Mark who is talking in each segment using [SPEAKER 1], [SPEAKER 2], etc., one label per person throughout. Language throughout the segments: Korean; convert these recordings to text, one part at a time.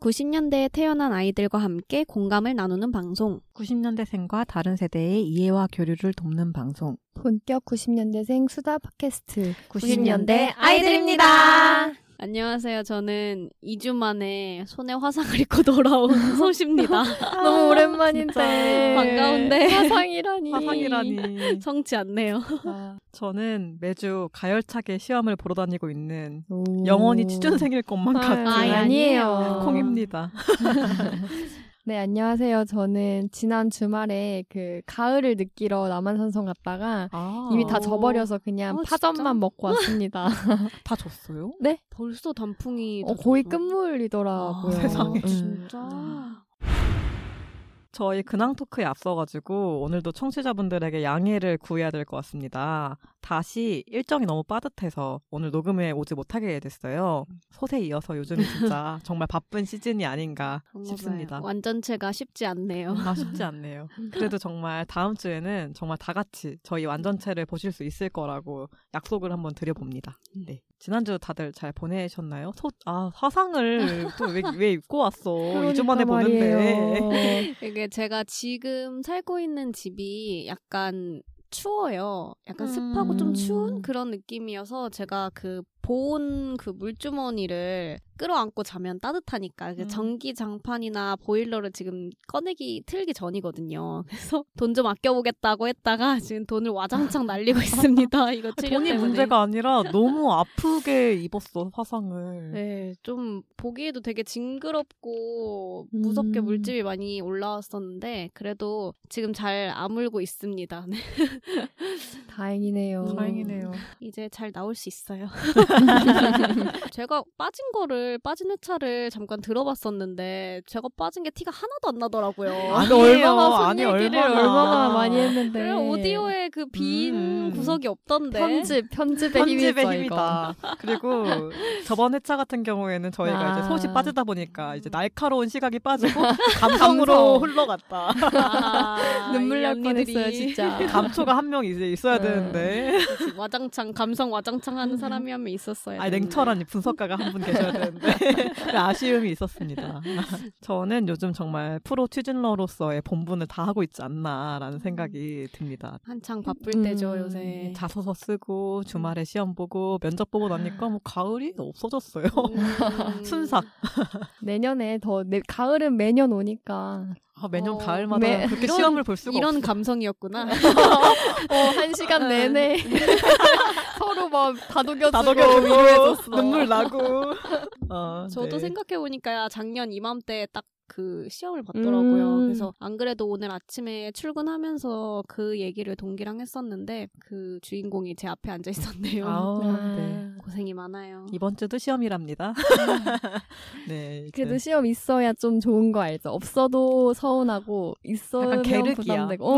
[SPEAKER 1] 90년대에 태어난 아이들과 함께 공감을 나누는 방송.
[SPEAKER 2] 90년대생과 다른 세대의 이해와 교류를 돕는 방송.
[SPEAKER 3] 본격 90년대생 수다 팟캐스트
[SPEAKER 1] 90년대 아이들입니다. 안녕하세요. 저는 2주 만에 손에 화상을 입고 돌아온 소시입니다.
[SPEAKER 3] 아,
[SPEAKER 2] 아,
[SPEAKER 3] 너무 오랜만인데
[SPEAKER 1] 진짜 반가운데.
[SPEAKER 3] 화상이라니
[SPEAKER 1] 성치 않네요.
[SPEAKER 2] 저는 매주 가열차게 시험을 보러 다니고 있는
[SPEAKER 3] 오.
[SPEAKER 2] 영원히 취준생일 것만 같은
[SPEAKER 1] 아이, 아니에요.
[SPEAKER 2] 콩입니다.
[SPEAKER 3] 네 안녕하세요 저는 지난 주말에 그 가을을 느끼러 남한산성 갔다가
[SPEAKER 2] 아.
[SPEAKER 3] 이미 다
[SPEAKER 1] 어.
[SPEAKER 3] 져버려서 그냥
[SPEAKER 1] 어,
[SPEAKER 3] 파전만
[SPEAKER 1] 진짜?
[SPEAKER 3] 먹고 왔습니다
[SPEAKER 2] 다 줬어요?
[SPEAKER 1] 벌써 단풍이
[SPEAKER 3] 어,
[SPEAKER 1] 다
[SPEAKER 3] 거의
[SPEAKER 1] 졌어.
[SPEAKER 3] 끝물이더라고요
[SPEAKER 2] 아, 세상에.
[SPEAKER 3] 음.
[SPEAKER 1] 진짜.
[SPEAKER 2] 저희 근황 토크에 앞서가지고 오늘도 청취자분들에게 양해를 구해야 될 것 같습니다. 다시 일정이 너무 빠듯해서 오늘 녹음에 오지 못하게 됐어요. 소세 이어서 요즘 진짜 정말 바쁜 시즌이 아닌가
[SPEAKER 1] 그런가 봐요.
[SPEAKER 2] 싶습니다.
[SPEAKER 1] 완전체가 쉽지 않네요.
[SPEAKER 2] 아, 쉽지 않네요. 그래도 정말 다음 주에는 정말 다 같이 저희 완전체를 보실 수 있을 거라고 약속을 한번 드려봅니다.
[SPEAKER 3] 음.
[SPEAKER 2] 네. 지난주 다들 잘 보내셨나요? 소, 아, 화상을 또 왜, 왜 입고 왔어? 이 2주 만에
[SPEAKER 3] 그러니까
[SPEAKER 2] 보는데.
[SPEAKER 3] 말이에요.
[SPEAKER 1] 이게 제가 지금 살고 있는 집이 약간 추워요. 약간
[SPEAKER 2] 음.
[SPEAKER 1] 습하고 좀 추운 그런 느낌이어서 제가 그 보온 그 물주머니를 끌어안고 자면 따뜻하니까 그
[SPEAKER 2] 음.
[SPEAKER 1] 전기 장판이나 보일러를 지금 꺼내기 틀기 전이거든요. 그래서 돈 좀 아껴보겠다고 했다가 지금 돈을 와장창 날리고 있습니다. 이거
[SPEAKER 2] 아니,
[SPEAKER 1] 칠년
[SPEAKER 2] 돈이
[SPEAKER 3] 네,
[SPEAKER 1] 때문에.
[SPEAKER 2] 문제가 아니라 너무 아프게 입었어,
[SPEAKER 3] 음.
[SPEAKER 2] 화상을.
[SPEAKER 1] 네, 좀 보기에도 되게 징그럽고 무섭게
[SPEAKER 3] 음.
[SPEAKER 1] 물집이 많이 올라왔었는데 그래도 지금 잘 아물고 있습니다. 네,
[SPEAKER 3] 다행이네요
[SPEAKER 2] 다행이네요.
[SPEAKER 1] 이제 잘 나올 수 있어요. 제가 빠진 거를 빠진 회차를 잠깐 들어봤었는데 제가 빠진 게 티가 하나도 안 나더라고요.
[SPEAKER 2] 아니, 얼마나 손
[SPEAKER 3] 아니,
[SPEAKER 2] 얘기를
[SPEAKER 3] 얼마나, 얼마나 많이 했는데
[SPEAKER 1] 그래 오디오에 그 빈
[SPEAKER 2] 음.
[SPEAKER 1] 구석이 없던데.
[SPEAKER 3] 네. 편집 편집의 힘이
[SPEAKER 2] 편집의
[SPEAKER 3] 있어 이거
[SPEAKER 2] 힘이다. 그리고 저번 회차 같은 경우에는 저희가
[SPEAKER 3] 아.
[SPEAKER 2] 이제 솥이 빠지다 보니까 이제 날카로운 시각이 빠지고 감성으로
[SPEAKER 3] 감성.
[SPEAKER 2] 흘러갔다.
[SPEAKER 1] 아,
[SPEAKER 3] 눈물
[SPEAKER 1] 이
[SPEAKER 3] 날
[SPEAKER 1] 언니들이
[SPEAKER 3] 뻔했어요 진짜
[SPEAKER 2] 감초가 한 명 이제 있어야
[SPEAKER 3] 음.
[SPEAKER 2] 되는데.
[SPEAKER 1] 와장창 감성 와장창 하는 사람이 한 명 있었어요.
[SPEAKER 2] 아, 냉철한 이 분석가가 한 분 계셔야 되는데. 네, 아쉬움이 있었습니다. 저는 요즘 정말 프로 취준러로서의 본분을 다 하고 있지 않나라는 생각이 듭니다.
[SPEAKER 1] 한창 바쁠
[SPEAKER 3] 음.
[SPEAKER 1] 때죠 요새.
[SPEAKER 2] 자소서 쓰고 주말에 시험 보고 면접 보고 나니까 뭐 가을이 없어졌어요.
[SPEAKER 1] 음.
[SPEAKER 2] 순삭.
[SPEAKER 3] 내년에 더 내, 가을은 매년 오니까
[SPEAKER 2] 아, 매년
[SPEAKER 1] 어,
[SPEAKER 2] 가을마다
[SPEAKER 3] 매-
[SPEAKER 2] 그렇게
[SPEAKER 1] 이런-
[SPEAKER 2] 시험을 볼 수가
[SPEAKER 1] 이런 감성이었구나.
[SPEAKER 3] 어한 시간 내내 서로 막 다독여주고
[SPEAKER 2] 네. 다독여주고
[SPEAKER 3] 위로해줬어.
[SPEAKER 2] 눈물 나고. 어,
[SPEAKER 1] 저도
[SPEAKER 2] 네.
[SPEAKER 1] 생각해 보니까 작년 이맘때 딱 그 시험을 봤더라고요.
[SPEAKER 3] 음.
[SPEAKER 1] 그래서 안 그래도 오늘 아침에 출근하면서 그 얘기를 동기랑 했었는데 그 주인공이 제 앞에 앉아 있었네요.
[SPEAKER 2] 아우,
[SPEAKER 3] 아.
[SPEAKER 2] 네.
[SPEAKER 1] 고생이 많아요.
[SPEAKER 2] 이번 주도 시험이랍니다. 네. 이제
[SPEAKER 3] 그래도 시험 있어야 좀 좋은 거 알죠 없어도 서운하고 있으면
[SPEAKER 2] 약간 계륵이야.
[SPEAKER 3] 부담되고 어.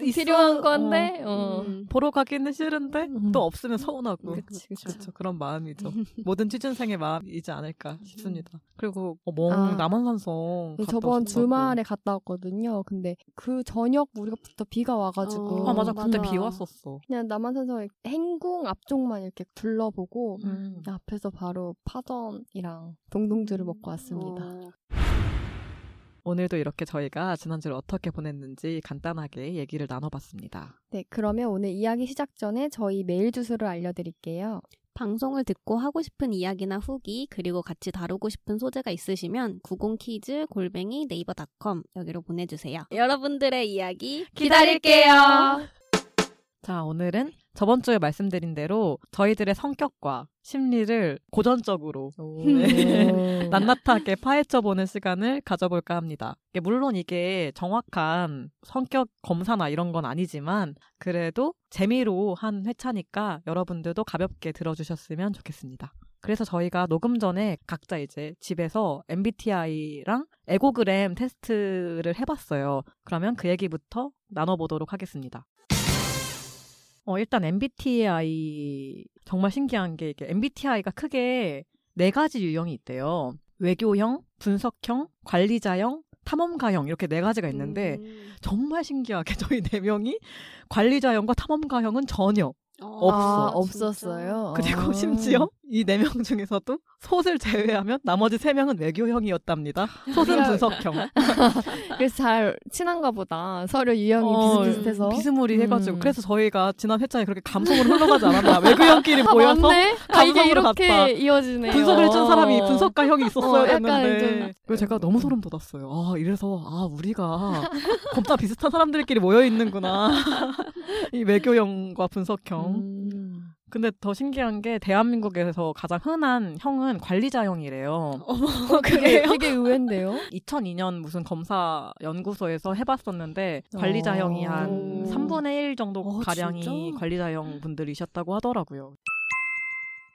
[SPEAKER 2] 이- 있어-
[SPEAKER 3] 필요한
[SPEAKER 2] 어,
[SPEAKER 3] 건데 어.
[SPEAKER 1] 음.
[SPEAKER 2] 보러 가기는 싫은데
[SPEAKER 3] 음.
[SPEAKER 2] 또 없으면 서운하고.
[SPEAKER 3] 그치, 그치.
[SPEAKER 2] 그렇죠. 그런 마음이죠. 모든 취준생의 마음이지 않을까 싶습니다. 그리고 어, 멍
[SPEAKER 3] 아.
[SPEAKER 2] 남한산성 갔다
[SPEAKER 3] 저번
[SPEAKER 2] 오신다고.
[SPEAKER 3] 주말에 갔다 왔거든요. 근데 그 저녁 우리가부터 비가 와가지고
[SPEAKER 2] 아 맞아 그때
[SPEAKER 1] 맞아.
[SPEAKER 2] 비 왔었어.
[SPEAKER 3] 그냥 남한산성 행궁 앞쪽만 이렇게 둘러보고
[SPEAKER 2] 음.
[SPEAKER 3] 앞에서 바로 파전이랑 동동주를 먹고 왔습니다.
[SPEAKER 1] 어,
[SPEAKER 2] 오늘도 이렇게 저희가 지난주를 어떻게 보냈는지 간단하게 얘기를 나눠봤습니다.
[SPEAKER 3] 네, 그러면 오늘 이야기 시작 전에 저희 메일 주소를 알려드릴게요.
[SPEAKER 1] 방송을 듣고 하고 싶은 이야기나 후기 그리고 같이 다루고 싶은 소재가 있으시면 90키즈 골뱅이 네이버닷컴 여기로 보내주세요. 여러분들의 이야기 기다릴게요.
[SPEAKER 2] 자, 오늘은 저번 주에 말씀드린 대로 저희들의 성격과 심리를 고전적으로 네. 낱낱하게 파헤쳐보는 시간을 가져볼까 합니다. 이게 물론 이게 정확한 성격 검사나 이런 건 아니지만 그래도 재미로 한 회차니까 여러분들도 가볍게 들어주셨으면 좋겠습니다. 그래서 저희가 녹음 전에 각자 이제 집에서 MBTI랑 에고그램 테스트를 해봤어요. 그러면 그 얘기부터 나눠보도록 하겠습니다. 어, 일단 MBTI 정말 신기한 게 이게 MBTI가 크게 네 가지 유형이 있대요. 외교형, 분석형, 관리자형, 탐험가형 이렇게 네 가지가 있는데
[SPEAKER 1] 음.
[SPEAKER 2] 정말 신기하게 저희 네 명이 관리자형과 탐험가형은 전혀
[SPEAKER 1] 어,
[SPEAKER 2] 없어.
[SPEAKER 3] 아,
[SPEAKER 1] 진짜?
[SPEAKER 3] 없었어요.
[SPEAKER 2] 그리고
[SPEAKER 3] 아.
[SPEAKER 2] 심지어 이 네 명 중에서도 솥을 제외하면 나머지 세 명은 외교형이었답니다. 솥은
[SPEAKER 3] 우리가-
[SPEAKER 2] 분석형.
[SPEAKER 3] 그래서 잘 친한가 보다. 서로 유형이
[SPEAKER 2] 어,
[SPEAKER 3] 비슷비슷해서.
[SPEAKER 2] 비스무리 해가지고
[SPEAKER 3] 음.
[SPEAKER 2] 그래서 저희가 지난 회차에 그렇게 감성으로 흘러가지 않았나. 외교형끼리 모여서
[SPEAKER 3] 맞네. 아, 이게
[SPEAKER 2] 감성으로
[SPEAKER 3] 이렇게
[SPEAKER 2] 갔다.
[SPEAKER 3] 이어지네요.
[SPEAKER 2] 분석을 해준 사람이 분석가 형이 있었어야
[SPEAKER 3] 어, 약간
[SPEAKER 2] 했는데
[SPEAKER 3] 좀-
[SPEAKER 2] 그리고 제가 너무 소름 돋았어요. 아 이래서 아 우리가 겁나 비슷한 사람들끼리 모여 있는구나. 이 외교형과 분석형.
[SPEAKER 3] 음.
[SPEAKER 2] 근데 더 신기한 게 대한민국에서 가장 흔한 형은 관리자형이래요.
[SPEAKER 3] 어, 그게 되게 의외인데요.
[SPEAKER 2] 2002년 무슨 검사 연구소에서 해봤었는데 관리자형이
[SPEAKER 3] 어.
[SPEAKER 2] 한 3분의 1 정도
[SPEAKER 1] 어,
[SPEAKER 2] 가량이
[SPEAKER 1] 진짜?
[SPEAKER 2] 관리자형 분들이셨다고 하더라고요.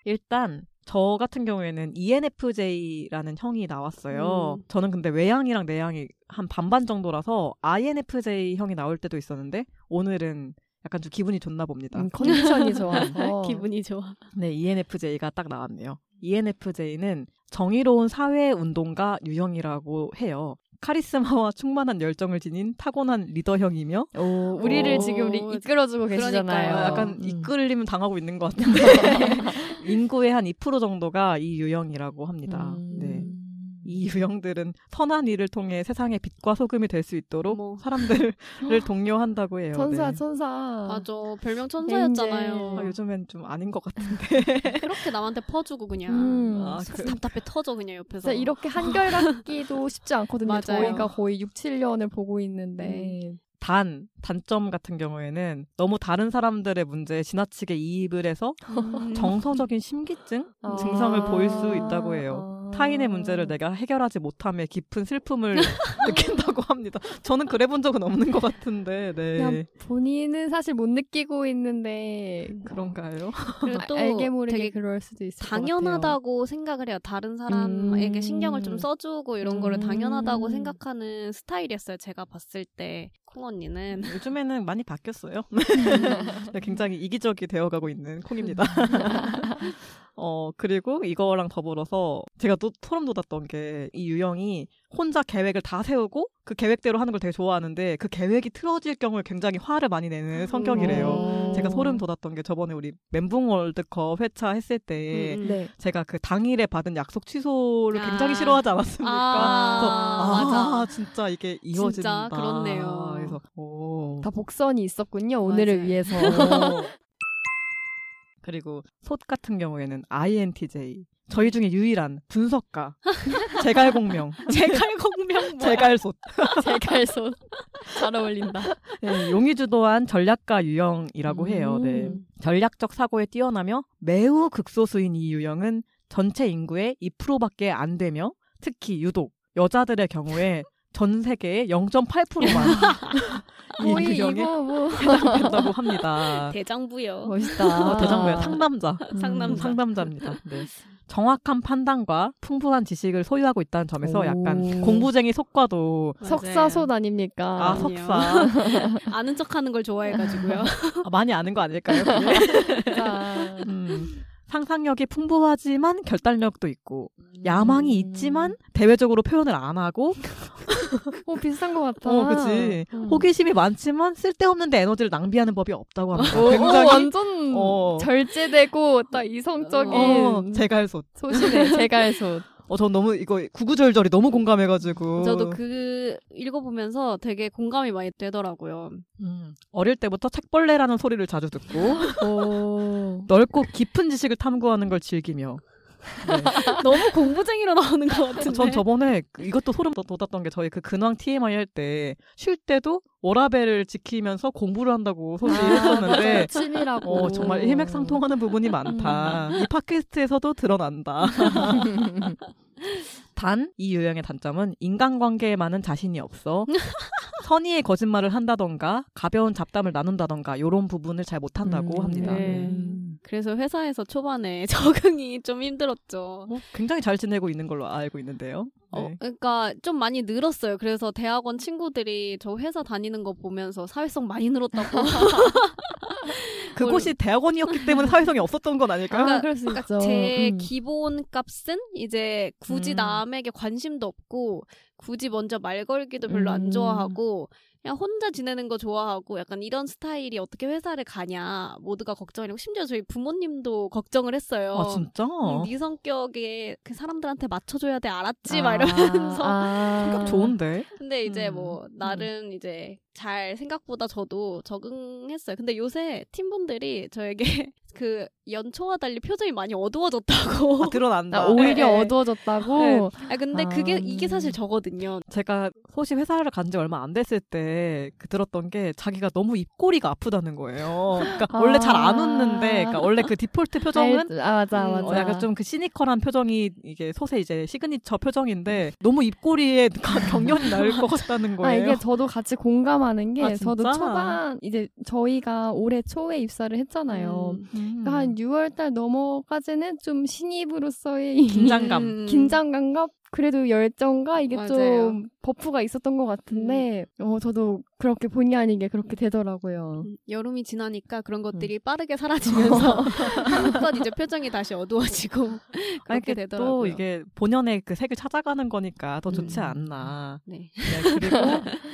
[SPEAKER 2] 일단 저 같은 경우에는 E ENFJ라는 형이 나왔어요.
[SPEAKER 1] 음.
[SPEAKER 2] 저는 근데 외향이랑 내향이 한 반반 정도라서 INFJ 형이 나올 때도 있었는데 오늘은 약간 좀 기분이 좋나 봅니다.
[SPEAKER 3] 음, 컨디션이 좋아서.
[SPEAKER 1] 기분이 좋아.
[SPEAKER 2] 네, ENFJ가 딱 나왔네요. E ENFJ는 정의로운 사회운동가 유형이라고 해요. 카리스마와 충만한 열정을 지닌 타고난 리더형이며
[SPEAKER 3] 오, 우리를
[SPEAKER 2] 오,
[SPEAKER 3] 지금 우리 이끌어주고 계시잖아요.
[SPEAKER 1] 그러니까요.
[SPEAKER 2] 약간
[SPEAKER 3] 음. 네.
[SPEAKER 2] 이끌림 당하고 있는 것 같은데 인구의 한 2% 정도가 이 유형이라고 합니다.
[SPEAKER 3] 음.
[SPEAKER 2] 네. 이 유형들은 선한 일을 통해 세상의 빛과 소금이 될 수 있도록
[SPEAKER 1] 어머.
[SPEAKER 2] 사람들을 독려한다고 해요.
[SPEAKER 3] 뭐. 천사,
[SPEAKER 2] 네.
[SPEAKER 3] 천사.
[SPEAKER 1] 맞아. 별명 천사였잖아요.
[SPEAKER 3] 엔젤.
[SPEAKER 2] 아, 요즘엔 좀 아닌 것 같은데.
[SPEAKER 1] 그렇게 남한테 퍼주고 그냥
[SPEAKER 3] 음.
[SPEAKER 2] 아,
[SPEAKER 1] 속
[SPEAKER 2] 그-
[SPEAKER 1] 답답해 터져 그냥 옆에서.
[SPEAKER 3] 진짜 이렇게 한결 같기도 쉽지 않거든요.
[SPEAKER 1] 맞아요.
[SPEAKER 3] 저희가 거의 6, 7년을 보고
[SPEAKER 2] 네.
[SPEAKER 3] 있는데.
[SPEAKER 2] 단, 단점 같은 경우에는 너무 다른 사람들의 문제에 지나치게 이입을 해서
[SPEAKER 1] 음.
[SPEAKER 2] 정서적인 심기증?
[SPEAKER 3] 아.
[SPEAKER 2] 증상을 보일 수 있다고 해요.
[SPEAKER 3] 아.
[SPEAKER 2] 타인의 문제를 내가 해결하지 못함에 깊은 슬픔을 느낀다고 합니다. 저는 그래 본 적은 없는 것 같은데,
[SPEAKER 3] 그냥
[SPEAKER 2] 네.
[SPEAKER 3] 본인은 사실 못 느끼고 있는데
[SPEAKER 2] 그런가요?
[SPEAKER 1] 그리고 또
[SPEAKER 3] 알게 모르게
[SPEAKER 1] 되게
[SPEAKER 3] 그럴 수도 있을 것 같아요.
[SPEAKER 1] 당연하다고 생각을 해요. 다른 사람에게
[SPEAKER 3] 음.
[SPEAKER 1] 신경을 좀 써주고 이런 거를
[SPEAKER 3] 음.
[SPEAKER 1] 당연하다고 생각하는 스타일이었어요. 제가 봤을 때 콩 언니는
[SPEAKER 2] 요즘에는 많이 바뀌었어요. 네, 굉장히 이기적이 되어가고 있는 콩입니다. 어, 그리고 이거랑 더불어서 제가 또 소름 돋았던 게 이 유형이 혼자 계획을 다 세우고 그 계획대로 하는 걸 되게 좋아하는데 그 계획이 틀어질 경우에 굉장히 화를 많이 내는 성격이래요.
[SPEAKER 3] 음.
[SPEAKER 2] 제가 소름 돋았던 게 저번에 우리 멘붕 월드컵 회차 했을 때
[SPEAKER 1] 음, 음.
[SPEAKER 3] 네.
[SPEAKER 2] 제가 그 당일에 받은 약속 취소를
[SPEAKER 1] 아.
[SPEAKER 2] 굉장히 싫어하지
[SPEAKER 3] 그러니까.
[SPEAKER 2] 않았습니까? 그래서
[SPEAKER 1] 아,
[SPEAKER 2] 아,
[SPEAKER 1] 맞아.
[SPEAKER 2] 진짜 이게 이어진다.
[SPEAKER 1] 그렇네요.
[SPEAKER 2] 그래서 오.
[SPEAKER 3] 다 복선이 있었군요. 오늘을
[SPEAKER 1] 맞아요.
[SPEAKER 3] 위해서.
[SPEAKER 2] 그리고 솥 같은 경우에는 INTJ. 저희 중에 유일한 분석가. 제갈공명.
[SPEAKER 1] 제갈공명 뭐야?
[SPEAKER 2] 제갈솥.
[SPEAKER 3] 제갈손. 잘 어울린다.
[SPEAKER 2] 네, 용의주도한 전략가 유형이라고 해요. 네.
[SPEAKER 3] 음.
[SPEAKER 2] 전략적 사고에 뛰어나며 매우 극소수인 이 유형은 전체 인구의 2%밖에 안 되며 특히 유독 여자들의 경우에 전 세계의 0.8%만 이
[SPEAKER 3] 거의
[SPEAKER 2] 유형에
[SPEAKER 3] 이거 뭐.
[SPEAKER 2] 해당된다고 합니다.
[SPEAKER 1] 대장부요.
[SPEAKER 3] 아. 멋있다. 음.
[SPEAKER 2] 어, 대장부의 상남자.
[SPEAKER 1] 상남자.
[SPEAKER 2] 상담자입니다. 네. 정확한 판단과 풍부한 지식을 소유하고 있다는 점에서
[SPEAKER 3] 오.
[SPEAKER 2] 약간 공부쟁이 속과도
[SPEAKER 3] 석사손 아닙니까?
[SPEAKER 2] 아,
[SPEAKER 1] 아니요.
[SPEAKER 2] 석사
[SPEAKER 1] 아는 척하는 걸 좋아해가지고요.
[SPEAKER 2] 아, 많이 아는 거 아닐까요? 그게?
[SPEAKER 3] 석사.
[SPEAKER 2] 음. 상상력이 풍부하지만 결단력도 있고 야망이 있지만 대외적으로 표현을 안 하고
[SPEAKER 3] 어, 비슷한 것 같아.
[SPEAKER 2] 어 그지
[SPEAKER 3] 음.
[SPEAKER 2] 호기심이 많지만 쓸데없는데 에너지를 낭비하는 법이 없다고 합니다.
[SPEAKER 3] 오,
[SPEAKER 2] 굉장히
[SPEAKER 3] 오, 완전
[SPEAKER 2] 어.
[SPEAKER 3] 절제되고 딱 이성적인 음.
[SPEAKER 2] 어, 제갈솥.
[SPEAKER 3] 소신의 제갈솥.
[SPEAKER 2] 어, 전 너무 이거 구구절절이 너무 공감해가지고.
[SPEAKER 1] 저도 그 읽어보면서 되게 공감이 많이 되더라고요.
[SPEAKER 2] 음, 어릴 때부터 책벌레라는 소리를 자주 듣고
[SPEAKER 3] 오.
[SPEAKER 2] 넓고 깊은 지식을 탐구하는 걸 즐기며. 네.
[SPEAKER 1] 너무 공부쟁이로 나오는 것 같은데.
[SPEAKER 2] 전 저번에 그- 이것도 소름 돋- 돋았던 게 저희 그 근황 TMI 할 때 쉴 때도 워라벨을 지키면서 공부를 한다고
[SPEAKER 3] 아, 그렇죠.
[SPEAKER 2] 소개했었는데
[SPEAKER 3] 치밀하고.
[SPEAKER 2] 어, 정말 일맥상통하는
[SPEAKER 1] 음.
[SPEAKER 2] 부분이 많다. 이 팟캐스트에서도 드러난다. 단 이 유형의 단점은 인간관계에 많은 자신이 없어 선의의 거짓말을 한다던가 가벼운 잡담을 나눈다던가 요런 부분을 잘 못한다고
[SPEAKER 3] 음,
[SPEAKER 2] 합니다.
[SPEAKER 1] 네.
[SPEAKER 3] 음.
[SPEAKER 1] 그래서 회사에서 초반에 적응이 좀 힘들었죠.
[SPEAKER 2] 어, 뭐 굉장히 잘 지내고 있는 걸로 알고 있는데요.
[SPEAKER 1] 어,
[SPEAKER 2] 네.
[SPEAKER 1] 그러니까 좀 많이 늘었어요. 그래서 대학원 친구들이 저 회사 다니는 거 보면서 사회성 많이 늘었다고.
[SPEAKER 2] 그곳이 대학원이었기 때문에 사회성이 없었던 건 아닐까요?
[SPEAKER 1] 그러니까-
[SPEAKER 3] 그럴 수
[SPEAKER 1] 그러니까
[SPEAKER 3] 있죠.
[SPEAKER 1] 제
[SPEAKER 3] 음.
[SPEAKER 1] 기본 값은 이제 굳이
[SPEAKER 2] 음.
[SPEAKER 1] 남에게 관심도 없고 굳이 먼저 말 걸기도 별로 안
[SPEAKER 3] 음.
[SPEAKER 1] 좋아하고 그냥 혼자 지내는 거 좋아하고 약간 이런 스타일이 어떻게 회사를 가냐 모두가 걱정이고 심지어 저희 부모님도 걱정을 했어요.
[SPEAKER 2] 아 진짜?
[SPEAKER 1] 음, 네 성격에 그 사람들한테 맞춰줘야 돼 알았지 막
[SPEAKER 2] 아,
[SPEAKER 1] 이러면서
[SPEAKER 3] 아.
[SPEAKER 1] 네.
[SPEAKER 2] 생각 좋은데.
[SPEAKER 1] 근데 이제
[SPEAKER 2] 음,
[SPEAKER 1] 뭐 나름 이제 잘 생각보다 저도 적응했어요. 근데 요새 팀분들이 저에게 그 연초와 달리 표정이 많이 어두워졌다고. 그,
[SPEAKER 2] 아, 드러난다.
[SPEAKER 3] 나 오히려
[SPEAKER 1] 네.
[SPEAKER 3] 어두워졌다고.
[SPEAKER 2] 네.
[SPEAKER 1] 아 근데
[SPEAKER 3] 아.
[SPEAKER 1] 그게 이게 사실 저거든요.
[SPEAKER 2] 제가 소시 회사를 간 지 얼마 안 됐을 때 그 들었던 게 자기가 너무 입꼬리가 아프다는 거예요. 그러니까
[SPEAKER 3] 아.
[SPEAKER 2] 원래 잘 안 웃는데, 그러니까 원래 그 디폴트 표정은
[SPEAKER 3] 알- 아 맞아
[SPEAKER 1] 음,
[SPEAKER 3] 맞아.
[SPEAKER 2] 어, 약간 좀 그 시니컬한 표정이 이게 소세 이제 시그니처
[SPEAKER 1] 네.
[SPEAKER 2] 표정인데 너무 입꼬리에 가- 경련이 날 것 같다는
[SPEAKER 3] 아
[SPEAKER 2] 거예요.
[SPEAKER 3] 이게 저도 같이 공감하는 게
[SPEAKER 2] 아, 진짜?
[SPEAKER 3] 저도 초반 이제 저희가 올해 초에 입사를 했잖아요.
[SPEAKER 1] 음.
[SPEAKER 2] 음.
[SPEAKER 3] 그러니까 한 6월달 넘어까지는 좀 신입으로서의 이
[SPEAKER 2] 긴장감.
[SPEAKER 1] 음.
[SPEAKER 3] 긴장감과 그래도 열정과 이게
[SPEAKER 1] 맞아요.
[SPEAKER 3] 좀 버프가 있었던 것 같은데
[SPEAKER 2] 음.
[SPEAKER 3] 어 저도 그렇게 본의 아니게 그렇게 되더라고요.
[SPEAKER 1] 음, 여름이 지나니까 그런 것들이 빠르게 사라지면서 한껏 이제 표정이 다시 어두워지고
[SPEAKER 2] 아니,
[SPEAKER 1] 그렇게
[SPEAKER 2] 그러니까 이게
[SPEAKER 1] 되더라고요.
[SPEAKER 2] 또 이게 본연의 그 색을 찾아가는 거니까 더 좋지
[SPEAKER 1] 음.
[SPEAKER 2] 않나.
[SPEAKER 1] 네.
[SPEAKER 2] 네, 그리고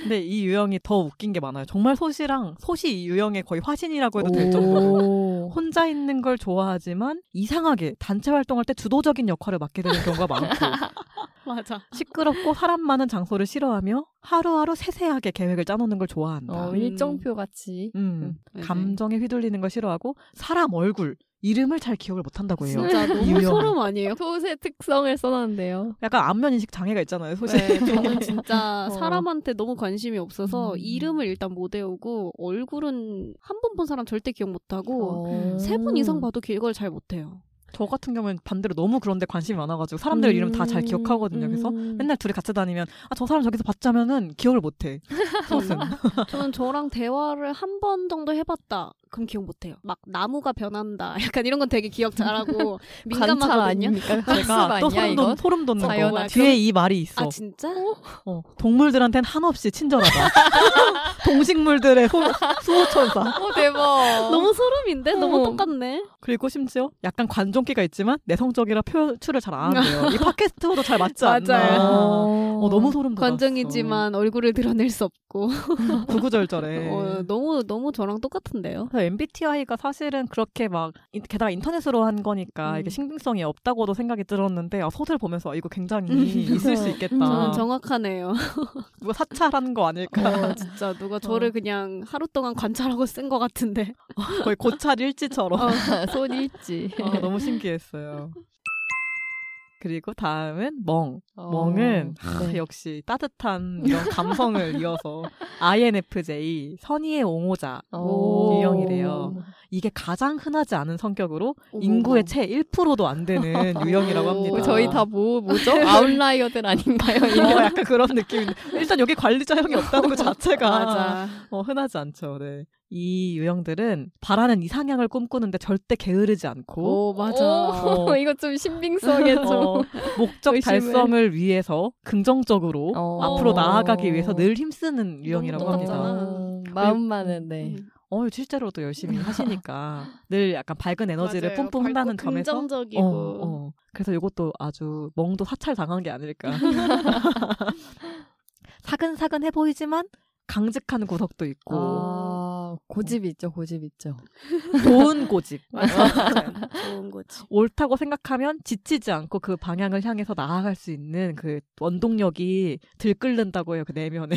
[SPEAKER 2] 근데 이 유형이 더 웃긴 게 많아요. 정말 소시랑 소시 이 유형의 거의 화신이라고 해도 될 정도로
[SPEAKER 3] 오.
[SPEAKER 2] 혼자 있는 걸 좋아하지만 이상하게 단체 활동할 때 주도적인 역할을 맡게 되는 경우가 많고
[SPEAKER 1] 맞아.
[SPEAKER 2] 시끄럽고 사람 많은 장소를 싫어하며 하루하루 세세하게 계획을 짜놓는 걸 좋아한다.
[SPEAKER 3] 어, 일정표 같이.
[SPEAKER 2] 음,
[SPEAKER 1] 네,
[SPEAKER 2] 감정에 휘둘리는 걸 싫어하고 사람 얼굴 이름을 잘 기억을 못한다고 해요.
[SPEAKER 1] 진짜
[SPEAKER 2] 이
[SPEAKER 1] 너무
[SPEAKER 2] 유형.
[SPEAKER 1] 소름 아니에요?
[SPEAKER 3] 소세 특성을 써놨는데요.
[SPEAKER 2] 약간 안면 인식 장애가 있잖아요. 소시.
[SPEAKER 1] 네, 저는 진짜
[SPEAKER 3] 어.
[SPEAKER 1] 사람한테 너무 관심이 없어서
[SPEAKER 2] 음.
[SPEAKER 1] 이름을 일단 못 외우고 얼굴은 한 번 본 사람 절대 기억 못하고
[SPEAKER 2] 어.
[SPEAKER 1] 세 분 이상
[SPEAKER 3] 음.
[SPEAKER 1] 봐도 기억을 잘 못해요.
[SPEAKER 2] 저 같은 경우는 반대로 너무 그런데 관심이 많아가지고 사람들 이름 다 잘
[SPEAKER 3] 음,
[SPEAKER 2] 기억하거든요. 그래서
[SPEAKER 3] 음.
[SPEAKER 2] 맨날 둘이 같이 다니면 아 저 사람 저기서 봤자면은 기억을 못해. 소스는.
[SPEAKER 1] 저는 저랑 대화를 한 번 정도 해봤다. 그럼 기억 못해요. 막 나무가 변한다. 약간 이런 건 되게 기억 잘하고
[SPEAKER 3] 관찰
[SPEAKER 1] 민감하거든요.
[SPEAKER 3] 아닙니까?
[SPEAKER 2] 제가 또 소름, 돋, 소름 돋는
[SPEAKER 3] 자연아,
[SPEAKER 2] 거 뒤에 이 말이 있어.
[SPEAKER 1] 아 진짜?
[SPEAKER 2] 어, 동물들한텐 한없이 친절하다. 동식물들의 호, 수호천사.
[SPEAKER 3] 오 어, 대박.
[SPEAKER 1] 너무 소름인데 너무
[SPEAKER 3] 어.
[SPEAKER 1] 똑같네.
[SPEAKER 2] 그리고 심지어 약간 관종기가 있지만 내성적이라 표출을 잘 안 해요. 이 팟캐스트와도 잘 맞지 않나.
[SPEAKER 1] 맞아요.
[SPEAKER 2] 어, 너무 소름 돋았어. 네.
[SPEAKER 1] 관정이지만 얼굴을 드러낼 수 없고
[SPEAKER 2] 구구절절해.
[SPEAKER 1] 어, 너무 너무 저랑 똑같은데요.
[SPEAKER 2] MBTI가 사실은 그렇게 막 인- 게다가 인터넷으로 한 거니까
[SPEAKER 1] 음.
[SPEAKER 2] 이게 신빙성이 없다고도 생각이 들었는데 아, 소설 보면서 아, 이거 굉장히
[SPEAKER 1] 음.
[SPEAKER 2] 있을 수 있겠다.
[SPEAKER 1] 저는 정확하네요.
[SPEAKER 2] 누가 사찰한 거 아닐까?
[SPEAKER 1] 어, 진짜 누가 저를
[SPEAKER 2] 어.
[SPEAKER 1] 그냥 하루 동안 관찰하고 쓴 것 같은데.
[SPEAKER 2] 거의 고찰 일지처럼.
[SPEAKER 3] 손 읽지.
[SPEAKER 1] 예.
[SPEAKER 2] 아, 너무 신기했어요. 그리고 다음은 멍.
[SPEAKER 3] 어. 네.
[SPEAKER 2] 멍은 아,
[SPEAKER 1] 네.
[SPEAKER 2] 역시 따뜻한 이런 감성을 이어서 INFJ 선의의 옹호자
[SPEAKER 3] 어.
[SPEAKER 1] 오.
[SPEAKER 2] 유형이래요. 이게 가장 흔하지 않은 성격으로
[SPEAKER 1] 어머,
[SPEAKER 2] 인구의
[SPEAKER 1] 어머.
[SPEAKER 2] 채 1%도 안 되는 유형이라고 합니다.
[SPEAKER 1] 오,
[SPEAKER 3] 저희 다 뭐, 뭐죠? 아웃라이어들 아닌가요?
[SPEAKER 2] 어, 약간 그런 느낌인데 일단 여기 관리자 형이 없다는 것 자체가
[SPEAKER 1] 맞아.
[SPEAKER 2] 어, 흔하지 않죠. 네. 이 유형들은 바라는 이상향을 꿈꾸는데 절대 게으르지 않고
[SPEAKER 1] 오 어, 맞아.
[SPEAKER 2] 오.
[SPEAKER 3] 어, 이거 좀 신빙성에 좀.
[SPEAKER 2] 어, 목적
[SPEAKER 3] 의심을.
[SPEAKER 2] 달성을 위해서 긍정적으로
[SPEAKER 3] 어.
[SPEAKER 2] 앞으로 나아가기 위해서 늘 힘쓰는 유형이라고
[SPEAKER 1] 너무 똑같잖아.
[SPEAKER 2] 합니다.
[SPEAKER 3] 어, 마음만은 네.
[SPEAKER 1] 음.
[SPEAKER 2] 어, 실제로도 열심히 하시니까 늘 약간 밝은 에너지를
[SPEAKER 1] 맞아요.
[SPEAKER 2] 뿜뿜 한다는
[SPEAKER 1] 밝고
[SPEAKER 2] 점에서
[SPEAKER 1] 긍정적이고.
[SPEAKER 2] 어, 어. 그래서 이것도 아주 멍도 사찰 당한 게 아닐까. 사근사근해 보이지만 강직한 구석도 있고
[SPEAKER 3] 아, 고집 있죠, 고집 있죠.
[SPEAKER 2] 좋은 고집.
[SPEAKER 1] 맞아. 좋은 거지.
[SPEAKER 2] 옳다고 생각하면 지치지 않고 그 방향을 향해서 나아갈 수 있는 그 원동력이 들끓는다고 해요, 그 내면에.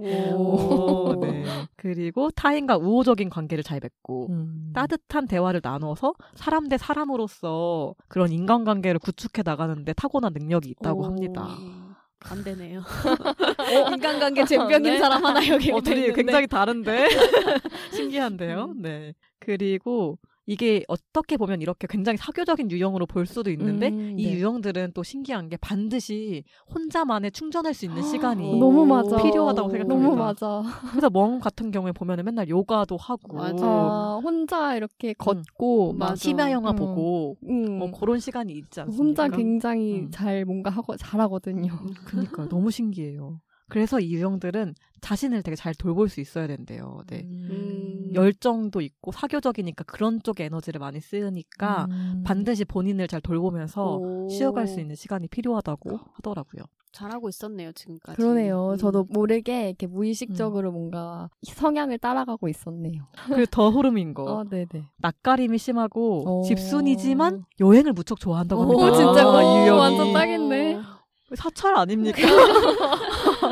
[SPEAKER 1] 오.
[SPEAKER 2] 네. 그리고 타인과 우호적인 관계를 잘 맺고
[SPEAKER 1] 음.
[SPEAKER 2] 따뜻한 대화를 나눠서 사람 대 사람으로서 그런 인간관계를 구축해 나가는데 타고난 능력이 있다고
[SPEAKER 1] 오.
[SPEAKER 2] 합니다.
[SPEAKER 1] 안 되네요. 인간관계 쟁병인
[SPEAKER 3] 네.
[SPEAKER 1] 사람 하나 여기
[SPEAKER 2] 어,
[SPEAKER 1] 붙어
[SPEAKER 2] 둘이
[SPEAKER 1] 있는데. 음.
[SPEAKER 2] 굉장히 다른데 신기한데요. 네. 그리고 이게 어떻게 보면 이렇게 굉장히 사교적인 유형으로 볼 수도 있는데
[SPEAKER 3] 음,
[SPEAKER 2] 이
[SPEAKER 3] 네.
[SPEAKER 2] 유형들은 또 신기한 게 반드시 혼자만의 충전할 수 있는 시간이
[SPEAKER 1] 아, 너무
[SPEAKER 3] 너무 맞아.
[SPEAKER 2] 필요하다고 생각합니다.
[SPEAKER 3] 너무 맞아.
[SPEAKER 2] 그래서 멍 같은 경우에 보면은 맨날 요가도 하고
[SPEAKER 1] 맞아.
[SPEAKER 3] 아, 혼자 이렇게 걷고
[SPEAKER 1] 음.
[SPEAKER 3] 막
[SPEAKER 1] 맞아.
[SPEAKER 2] 심야 영화
[SPEAKER 3] 음.
[SPEAKER 2] 보고
[SPEAKER 3] 음.
[SPEAKER 2] 뭐 그런 시간이 있지 않습니까?
[SPEAKER 3] 혼자 굉장히
[SPEAKER 2] 음.
[SPEAKER 3] 잘 뭔가 하고 잘하거든요.
[SPEAKER 2] 그러니까 너무 신기해요. 그래서 이 유형들은 자신을 되게 잘 돌볼 수 있어야 된대요. 네.
[SPEAKER 1] 음.
[SPEAKER 2] 열정도 있고 사교적이니까 그런 쪽에 에너지를 많이 쓰니까 반드시 본인을 잘 돌보면서
[SPEAKER 1] 음. 오.
[SPEAKER 2] 쉬어갈 수 있는 시간이 필요하다고 하더라고요.
[SPEAKER 1] 잘하고 있었네요 지금까지.
[SPEAKER 3] 그러네요.
[SPEAKER 1] 음.
[SPEAKER 3] 저도 모르게 이렇게 무의식적으로
[SPEAKER 2] 음.
[SPEAKER 3] 뭔가 성향을 따라가고 있었네요.
[SPEAKER 2] 그리고 더 호름인 거.
[SPEAKER 3] 아, 네네.
[SPEAKER 2] 낯가림이 심하고
[SPEAKER 3] 어.
[SPEAKER 2] 집순이지만 여행을 무척 좋아한다고
[SPEAKER 1] 오,
[SPEAKER 2] 합니다.
[SPEAKER 1] 어, 진짜
[SPEAKER 3] 오,
[SPEAKER 2] 이 유형이.
[SPEAKER 3] 완전 딱인데.
[SPEAKER 2] 아. 사찰 아닙니까?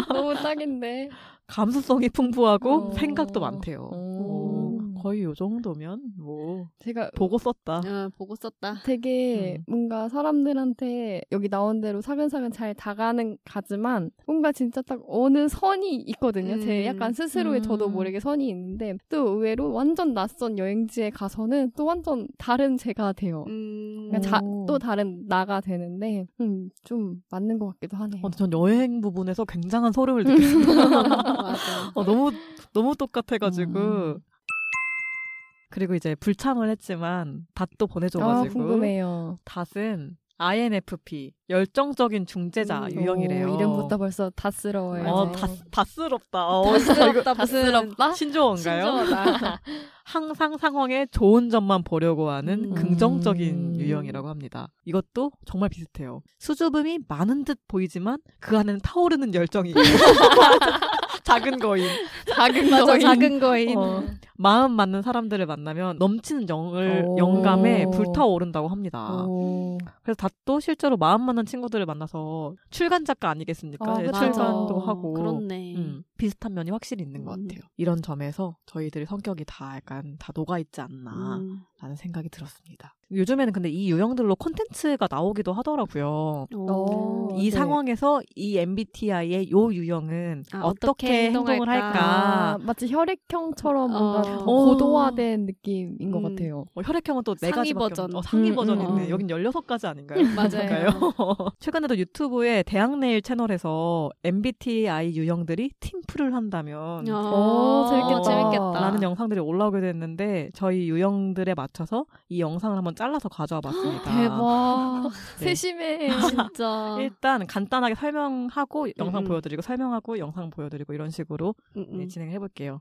[SPEAKER 3] 너무 딱인데.
[SPEAKER 2] 감수성이 풍부하고
[SPEAKER 3] 어. 어.
[SPEAKER 2] 생각도 많대요.
[SPEAKER 3] 오.
[SPEAKER 2] 어, 거의 요 정도면 뭐
[SPEAKER 3] 제가
[SPEAKER 2] 보고 썼다.
[SPEAKER 3] 음.
[SPEAKER 2] 어,
[SPEAKER 1] 아, 보고 썼다.
[SPEAKER 3] 되게
[SPEAKER 2] 음.
[SPEAKER 3] 뭔가 사람들한테 여기 나온 대로 사근사근 잘 다가는 가지만 뭔가 진짜 딱 어느 선이 있거든요.
[SPEAKER 1] 음.
[SPEAKER 3] 제 약간 스스로의
[SPEAKER 2] 음.
[SPEAKER 3] 저도 모르게 선이 있는데 또 의외로 완전 낯선 여행지에 가서는 또 완전 다른 제가
[SPEAKER 2] 어.
[SPEAKER 3] 돼요.
[SPEAKER 1] 음.
[SPEAKER 3] 그러니까 자-
[SPEAKER 2] 오.
[SPEAKER 3] 또 다른 나가 되는데 음, 좀 맞는 것 같기도 하네요.
[SPEAKER 2] 어, 전 여행 부분에서 굉장한 소름을
[SPEAKER 3] 음.
[SPEAKER 2] 느꼈어요.
[SPEAKER 1] 맞아.
[SPEAKER 2] 어, 너무 너무 똑같아가지고.
[SPEAKER 3] 음.
[SPEAKER 2] 그리고 이제 불참을 했지만 닷도
[SPEAKER 3] 아,
[SPEAKER 2] 보내줘가지고
[SPEAKER 3] 궁금해요.
[SPEAKER 2] 닷은 INFP 열정적인 중재자
[SPEAKER 1] 음.
[SPEAKER 2] 유형이래요.
[SPEAKER 3] 오, 이름부터 벌써 다스러워요. 네.
[SPEAKER 2] 어,
[SPEAKER 1] 맞아요.
[SPEAKER 2] 닷, 닷스럽다. 어,
[SPEAKER 1] 다스럽다 무슨
[SPEAKER 3] 다스럽다?
[SPEAKER 2] 신조어인가요?
[SPEAKER 1] 신조어다.
[SPEAKER 2] 항상 상황의 좋은 점만 보려고 하는
[SPEAKER 1] 음.
[SPEAKER 2] 긍정적인
[SPEAKER 3] 음.
[SPEAKER 2] 유형이라고 합니다. 이것도 정말 비슷해요. 수줍음이 많은 듯 보이지만 그 안에는 타오르는 열정이 있고 작은 거인.
[SPEAKER 3] 작은
[SPEAKER 1] 맞아
[SPEAKER 3] 거인.
[SPEAKER 1] 작은 거인.
[SPEAKER 2] 어, 마음 맞는 사람들을 만나면 넘치는 영을,
[SPEAKER 3] 오.
[SPEAKER 2] 영감에 불타오른다고
[SPEAKER 3] 아,
[SPEAKER 2] 합니다.
[SPEAKER 3] 오.
[SPEAKER 2] 그래서 닷도 실제로 마음 맞는 친구들을 만나서 출간 작가 아니겠습니까?
[SPEAKER 3] 아,
[SPEAKER 2] 예,
[SPEAKER 3] 그쵸.
[SPEAKER 2] 출간도
[SPEAKER 3] 맞아.
[SPEAKER 2] 하고
[SPEAKER 1] 그렇네.
[SPEAKER 2] 음, 비슷한 면이 확실히 있는 것
[SPEAKER 1] 음.
[SPEAKER 2] 같아요. 이런 점에서 저희들의 성격이 다 약간 다 녹아 있지 않나
[SPEAKER 1] 음.
[SPEAKER 2] 라는 생각이 들었습니다. 요즘에는 근데 이 유형들로 콘텐츠가 나오기도 하더라고요.
[SPEAKER 1] 오.
[SPEAKER 3] 어,
[SPEAKER 2] 이
[SPEAKER 3] 네.
[SPEAKER 2] 상황에서 이 MBTI의 요 유형은
[SPEAKER 1] 아, 어떻게
[SPEAKER 2] 어떻게 행동을
[SPEAKER 1] 행동할까?
[SPEAKER 2] 할까?
[SPEAKER 3] 아, 마치 혈액형처럼
[SPEAKER 1] 어.
[SPEAKER 3] 뭔가 더
[SPEAKER 2] 어.
[SPEAKER 3] 고도화된 느낌인 것
[SPEAKER 1] 음.
[SPEAKER 3] 같아요.
[SPEAKER 2] 어, 혈액형은 또 네
[SPEAKER 1] 상위
[SPEAKER 2] 가지
[SPEAKER 1] 버전.
[SPEAKER 2] 어, 상위
[SPEAKER 3] 음,
[SPEAKER 2] 버전인데
[SPEAKER 1] 음, 음.
[SPEAKER 2] 여긴 16가지 아닌가요?
[SPEAKER 1] 맞아요.
[SPEAKER 2] 그러니까요. 최근에도 유튜브에 대학내일 채널에서 MBTI 유형들이 팀플을 한다면
[SPEAKER 1] 아,
[SPEAKER 3] 오, 재밌겠다.
[SPEAKER 1] 어, 재밌겠다.
[SPEAKER 2] 라는 영상들이 올라오게 됐는데 저희 유형들에 맞춰서 이 영상을 한번 잘라서 가져와 봤습니다.
[SPEAKER 3] 대박.
[SPEAKER 2] 아. 네.
[SPEAKER 3] 세심해.
[SPEAKER 1] 진짜.
[SPEAKER 2] 일단 간단하게 설명하고 영상
[SPEAKER 1] 아. 음.
[SPEAKER 2] 보여드리고 설명하고 영상 보여드리고 이런 식으로
[SPEAKER 1] 음,
[SPEAKER 2] 네,
[SPEAKER 1] 음.
[SPEAKER 2] 진행을 해볼게요.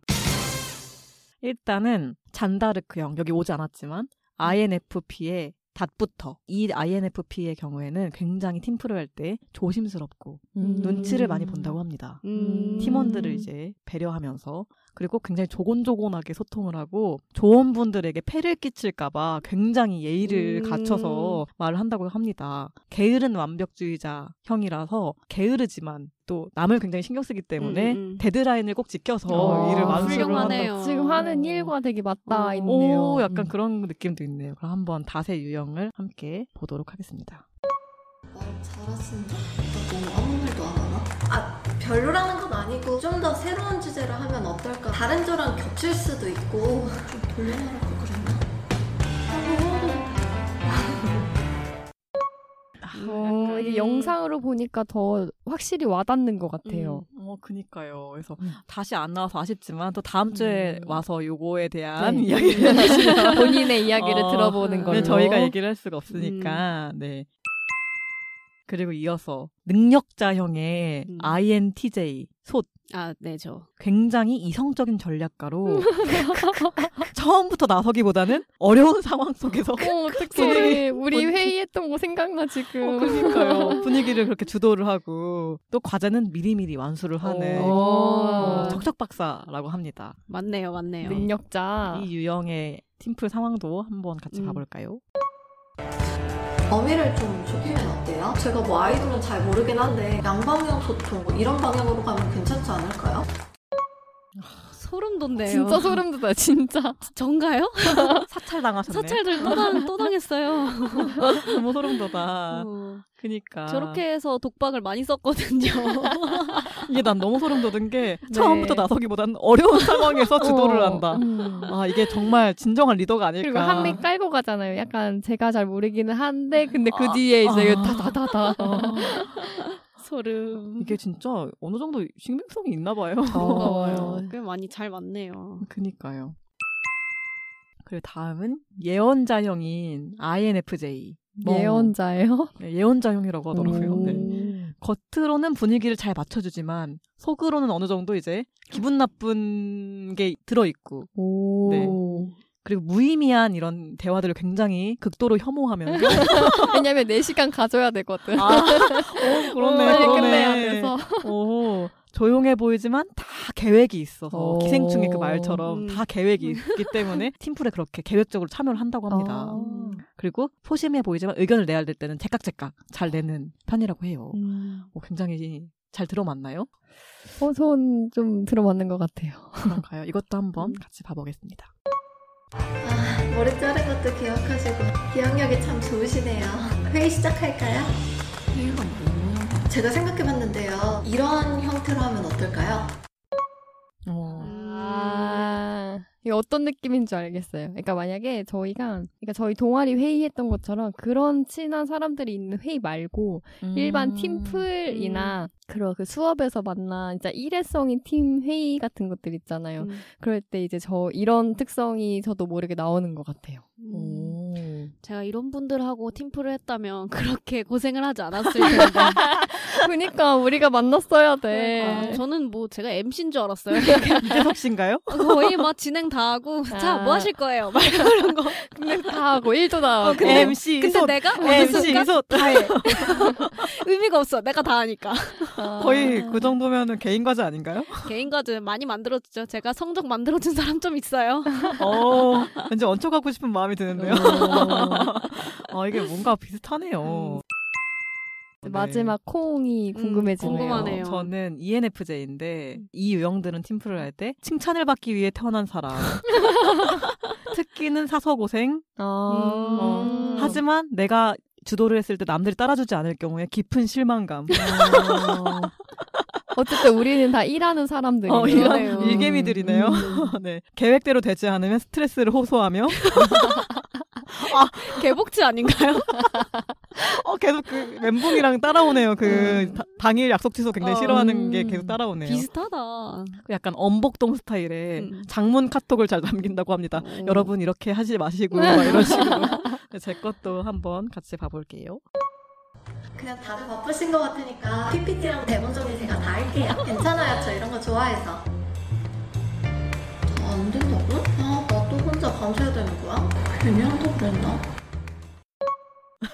[SPEAKER 2] 일단은 잔다르크형 여기 오지
[SPEAKER 1] 음.
[SPEAKER 2] 않았지만 INFP의 닷부터 이 INFP의 경우에는 굉장히 팀플을 할 때 조심스럽고
[SPEAKER 1] 음.
[SPEAKER 2] 눈치를 많이 본다고 합니다.
[SPEAKER 1] 음.
[SPEAKER 2] 팀원들을 이제 배려하면서 그리고 굉장히 조곤조곤하게 소통을 하고 조언분들에게 폐를 끼칠까봐 굉장히 예의를
[SPEAKER 1] 음.
[SPEAKER 2] 갖춰서 말을 한다고 합니다. 게으른 완벽주의자 형이라서 게으르지만 또 남을 굉장히 신경 쓰기 때문에
[SPEAKER 1] 음, 음.
[SPEAKER 2] 데드라인을 꼭 지켜서
[SPEAKER 1] 어,
[SPEAKER 2] 일을
[SPEAKER 1] 훌륭하네요.
[SPEAKER 2] 완수를 한다.
[SPEAKER 3] 지금 하는 일과 되게 맞닿아
[SPEAKER 1] 어.
[SPEAKER 3] 있네요. 음.
[SPEAKER 2] 오, 약간 그런 느낌도 있네요. 그럼 한번 다세 유형을 함께 보도록 하겠습니다.
[SPEAKER 4] 말 잘하신다. 너뭐 아무 말도 안 하나? 아, 별로라는 건 아니고 좀 더 새로운 주제로 하면 어떨까? 다른 조랑 겹칠 수도 있고 좀 돌려말하고 그랬나?
[SPEAKER 1] 음.
[SPEAKER 2] 그
[SPEAKER 3] 어,
[SPEAKER 2] 음.
[SPEAKER 3] 이게 영상으로 보니까 더 확실히 와닿는 것 같아요.
[SPEAKER 2] 음, 어, 그니까요. 그래서
[SPEAKER 3] 음.
[SPEAKER 2] 다시 안 나와서 아쉽지만 또 다음 주에
[SPEAKER 3] 음.
[SPEAKER 2] 와서 요거에 대한
[SPEAKER 3] 네.
[SPEAKER 2] 이야기를 하시면
[SPEAKER 3] 본인의 이야기를
[SPEAKER 2] 어,
[SPEAKER 3] 들어보는
[SPEAKER 1] 네,
[SPEAKER 3] 걸로.
[SPEAKER 2] 저희가 얘기를 할 수가 없으니까 네. 그리고 이어서 능력자형의
[SPEAKER 1] 음.
[SPEAKER 2] INTJ 솥
[SPEAKER 1] 아, 네, 저.
[SPEAKER 2] 굉장히 이성적인 전략가로 처음부터 나서기보다는 어려운 어, 상황 속에서
[SPEAKER 3] 어, 어떡해. 우리 회의했던 거 생각나 지금.
[SPEAKER 2] 그러니까요 분위기를 그렇게 주도를 하고 또 과제는 미리미리 완수를 하는
[SPEAKER 3] 어.
[SPEAKER 2] 어,
[SPEAKER 1] 오.
[SPEAKER 2] 적적박사라고 합니다.
[SPEAKER 1] 맞네요, 맞네요.
[SPEAKER 3] 능력자.
[SPEAKER 2] 이 유형의 팀플 상황도 한번 같이
[SPEAKER 1] 음.
[SPEAKER 2] 가볼까요?
[SPEAKER 4] 범위를 좀 좁히면 어때요? 제가 뭐 아이돌은 잘 모르긴 한데 양방향 소통 뭐 이런 방향으로 가면 괜찮지 않을까요?
[SPEAKER 1] 소름 돋네요.
[SPEAKER 3] 진짜 소름 돋아 진짜.
[SPEAKER 1] 전가요?
[SPEAKER 2] 사찰 당하셨네.
[SPEAKER 1] 사찰들 또, 당, 또 당했어요.
[SPEAKER 2] 너무 소름돋아.
[SPEAKER 1] 어,
[SPEAKER 2] 그니까.
[SPEAKER 1] 저렇게 해서 독박을 많이 썼거든요.
[SPEAKER 2] 이게 난 너무 소름돋은 게
[SPEAKER 3] 네.
[SPEAKER 2] 처음부터 나서기보다는 어려운 상황에서 주도를
[SPEAKER 3] 어,
[SPEAKER 2] 한다.
[SPEAKER 3] 음.
[SPEAKER 2] 아 이게 정말 진정한 리더가 아닐까.
[SPEAKER 3] 그리고 한 명 깔고 가잖아요. 약간 제가 잘 모르기는 한데 근데 그
[SPEAKER 2] 아,
[SPEAKER 3] 뒤에 이제
[SPEAKER 2] 아.
[SPEAKER 3] 다다다다.
[SPEAKER 2] 아,
[SPEAKER 1] 소름.
[SPEAKER 2] 이게 진짜 어느 정도 신빙성이 있나 봐요.
[SPEAKER 1] 무거워요. 어. 꽤 많이 잘 맞네요.
[SPEAKER 2] 그니까요. 그리고 다음은 예언자형인 INFJ. 멍.
[SPEAKER 3] 예언자예요.
[SPEAKER 2] 뭐, 네, 예언자형이라고 하더라고요.
[SPEAKER 3] 오.
[SPEAKER 2] 네. 겉으로는 분위기를 잘 맞춰주지만 속으로는 어느 정도 이제 기분 나쁜 게 들어있고
[SPEAKER 3] 오.
[SPEAKER 2] 네. 그리고 무의미한 이런 대화들을 굉장히 극도로 혐오하면서
[SPEAKER 3] 어, 왜냐면 4시간 가져야 되거든.
[SPEAKER 2] 아, 오, 그러네,
[SPEAKER 3] 빨리 끝내야
[SPEAKER 2] 그러네.
[SPEAKER 3] 돼서.
[SPEAKER 2] 오, 조용해 보이지만 다 계획이 있어서
[SPEAKER 3] 오.
[SPEAKER 2] 기생충의 그 말처럼
[SPEAKER 1] 음.
[SPEAKER 2] 다 계획이 있기 때문에 팀플에 그렇게 계획적으로 참여를 한다고 합니다.
[SPEAKER 1] 어.
[SPEAKER 3] 아.
[SPEAKER 2] 그리고 소심해 보이지만 의견을 내야 될 때는 제깍제깍 잘 내는 편이라고
[SPEAKER 1] 음.
[SPEAKER 2] 해요. 오, 굉장히 잘 들어맞나요?
[SPEAKER 3] 어, 소원 좀 들어맞는 것 같아요.
[SPEAKER 2] 그런가요? 이것도 한번
[SPEAKER 1] 음.
[SPEAKER 2] 같이 봐보겠습니다.
[SPEAKER 4] 아, 머리 자른 것도 기억하시고 기억력이 참 좋으시네요. 회의 시작할까요?
[SPEAKER 5] 회의가 뭐야?
[SPEAKER 4] 제가 생각해봤는데요. 이런 형태로 하면 어떨까요?
[SPEAKER 2] 어,
[SPEAKER 3] 아, 이거 어떤 느낌인 줄 알겠어요. 그러니까 만약에 저희가, 그러니까 저희 동아리 회의했던 것처럼 그런 친한 사람들이 있는 회의 말고
[SPEAKER 2] 음.
[SPEAKER 5] 음.
[SPEAKER 3] 일반 팀플이나 그런 그 수업에서 만난 진짜 일회성인 팀 회의 같은 것들 있잖아요.
[SPEAKER 1] 음.
[SPEAKER 3] 그럴 때 이제 저 이런 특성이 저도 모르게 나오는 것 같아요.
[SPEAKER 2] 음. 오.
[SPEAKER 1] 음. 제가 이런 분들하고 팀플을 했다면 그렇게 고생을 하지 않았을 텐데.
[SPEAKER 3] 그러니까 우리가 만났어야
[SPEAKER 1] 아,
[SPEAKER 5] 그러니까.
[SPEAKER 3] 돼.
[SPEAKER 1] 저는 뭐 제가 MC인 줄 알았어요.
[SPEAKER 2] 이재석 씨인가요?
[SPEAKER 1] 거의 막 진행 다 하고 자 뭐
[SPEAKER 3] 아.
[SPEAKER 1] 하실 거예요? 막 이런 거.
[SPEAKER 3] 근데 다 하고 일도 다 하고.
[SPEAKER 1] 근데-
[SPEAKER 2] MC
[SPEAKER 1] 근데
[SPEAKER 2] 이소
[SPEAKER 1] 내가 어느
[SPEAKER 2] MC
[SPEAKER 1] 순간
[SPEAKER 2] 이소
[SPEAKER 1] 다 해. 의미가 없어. 내가 다 하니까. 아.
[SPEAKER 2] 거의 그 정도면은 개인 과제 아닌가요?
[SPEAKER 1] 개인 과제 많이 만들어주죠. 제가 성적 만들어준 사람 좀 있어요.
[SPEAKER 2] 어, 왠지 얹혀가고 싶은 마음이 드는데요.
[SPEAKER 3] 어.
[SPEAKER 2] 아 이게 뭔가
[SPEAKER 1] 음.
[SPEAKER 2] 비슷하네요. 네. 음,
[SPEAKER 3] 마지막 콩이 궁금해지네요.
[SPEAKER 1] 궁금하네요.
[SPEAKER 2] 저는 E ENFJ인데 이 유형들은 팀플을 할 때 칭찬을 받기 위해 태어난 사람. 특기는 사서 고생.
[SPEAKER 3] 아.
[SPEAKER 1] 음.
[SPEAKER 2] 하지만 내가 주도를 했을 때 남들이 따라주지 않을 경우에 깊은 실망감.
[SPEAKER 1] 음,
[SPEAKER 3] 어. 어쨌든 우리는 다 일하는 사람들이에요.
[SPEAKER 2] 어,
[SPEAKER 1] 그러네요. 음.
[SPEAKER 2] 이런 일개미들이네요. 네. 계획대로 되지 않으면 스트레스를 호소하며
[SPEAKER 1] 개복치 아닌가요?
[SPEAKER 2] 어, 계속 그 멘붕이랑 따라오네요. 그 다- 당일 약속 취소 굉장히
[SPEAKER 1] 어,
[SPEAKER 2] 싫어하는
[SPEAKER 3] 음.
[SPEAKER 2] 게 계속
[SPEAKER 1] 음.
[SPEAKER 2] 따라오네요.
[SPEAKER 1] 비슷하다.
[SPEAKER 2] 그 약간 엄복동 스타일의
[SPEAKER 1] 음.
[SPEAKER 2] 장문 카톡을 잘 남긴다고 합니다.
[SPEAKER 1] 오.
[SPEAKER 2] 여러분 이렇게 하지 마시고 막 이런 식으로 네, 제 것도 한번 같이 봐볼게요.
[SPEAKER 4] 그냥 다들 바쁘신 것 같으니까 PPT랑 대본 정리 제가 다 할게요. 괜찮아요. 저 이런 거 좋아해서. 아, 안 된다고? 아, 나 또 혼자 감수해야 되는 거야? 괜찮다고 그랬나?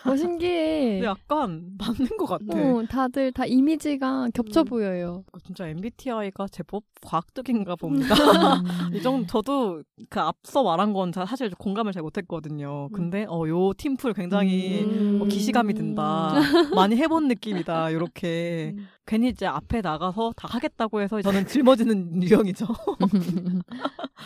[SPEAKER 3] 어, 신기해.
[SPEAKER 1] 네.
[SPEAKER 2] 근데 약간 맞는 것 같아.
[SPEAKER 1] 음.
[SPEAKER 3] 어, 다들 다 이미지가
[SPEAKER 2] 음.
[SPEAKER 3] 겹쳐 보여요.
[SPEAKER 2] 진짜 MBTI가 제법 과학적인가 봅니다.
[SPEAKER 1] 음.
[SPEAKER 2] 이 정도 저도 그 앞서 말한 건 자- 사실 공감을 잘 못했거든요. 근데 어요 팀플 굉장히
[SPEAKER 1] 음.
[SPEAKER 2] 어, 기시감이 든다.
[SPEAKER 3] 음.
[SPEAKER 2] 네. 많이 해본 느낌이다. 이렇게 괜히 이제 앞에 나가서 다 하겠다고 해서 저는 짊어지는 유형이죠.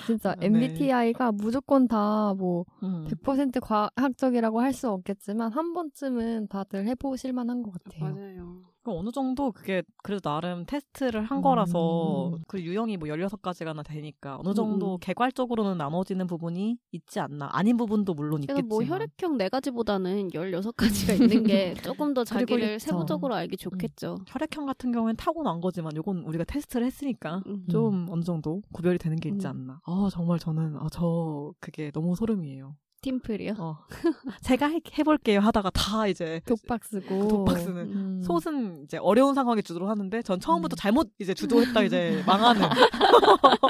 [SPEAKER 3] 진짜
[SPEAKER 2] 네. 음.
[SPEAKER 3] MBTI가 무조건 다 뭐
[SPEAKER 1] 음.
[SPEAKER 3] 100% 과학적이라고 할 수 없겠지만 한 번쯤은 다들 해보실 만한 것 같아요.
[SPEAKER 1] 맞아요.
[SPEAKER 2] 그럼 어느 정도 그게 그래도 나름 테스트를 한 거라서
[SPEAKER 3] 음.
[SPEAKER 2] 그 유형이 뭐 16가지가나 되니까 어느 정도
[SPEAKER 1] 음.
[SPEAKER 2] 개괄적으로는 나눠지는 부분이 있지 않나. 아닌 부분도 물론
[SPEAKER 1] 그래서
[SPEAKER 2] 있겠지만.
[SPEAKER 1] 뭐 혈액형 네 가지보다는 16가지가 있는 게 조금 더
[SPEAKER 3] 그리고
[SPEAKER 1] 자기를
[SPEAKER 3] 있죠.
[SPEAKER 1] 세부적으로 알기 좋겠죠.
[SPEAKER 2] 형 같은 경우엔 타고난 거지만 요건 우리가 테스트를 했으니까
[SPEAKER 1] 음.
[SPEAKER 2] 좀 어느 정도 구별이 되는 게 있지
[SPEAKER 1] 음.
[SPEAKER 2] 않나. 아 정말 저는 아, 저 그게 너무 소름이에요.
[SPEAKER 1] 팀플이요.
[SPEAKER 2] 어. 제가 해, 해볼게요 하다가 다 이제
[SPEAKER 3] 독박 쓰고.
[SPEAKER 2] 그 독박 쓰는
[SPEAKER 3] 음.
[SPEAKER 2] 솥은 이제 어려운 상황에 주도를 하는데 전 처음부터
[SPEAKER 3] 음.
[SPEAKER 2] 잘못 이제 주도했다 이제 망하는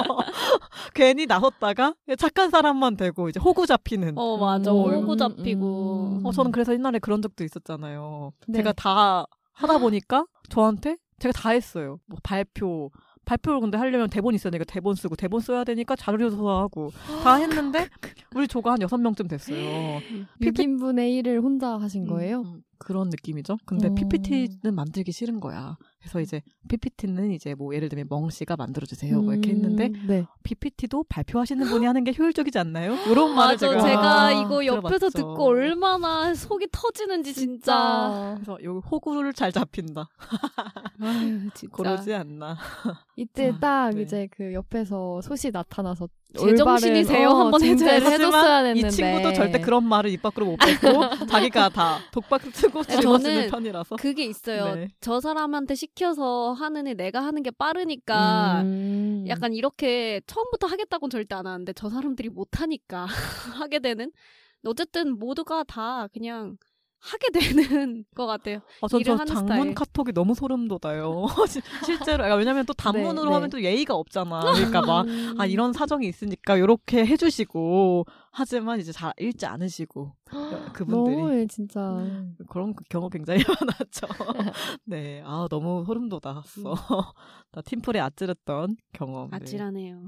[SPEAKER 2] 괜히 나섰다가 착한 사람만 되고 이제 호구 잡히는 어.
[SPEAKER 1] 어 맞아.
[SPEAKER 3] 음.
[SPEAKER 1] 오고 잡히고.
[SPEAKER 3] 음.
[SPEAKER 2] 저는 그래서 옛날에 그런 적도 있었잖아요
[SPEAKER 3] 네.
[SPEAKER 2] 제가 다 하다 보니까 저한테 제가 다 했어요 뭐 발표 발표를 근데 하려면 대본 있어야 되니까 대본 쓰고 대본 써야 되니까 자료 조사하고 다 했는데 우리 조가 한 여섯 명쯤 됐어요
[SPEAKER 3] 6인분의 1을 혼자 하신
[SPEAKER 2] 음,
[SPEAKER 3] 거예요?
[SPEAKER 2] 음, 그런 느낌이죠. 근데
[SPEAKER 3] 어.
[SPEAKER 2] PPT는 만들기 싫은 거야. 그래서 이제 PPT는 이제 뭐 예를 들면 멍 씨가 만들어 주세요. 뭐 이렇게
[SPEAKER 1] 음.
[SPEAKER 2] 했는데
[SPEAKER 3] 네.
[SPEAKER 2] PPT도 발표하시는 분이 하는 게 효율적이지 않나요? 이런 말을
[SPEAKER 1] 맞아,
[SPEAKER 2] 제가
[SPEAKER 1] 제가
[SPEAKER 3] 아,
[SPEAKER 1] 이거 옆에서
[SPEAKER 2] 들어봤죠.
[SPEAKER 1] 듣고 얼마나 속이 터지는지 진짜.
[SPEAKER 2] 그래서 여기 호구를 잘 잡힌다.
[SPEAKER 1] 아유, 진짜.
[SPEAKER 2] 그러지 않나.
[SPEAKER 3] 이때
[SPEAKER 2] 아,
[SPEAKER 3] 딱
[SPEAKER 2] 네.
[SPEAKER 3] 이제 그 옆에서 소시 나타나서
[SPEAKER 1] 제정신이세요?
[SPEAKER 3] 올바른,
[SPEAKER 1] 한번 해줘야
[SPEAKER 3] 진짜를 해줬어야 했는데
[SPEAKER 2] 이 친구도 절대 그런 말을 입 밖으로 못 뱉고 자기가 다 독박 쓰고
[SPEAKER 1] 네,
[SPEAKER 2] 짊어지는
[SPEAKER 1] 저는
[SPEAKER 2] 편이라서
[SPEAKER 1] 그게 있어요.
[SPEAKER 2] 네.
[SPEAKER 1] 저 사람한테 시켜서 하는 일 내가 하는 게 빠르니까
[SPEAKER 3] 음.
[SPEAKER 1] 약간 이렇게 처음부터 하겠다고는 절대 안 하는데 저 사람들이 못하니까 하게 되는. 근데 어쨌든 모두가 다 그냥 하게 되는 것 같아요.
[SPEAKER 2] 어, 전
[SPEAKER 1] 그 일을
[SPEAKER 2] 저
[SPEAKER 1] 하는
[SPEAKER 2] 장문
[SPEAKER 1] 스타일.
[SPEAKER 2] 카톡이 너무 소름 돋아요. 어, 실- 실제로 아, 왜냐면 또 단문으로
[SPEAKER 3] 네, 네.
[SPEAKER 2] 하면 또 예의가 없잖아. 그러니까 막
[SPEAKER 3] 음.
[SPEAKER 2] 아, 이런 사정이 있으니까 이렇게 해주시고 하지만 이제 잘 읽지 않으시고 그분들이 음.
[SPEAKER 3] 너무해 진짜.
[SPEAKER 2] 그런 경우 굉장히 많았죠. 네, 아 너무 소름 돋았어. 나 팀플에 아찔했던 경험.
[SPEAKER 1] 아찔하네요.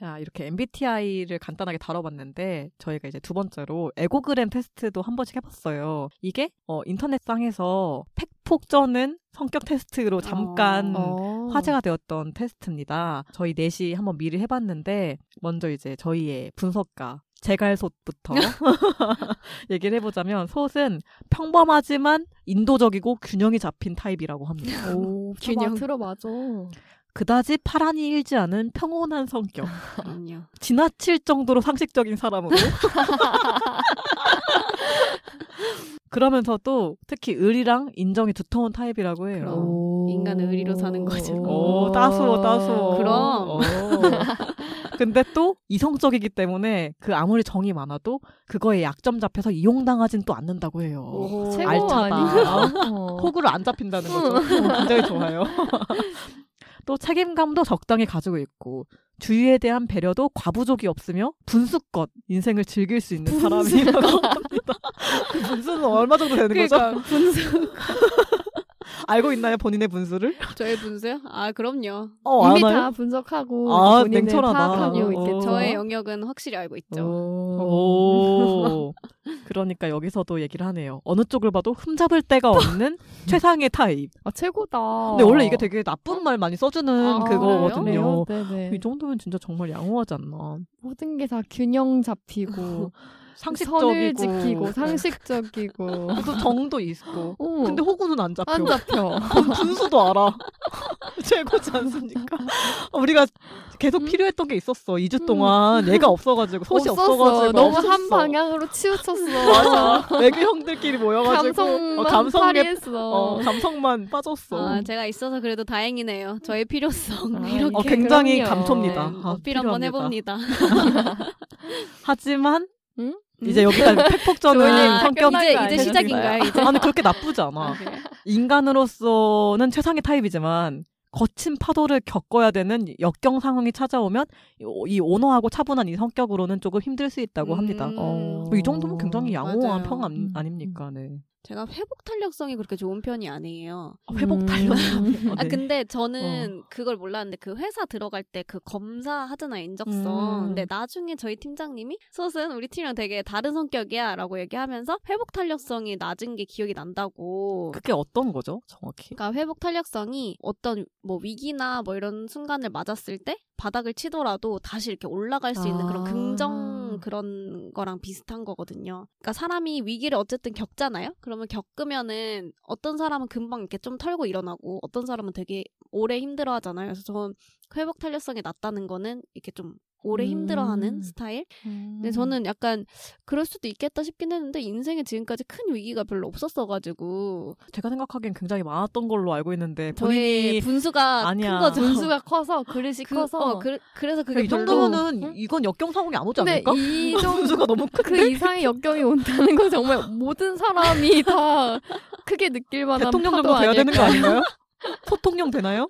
[SPEAKER 2] 자, 이렇게 MBTI를 간단하게 다뤄봤는데 저희가 이제 두 번째로 에고그램 테스트도 한 번씩 해봤어요. 이게 어, 인터넷상에서 팩폭전은 성격 테스트로 잠깐
[SPEAKER 3] 어.
[SPEAKER 2] 화제가 되었던 테스트입니다. 저희 넷이 한번 미리 해봤는데 먼저 이제 저희의 분석가 제갈솥부터 얘기를 해보자면 솥은 평범하지만 인도적이고 균형이 잡힌 타입이라고 합니다.
[SPEAKER 3] 오,
[SPEAKER 1] 균형.
[SPEAKER 3] 균형 들어 맞아.
[SPEAKER 2] 그다지 파란이 일지 않은 평온한 성격.
[SPEAKER 1] 그럼요.
[SPEAKER 2] 지나칠 정도로 상식적인 사람으로. 그러면서 또 특히 을이랑 인정이 두터운 타입이라고 해요.
[SPEAKER 1] 그럼. 인간은 의리로 사는 거죠.
[SPEAKER 2] 뭐. 오, 따스워, 따스워.
[SPEAKER 1] 그럼.
[SPEAKER 2] 오. 근데 또 이성적이기 때문에 그 아무리 정이 많아도 그거에 약점 잡혀서 이용당하진 또 않는다고 해요.
[SPEAKER 1] 오,
[SPEAKER 3] 최고
[SPEAKER 2] 알차다.
[SPEAKER 3] 아니야?
[SPEAKER 2] 호구를 안 잡힌다는 거죠. 어, 굉장히 좋아요. 또 책임감도 적당히 가지고 있고 주위에 대한 배려도 과부족이 없으며 분수껏 인생을 즐길 수 있는 사람이라고 합니다. 그 분수는 얼마 정도 되는
[SPEAKER 1] 그러니까
[SPEAKER 2] 거죠?
[SPEAKER 1] 분수.
[SPEAKER 2] 알고 있나요 본인의 분수를?
[SPEAKER 1] 저의 분수요? 아, 그럼요.
[SPEAKER 2] 어,
[SPEAKER 3] 이미
[SPEAKER 2] 알아요?
[SPEAKER 3] 다 분석하고
[SPEAKER 2] 아,
[SPEAKER 3] 본인을
[SPEAKER 2] 냉철하다. 어.
[SPEAKER 3] 파악하고
[SPEAKER 1] 그럼요.
[SPEAKER 3] 있겠죠.
[SPEAKER 1] 저의 영역은 확실히 알고 있죠.
[SPEAKER 2] 오. 그러니까 여기서도 얘기를 하네요. 어느 쪽을 봐도 흠잡을 데가 없는 최상의 타입.
[SPEAKER 3] 아, 최고다.
[SPEAKER 2] 근데 원래 이게 되게 나쁜 말 많이 써주는
[SPEAKER 1] 아,
[SPEAKER 2] 그거거든요.
[SPEAKER 3] 네네.
[SPEAKER 2] 이 정도면 진짜 정말 양호하지 않나.
[SPEAKER 3] 모든 게 다 균형 잡히고
[SPEAKER 2] 상식적이고
[SPEAKER 3] 선을 지키고 상식적이고.
[SPEAKER 2] 그 정도 있고.
[SPEAKER 3] 오,
[SPEAKER 2] 근데 호구는 안 잡혀.
[SPEAKER 3] 어. 안 잡혀.
[SPEAKER 2] 분- 분수도 알아. 최고지 않습니까? 우리가 계속 필요했던 게 있었어. 2주 동안 얘가 없어가지고 소이
[SPEAKER 3] 없었어.
[SPEAKER 2] 없어가지고
[SPEAKER 3] 너무
[SPEAKER 2] 없었어.
[SPEAKER 3] 한 방향으로 치우쳤어.
[SPEAKER 2] 맞아. 외교 형들끼리 모여가지고
[SPEAKER 3] 감성만
[SPEAKER 2] 어, 감성에
[SPEAKER 3] 파리했어.
[SPEAKER 2] 어, 감성만 빠졌어.
[SPEAKER 1] 아, 제가 있어서 그래도 다행이네요. 저의 필요성.
[SPEAKER 3] 아,
[SPEAKER 1] 이렇게.
[SPEAKER 2] 어, 굉장히
[SPEAKER 1] 네,
[SPEAKER 3] 그럼요. 음.
[SPEAKER 2] 감초입니다. 아,
[SPEAKER 1] 어필 한번
[SPEAKER 2] 필요합니다.
[SPEAKER 1] 해봅니다.
[SPEAKER 2] 하지만
[SPEAKER 3] 응?
[SPEAKER 2] 이제 여기까지 팩폭전은
[SPEAKER 1] 조은이
[SPEAKER 2] 성격
[SPEAKER 1] 끝난 거 아니에요? 이제?
[SPEAKER 2] 아니 그렇게 나쁘지 않아.
[SPEAKER 1] 네.
[SPEAKER 2] 인간으로서는 최상의 타입이지만 거친 파도를 겪어야 되는 역경 상황이 찾아오면 이- 이 온화하고 차분한 이 성격으로는 조금 힘들 수 있다고 합니다.
[SPEAKER 1] 음.
[SPEAKER 3] 어.
[SPEAKER 2] 뭐이 정도면 굉장히 양호한
[SPEAKER 1] 맞아요.
[SPEAKER 2] 평
[SPEAKER 3] 음.
[SPEAKER 2] 아닙니까 네.
[SPEAKER 1] 제가 회복 탄력성이 그렇게 좋은 편이 아니에요.
[SPEAKER 2] 회복
[SPEAKER 3] 음.
[SPEAKER 2] 탄력.
[SPEAKER 1] 아
[SPEAKER 2] 네.
[SPEAKER 1] 근데 저는
[SPEAKER 2] 어.
[SPEAKER 1] 그걸 몰랐는데 그 회사 들어갈 때 그 검사 하잖아요 인적성.
[SPEAKER 2] 음.
[SPEAKER 1] 근데 나중에 저희 팀장님이 솥은 우리 팀이랑 되게 다른 성격이야라고 얘기하면서 회복 탄력성이 낮은 게 기억이 난다고.
[SPEAKER 2] 그게 어떤 거죠, 정확히?
[SPEAKER 1] 그러니까 회복 탄력성이 어떤 뭐 위기나 뭐 이런 순간을 맞았을 때 바닥을 치더라도 다시 이렇게 올라갈 수 있는 그런
[SPEAKER 2] 아.
[SPEAKER 1] 긍정 그런 거랑 비슷한 거거든요. 그러니까 사람이 위기를 어쨌든 겪잖아요. 그러면 겪으면은 어떤 사람은 금방 이렇게 좀 털고 일어나고 어떤 사람은 되게 오래 힘들어하잖아요. 그래서 저는 회복 탄력성이 낮다는 거는 이렇게 좀 오래
[SPEAKER 2] 음.
[SPEAKER 1] 힘들어하는 스타일. 근데 저는 약간 그럴 수도 있겠다 싶긴 했는데 인생에 지금까지 큰 위기가 별로 없었어가지고
[SPEAKER 2] 제가 생각하기엔 굉장히 많았던 걸로 알고 있는데
[SPEAKER 1] 저의
[SPEAKER 2] 본인이
[SPEAKER 1] 분수가
[SPEAKER 2] 아니야.
[SPEAKER 1] 큰 거죠.
[SPEAKER 3] 분수가 커서 그릇이
[SPEAKER 1] 그,
[SPEAKER 3] 커서
[SPEAKER 1] 어, 그, 래서 그게
[SPEAKER 2] 이
[SPEAKER 1] 별로-
[SPEAKER 2] 정도면은
[SPEAKER 3] 응?
[SPEAKER 2] 이건 역경 상황이 안 오지
[SPEAKER 3] 근데
[SPEAKER 2] 않을까?
[SPEAKER 3] 네, 이
[SPEAKER 2] 분수가 너무 큰.
[SPEAKER 3] 그 이상의 역경이 온다는 건 정말 모든 사람이 다 크게 느낄 만한
[SPEAKER 2] 대통령
[SPEAKER 3] 파도
[SPEAKER 2] 정도 돼야
[SPEAKER 3] 아닐까?
[SPEAKER 2] 되는 거 아닌가요? 소통령 되나요?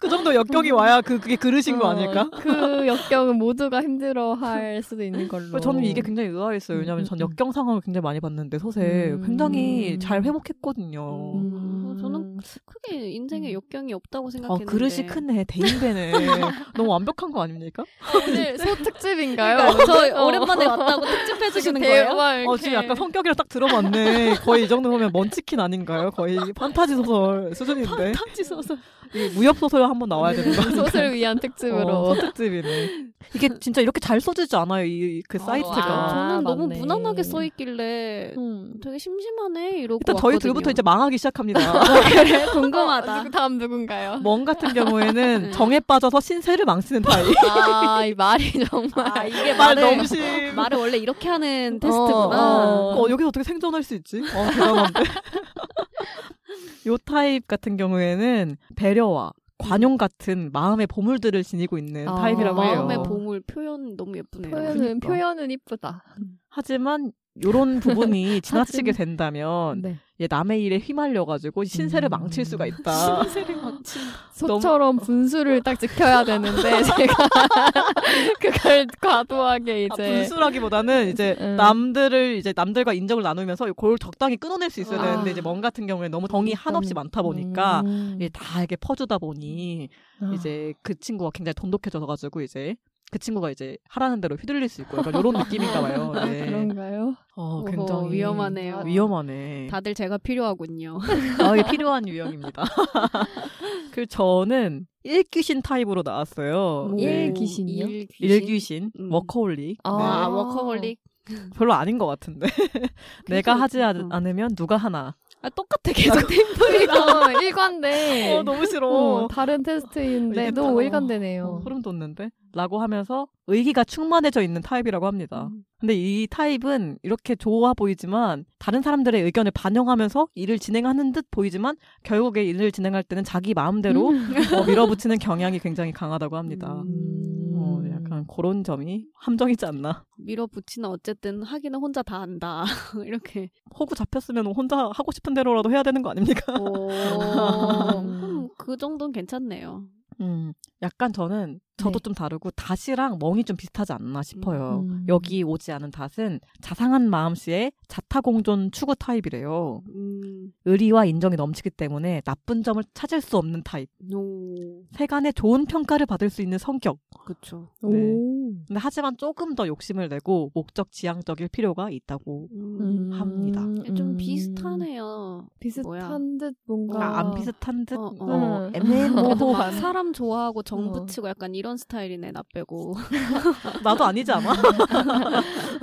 [SPEAKER 2] 그 정도 역경이 와야 그, 그게 그릇인 거
[SPEAKER 3] 어,
[SPEAKER 2] 아닐까?
[SPEAKER 3] 그 역경은 모두가 힘들어할 수도 있는 걸로.
[SPEAKER 2] 저는 이게 그- 굉장히 의아했어요.
[SPEAKER 3] 음,
[SPEAKER 2] 왜냐하면
[SPEAKER 3] 음,
[SPEAKER 2] 전
[SPEAKER 3] 음.
[SPEAKER 2] 역경 상황을 굉장히 많이 봤는데 소세
[SPEAKER 3] 음.
[SPEAKER 2] 굉장히 잘 회복했거든요.
[SPEAKER 1] 음. 저는 크게 인생에
[SPEAKER 2] 음.
[SPEAKER 1] 역경이 없다고
[SPEAKER 2] 어,
[SPEAKER 1] 생각했는데
[SPEAKER 2] 그릇이 크네. 대인배네. 너무 완벽한 거 아닙니까?
[SPEAKER 3] 오늘 소 특집인가요? 어.
[SPEAKER 1] 그러니까 저 오랜만에 왔다고
[SPEAKER 2] 아,
[SPEAKER 1] 특집해 주시는 거예요?
[SPEAKER 2] 어, 지금 약간 성격이랑 딱 들어맞네. 거의 이 정도면 먼치킨 아닌가요? 거의 판타지 소설 수준인데.
[SPEAKER 1] 탐지 소설.
[SPEAKER 2] 이 무협 소설 한번 나와야 되는 거 아닌가?
[SPEAKER 3] 음. 소설 위한 특집으로.
[SPEAKER 2] 어, 소특집이네. 이게 진짜 이렇게 잘 써지지 않아요. 이
[SPEAKER 1] 어,
[SPEAKER 2] 그 사이트가.
[SPEAKER 3] 아,
[SPEAKER 1] 저는 너무
[SPEAKER 3] 맞네.
[SPEAKER 1] 무난하게 써 있길래
[SPEAKER 3] 음.
[SPEAKER 1] 되게 심심하네 이러고
[SPEAKER 2] 일단 저희
[SPEAKER 1] 왔거든요.
[SPEAKER 2] 둘부터 이제 아, 망하기 시작합니다.
[SPEAKER 1] 그래
[SPEAKER 3] 어,
[SPEAKER 1] 궁금하다.
[SPEAKER 3] 누구- 다음 누군가요?
[SPEAKER 2] 멍 같은
[SPEAKER 1] 네.
[SPEAKER 2] 경우에는 정에 빠져서 신세를 망치는 타입.
[SPEAKER 3] 아, 이 말이 정말.
[SPEAKER 1] 아 이게
[SPEAKER 2] 말
[SPEAKER 1] 말을
[SPEAKER 2] 너무 심.
[SPEAKER 1] 말을 원래 이렇게 하는 테스트구나.
[SPEAKER 3] 어.
[SPEAKER 2] 어, 여기서 어떻게 생존할 수 있지? 어, 대단한데. 요 타입 같은 경우에는 배려와 관용 같은 마음의 보물들을 지니고 있는
[SPEAKER 3] 아,
[SPEAKER 2] 타입이라고 해요.
[SPEAKER 1] 마음의 보물 표현 너무 예쁘네요.
[SPEAKER 3] 표현은,
[SPEAKER 2] 그러니까.
[SPEAKER 3] 표현은 이쁘다.
[SPEAKER 2] 하지만 요런 부분이 지나치게 된다면
[SPEAKER 3] 네.
[SPEAKER 2] 얘 남의 일에 휘말려가지고 신세를
[SPEAKER 3] 음.
[SPEAKER 2] 망칠 수가 있다.
[SPEAKER 3] 소처럼 분수를 딱 지켜야 되는데, 제가 그걸 과도하게
[SPEAKER 2] 아,
[SPEAKER 3] 이제.
[SPEAKER 2] 분수라기보다는 이제
[SPEAKER 3] 음.
[SPEAKER 2] 남들을 이제 남들과 인정을 나누면서 그걸 적당히 끊어낼 수 있어야
[SPEAKER 3] 아.
[SPEAKER 2] 되는데 이제 멍 같은 경우에 너무 정이 한없이 많다 보니까
[SPEAKER 3] 음.
[SPEAKER 2] 이게 다 이게 퍼주다 보니
[SPEAKER 3] 아.
[SPEAKER 2] 이제 그 친구가 굉장히 돈독해져서 가지고 이제 그 친구가 이제 하라는 대로 휘둘릴 수 있고 약간 이런 느낌인가 봐요.
[SPEAKER 3] 아,
[SPEAKER 2] 네.
[SPEAKER 3] 그런가요?
[SPEAKER 2] 어,
[SPEAKER 1] 어허,
[SPEAKER 2] 굉장히
[SPEAKER 1] 위험하네요.
[SPEAKER 2] 위험하네.
[SPEAKER 1] 다들 제가 필요하군요.
[SPEAKER 2] 아, 이게 필요한 유형입니다. 그 저는 일귀신 타입으로 나왔어요. 네.
[SPEAKER 3] 일 귀신이요?
[SPEAKER 1] 뭐, 일귀신.
[SPEAKER 2] 일귀신,
[SPEAKER 1] 음.
[SPEAKER 2] 워커홀릭.
[SPEAKER 1] 아,
[SPEAKER 3] 아.
[SPEAKER 1] 워커홀릭.
[SPEAKER 2] 네, 별로 아닌 것 같은데. 내가 하지 않- 아. 않으면 누가 하나.
[SPEAKER 1] 음. 아, 똑같아 계속
[SPEAKER 3] 이거 일관데.
[SPEAKER 2] 어, 너무 싫어.
[SPEAKER 3] 어, 다른
[SPEAKER 2] 이게
[SPEAKER 3] 테스트인데
[SPEAKER 2] 다- 어.
[SPEAKER 3] 너무 일관되네요.
[SPEAKER 2] 소름 돋는데? 라고 하면서 의기가 충만해져 있는 타입이라고 합니다. 근데 이 타입은 이렇게 좋아 보이지만 다른 사람들의 의견을 반영하면서 일을 진행하는 듯 보이지만 결국에 일을 진행할 때는 자기 마음대로 음. 어, 밀어붙이는 경향이 굉장히 강하다고 합니다. 어, 약간 그런 점이 함정이지 않나.
[SPEAKER 1] 밀어붙이는 어쨌든 하기는 혼자 다 한다. 이렇게.
[SPEAKER 2] 호구 잡혔으면 혼자 하고 싶은 대로라도 해야 되는 거 아닙니까?
[SPEAKER 1] 오. 음, 그 정도는 괜찮네요.
[SPEAKER 2] 음, 약간 저는 저도
[SPEAKER 3] 네.
[SPEAKER 2] 좀 다르고 닷이랑 멍이 좀 비슷하지 않나 싶어요.
[SPEAKER 3] 음.
[SPEAKER 2] 여기 오지 않은 닷은 자상한 마음씨의 자타공존 추구 타입이래요.
[SPEAKER 1] 음.
[SPEAKER 2] 의리와 인정이 넘치기 때문에 나쁜 점을 찾을 수 없는 타입.
[SPEAKER 1] 노.
[SPEAKER 2] 세간의 좋은 평가를 받을 수 있는 성격.
[SPEAKER 1] 그쵸.
[SPEAKER 3] 음.
[SPEAKER 2] 네. 근데 하지만 조금 더 욕심을 내고 목적 지향적일 필요가 있다고.
[SPEAKER 1] 음.
[SPEAKER 2] 합니다.
[SPEAKER 3] 음.
[SPEAKER 1] 좀 비슷하네요.
[SPEAKER 3] 비슷한
[SPEAKER 1] 뭐야.
[SPEAKER 3] 듯 뭔가
[SPEAKER 2] 아, 안 비슷한 듯.
[SPEAKER 1] 어, 어.
[SPEAKER 2] 어,
[SPEAKER 3] 음.
[SPEAKER 1] 그래도
[SPEAKER 2] 애매모호한.
[SPEAKER 1] 막 사람 좋아하고 정
[SPEAKER 3] 어.
[SPEAKER 1] 붙이고 약간 이런 스타일이네 나 빼고
[SPEAKER 2] 나도 아니지 않아?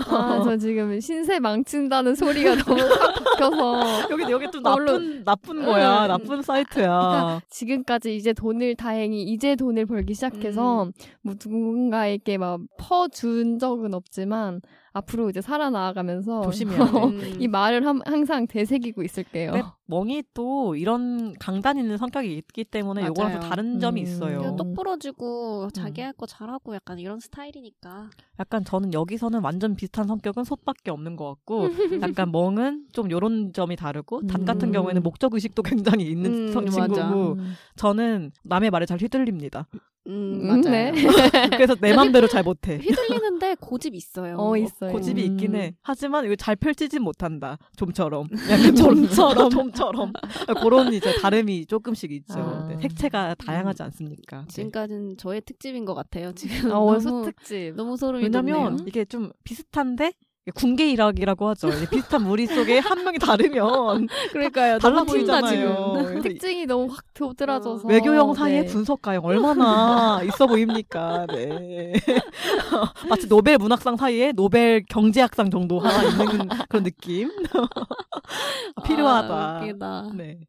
[SPEAKER 3] 아, 저 지금 신세 망친다는 소리가 너무 확 바뀌어서
[SPEAKER 2] 여기 여기 좀
[SPEAKER 3] 얼른.
[SPEAKER 2] 나쁜 나쁜 거야.
[SPEAKER 3] 음.
[SPEAKER 2] 나쁜 사이트야.
[SPEAKER 3] 지금까지 이제 돈을 다행히 이제 돈을 벌기 시작해서
[SPEAKER 1] 음.
[SPEAKER 3] 뭐 누군가에게 막 퍼준 적은 없지만 앞으로 이제 살아나가면서
[SPEAKER 2] 조심해야 돼.
[SPEAKER 3] 어.
[SPEAKER 1] 음.
[SPEAKER 3] 이 말을 함- 항상 되새기고
[SPEAKER 1] 그렇죠.
[SPEAKER 3] 있을게요.
[SPEAKER 1] 네,
[SPEAKER 2] 근데 네, 멍이 또 이런 강단 있는 성격이 있기 때문에
[SPEAKER 1] 맞아요.
[SPEAKER 2] 요거랑 또 다른 점이
[SPEAKER 3] 음.
[SPEAKER 1] 그냥
[SPEAKER 2] 있어요.
[SPEAKER 1] 똑 부러지고 자기 할 거 잘하고 약간 이런 스타일이니까
[SPEAKER 2] 약간 저는 여기서는 완전 비슷한 성격은 솥밖에 없는 것 같고
[SPEAKER 1] 아,
[SPEAKER 2] 약간 멍은 좀 요런 점이 다르고 닷
[SPEAKER 3] 음.
[SPEAKER 2] 같은 경우에는 목적 의식도 굉장히 있는
[SPEAKER 1] 음,
[SPEAKER 2] 성-
[SPEAKER 1] 맞아.
[SPEAKER 2] 친구고 저는 남의 말에 잘 휘둘립니다.
[SPEAKER 1] 음,
[SPEAKER 3] 음,
[SPEAKER 1] 맞아요
[SPEAKER 3] 네.
[SPEAKER 2] 그래서 내 맘대로 잘 못해. 그
[SPEAKER 1] 휘둘리는데 고집 있어요
[SPEAKER 3] 어, 있어요.
[SPEAKER 2] 고집이
[SPEAKER 3] 음.
[SPEAKER 2] 있긴 해. 하지만 이거 잘 펼치진 못한다. 좀처럼. 약간 좀처럼. 좀처럼. 그런 이제 다름이 조금씩 있죠.
[SPEAKER 3] 아.
[SPEAKER 2] 네, 색채가 다양하지 않습니까? 네.
[SPEAKER 1] 음. 지금까지는 저의 특집인 것 같아요 지금
[SPEAKER 3] 아,
[SPEAKER 1] 너무
[SPEAKER 3] 원소특집.
[SPEAKER 1] 너무 소름이
[SPEAKER 2] 왜냐면
[SPEAKER 1] 돋네요.
[SPEAKER 2] 이게 좀 비슷한데 이게 군계일학이라고 하죠. 이제 비슷한 무리 속에 한 명이 다르면
[SPEAKER 1] 그러니까요 어.
[SPEAKER 2] 달라
[SPEAKER 1] 너무 튄다,
[SPEAKER 2] 보이잖아요. 그래서 이-
[SPEAKER 3] 특징이 너무 확 도드라져서
[SPEAKER 1] 어,
[SPEAKER 2] 외교형 사이에
[SPEAKER 3] 네.
[SPEAKER 2] 분석가형 얼마나 있어 보입니까? 네. 마치 노벨 문학상 사이에 노벨 경제학상 정도 하나 있는 그런 느낌. 필요하다.
[SPEAKER 1] 아, 웃기다.
[SPEAKER 2] 네.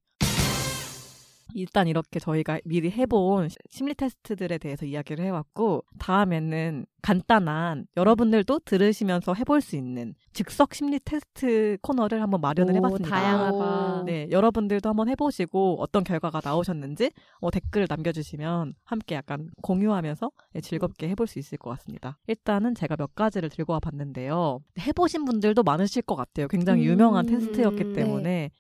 [SPEAKER 2] 일단 이렇게 저희가 미리 해본 시- 심리 테스트들에 대해서 이야기를 해왔고 다음에는 간단한 여러분들도 들으시면서 해볼 수 있는 즉석 심리 테스트 코너를 한번 마련을
[SPEAKER 3] 오,
[SPEAKER 2] 해봤습니다.
[SPEAKER 3] 다양하다.
[SPEAKER 2] 네, 여러분들도 한번 해보시고 어떤 결과가 나오셨는지 어, 댓글을 남겨주시면 함께 약간 공유하면서 네, 즐겁게 해볼 수 있을 것 같습니다. 일단은 제가 몇 가지를 들고 와봤는데요. 해보신 분들도 많으실 것 같아요. 굉장히 유명한
[SPEAKER 3] 음,
[SPEAKER 2] 테스트였기
[SPEAKER 1] 네.
[SPEAKER 2] 때문에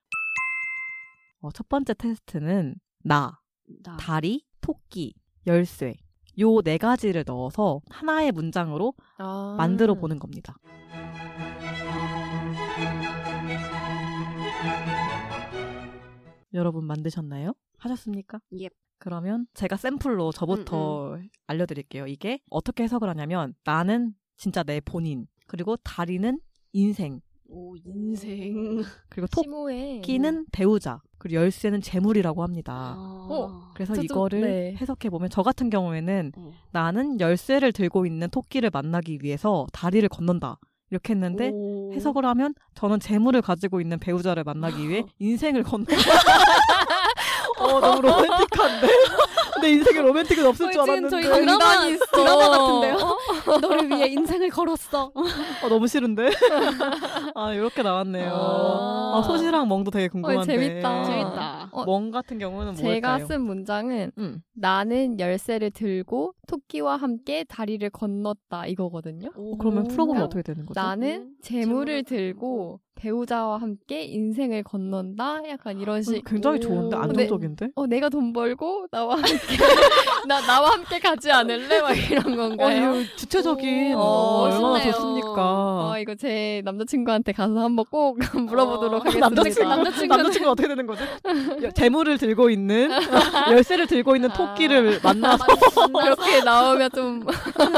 [SPEAKER 2] 어, 첫 번째 테스트는 나,
[SPEAKER 1] 나.
[SPEAKER 2] 다리, 토끼, 열쇠 요 네 가지를 넣어서 하나의 문장으로
[SPEAKER 3] 아.
[SPEAKER 2] 만들어 보는 겁니다. 여러분 만드셨나요? 하셨습니까?
[SPEAKER 1] Yep.
[SPEAKER 2] 그러면 제가 샘플로
[SPEAKER 3] 음,
[SPEAKER 2] 저부터 알려드릴게요. 이게 어떻게 해석을 하냐면 나는 진짜 내 본인 그리고 다리는 인생
[SPEAKER 1] 오 인생.
[SPEAKER 2] 그리고
[SPEAKER 3] 심오해.
[SPEAKER 1] 음.
[SPEAKER 2] 토끼는 배우자 그리고 열쇠는 재물이라고 합니다.
[SPEAKER 1] 어.
[SPEAKER 2] 그래서
[SPEAKER 3] 아, 저 좀-
[SPEAKER 2] 이거를
[SPEAKER 3] 네.
[SPEAKER 2] 해석해 보면 저 같은 경우에는
[SPEAKER 1] 어.
[SPEAKER 2] 나는 열쇠를 들고 있는 토끼를 만나기 위해서 다리를 건넌다 이렇게 했는데
[SPEAKER 1] 오.
[SPEAKER 2] 해석을 하면 저는 재물을 가지고 있는 배우자를 만나기 위해 인생을 건넌다. 어 너무 로맨틱한데 내 인생에 로맨틱은 없을 줄
[SPEAKER 3] 어, 지금
[SPEAKER 2] 알았는데
[SPEAKER 3] 저희
[SPEAKER 1] 드라마-
[SPEAKER 3] 강단이 있어.
[SPEAKER 1] 드라마 같은데요? 너를 위해 인생을 걸었어.
[SPEAKER 2] 어, 너무 싫은데 아 이렇게 나왔네요.
[SPEAKER 1] 아.
[SPEAKER 2] 아, 소시랑 멍도 되게 궁금한데
[SPEAKER 3] 어, 재밌다.
[SPEAKER 1] 재밌다.
[SPEAKER 3] 어,
[SPEAKER 2] 멍 같은 경우는
[SPEAKER 3] 제가
[SPEAKER 2] 뭘까요?
[SPEAKER 3] 쓴 문장은
[SPEAKER 2] 음.
[SPEAKER 3] 나는 열쇠를 들고 토끼와 함께 다리를 건넜다 이거거든요.
[SPEAKER 2] 어, 그러면 풀어보면
[SPEAKER 3] 나-
[SPEAKER 2] 어떻게 되는 거죠?
[SPEAKER 3] 음. 나는
[SPEAKER 1] 재물을
[SPEAKER 3] 재물을 들고 배우자와 함께 인생을 건넌다 약간 이런
[SPEAKER 2] 어,
[SPEAKER 3] 식.
[SPEAKER 2] 굉장히
[SPEAKER 1] 오.
[SPEAKER 2] 좋은데 안정적인데?
[SPEAKER 3] 어 내가 돈 벌고 나와 함께 나 나와 함께 가지 않을래 막 이런 건가요?
[SPEAKER 2] 아니 어, 주체적인
[SPEAKER 1] 오,
[SPEAKER 2] 어, 얼마나
[SPEAKER 1] 멋있네요.
[SPEAKER 2] 좋습니까?
[SPEAKER 3] 어 이거 제 남자친구한테 가서 한번 꼭 물어보도록 하겠습니다.
[SPEAKER 2] 남자친구
[SPEAKER 1] 남자친구는-
[SPEAKER 2] 남자친구 어떻게 되는 거죠? 여- 재물을 들고 있는 열쇠를 들고 있는
[SPEAKER 3] 아.
[SPEAKER 2] 토끼를 만나서
[SPEAKER 3] 이렇게 나오면 좀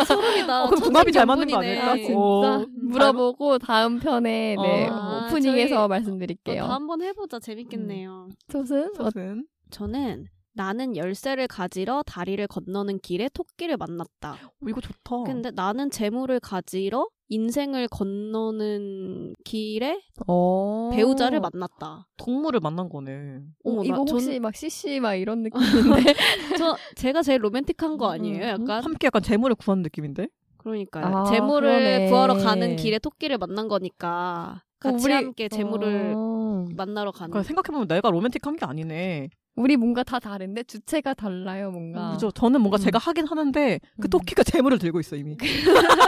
[SPEAKER 1] 소름이다.
[SPEAKER 2] 어, 그럼 궁합이 잘 맞는 거 아닐까? 어.
[SPEAKER 3] 아,
[SPEAKER 1] 천생연분이네.
[SPEAKER 3] 진짜
[SPEAKER 2] 오.
[SPEAKER 3] 물어보고 다음 편에 네,
[SPEAKER 2] 아,
[SPEAKER 3] 오프닝에서
[SPEAKER 1] 저희-
[SPEAKER 3] 말씀드릴게요.
[SPEAKER 1] 어, 다 한번 해보자. 재밌겠네요.
[SPEAKER 2] 음.
[SPEAKER 3] 톱은 어,
[SPEAKER 2] 저는
[SPEAKER 1] 저는 나는 열쇠를 가지러 다리를 건너는 길에 토끼를 만났다.
[SPEAKER 2] 어, 이거 좋다.
[SPEAKER 1] 근데 나는 재물을 가지러 인생을 건너는 길에
[SPEAKER 2] 어.
[SPEAKER 1] 배우자를 만났다.
[SPEAKER 2] 동물을 만난 거네.
[SPEAKER 1] 어머,
[SPEAKER 3] 어. 이거
[SPEAKER 1] 나- 어. 전-
[SPEAKER 3] 혹시 막 CC 막 이런 느낌인데
[SPEAKER 1] 저 제가 제일 로맨틱한 거 아니에요?
[SPEAKER 3] 음,
[SPEAKER 1] 약간
[SPEAKER 2] 함께 약간 재물을 구한 느낌인데?
[SPEAKER 1] 그러니까요.
[SPEAKER 3] 아,
[SPEAKER 1] 재물을
[SPEAKER 3] 그러네. 어,
[SPEAKER 1] 구하러 가는 길에 토끼를 만난 거니까 같이
[SPEAKER 3] 우리-
[SPEAKER 1] 함께 재물을
[SPEAKER 3] 어.
[SPEAKER 1] 만나러 가는.
[SPEAKER 2] 그러니까 생각해보면 내가 로맨틱한 게 아니네.
[SPEAKER 3] 우리 뭔가 다 다른데 주체가 달라요 뭔가.
[SPEAKER 2] 그죠? 저는 뭔가
[SPEAKER 3] 음.
[SPEAKER 2] 제가 하긴 하는데 그
[SPEAKER 3] 음.
[SPEAKER 2] 토끼가 재물을 들고 있어 이미.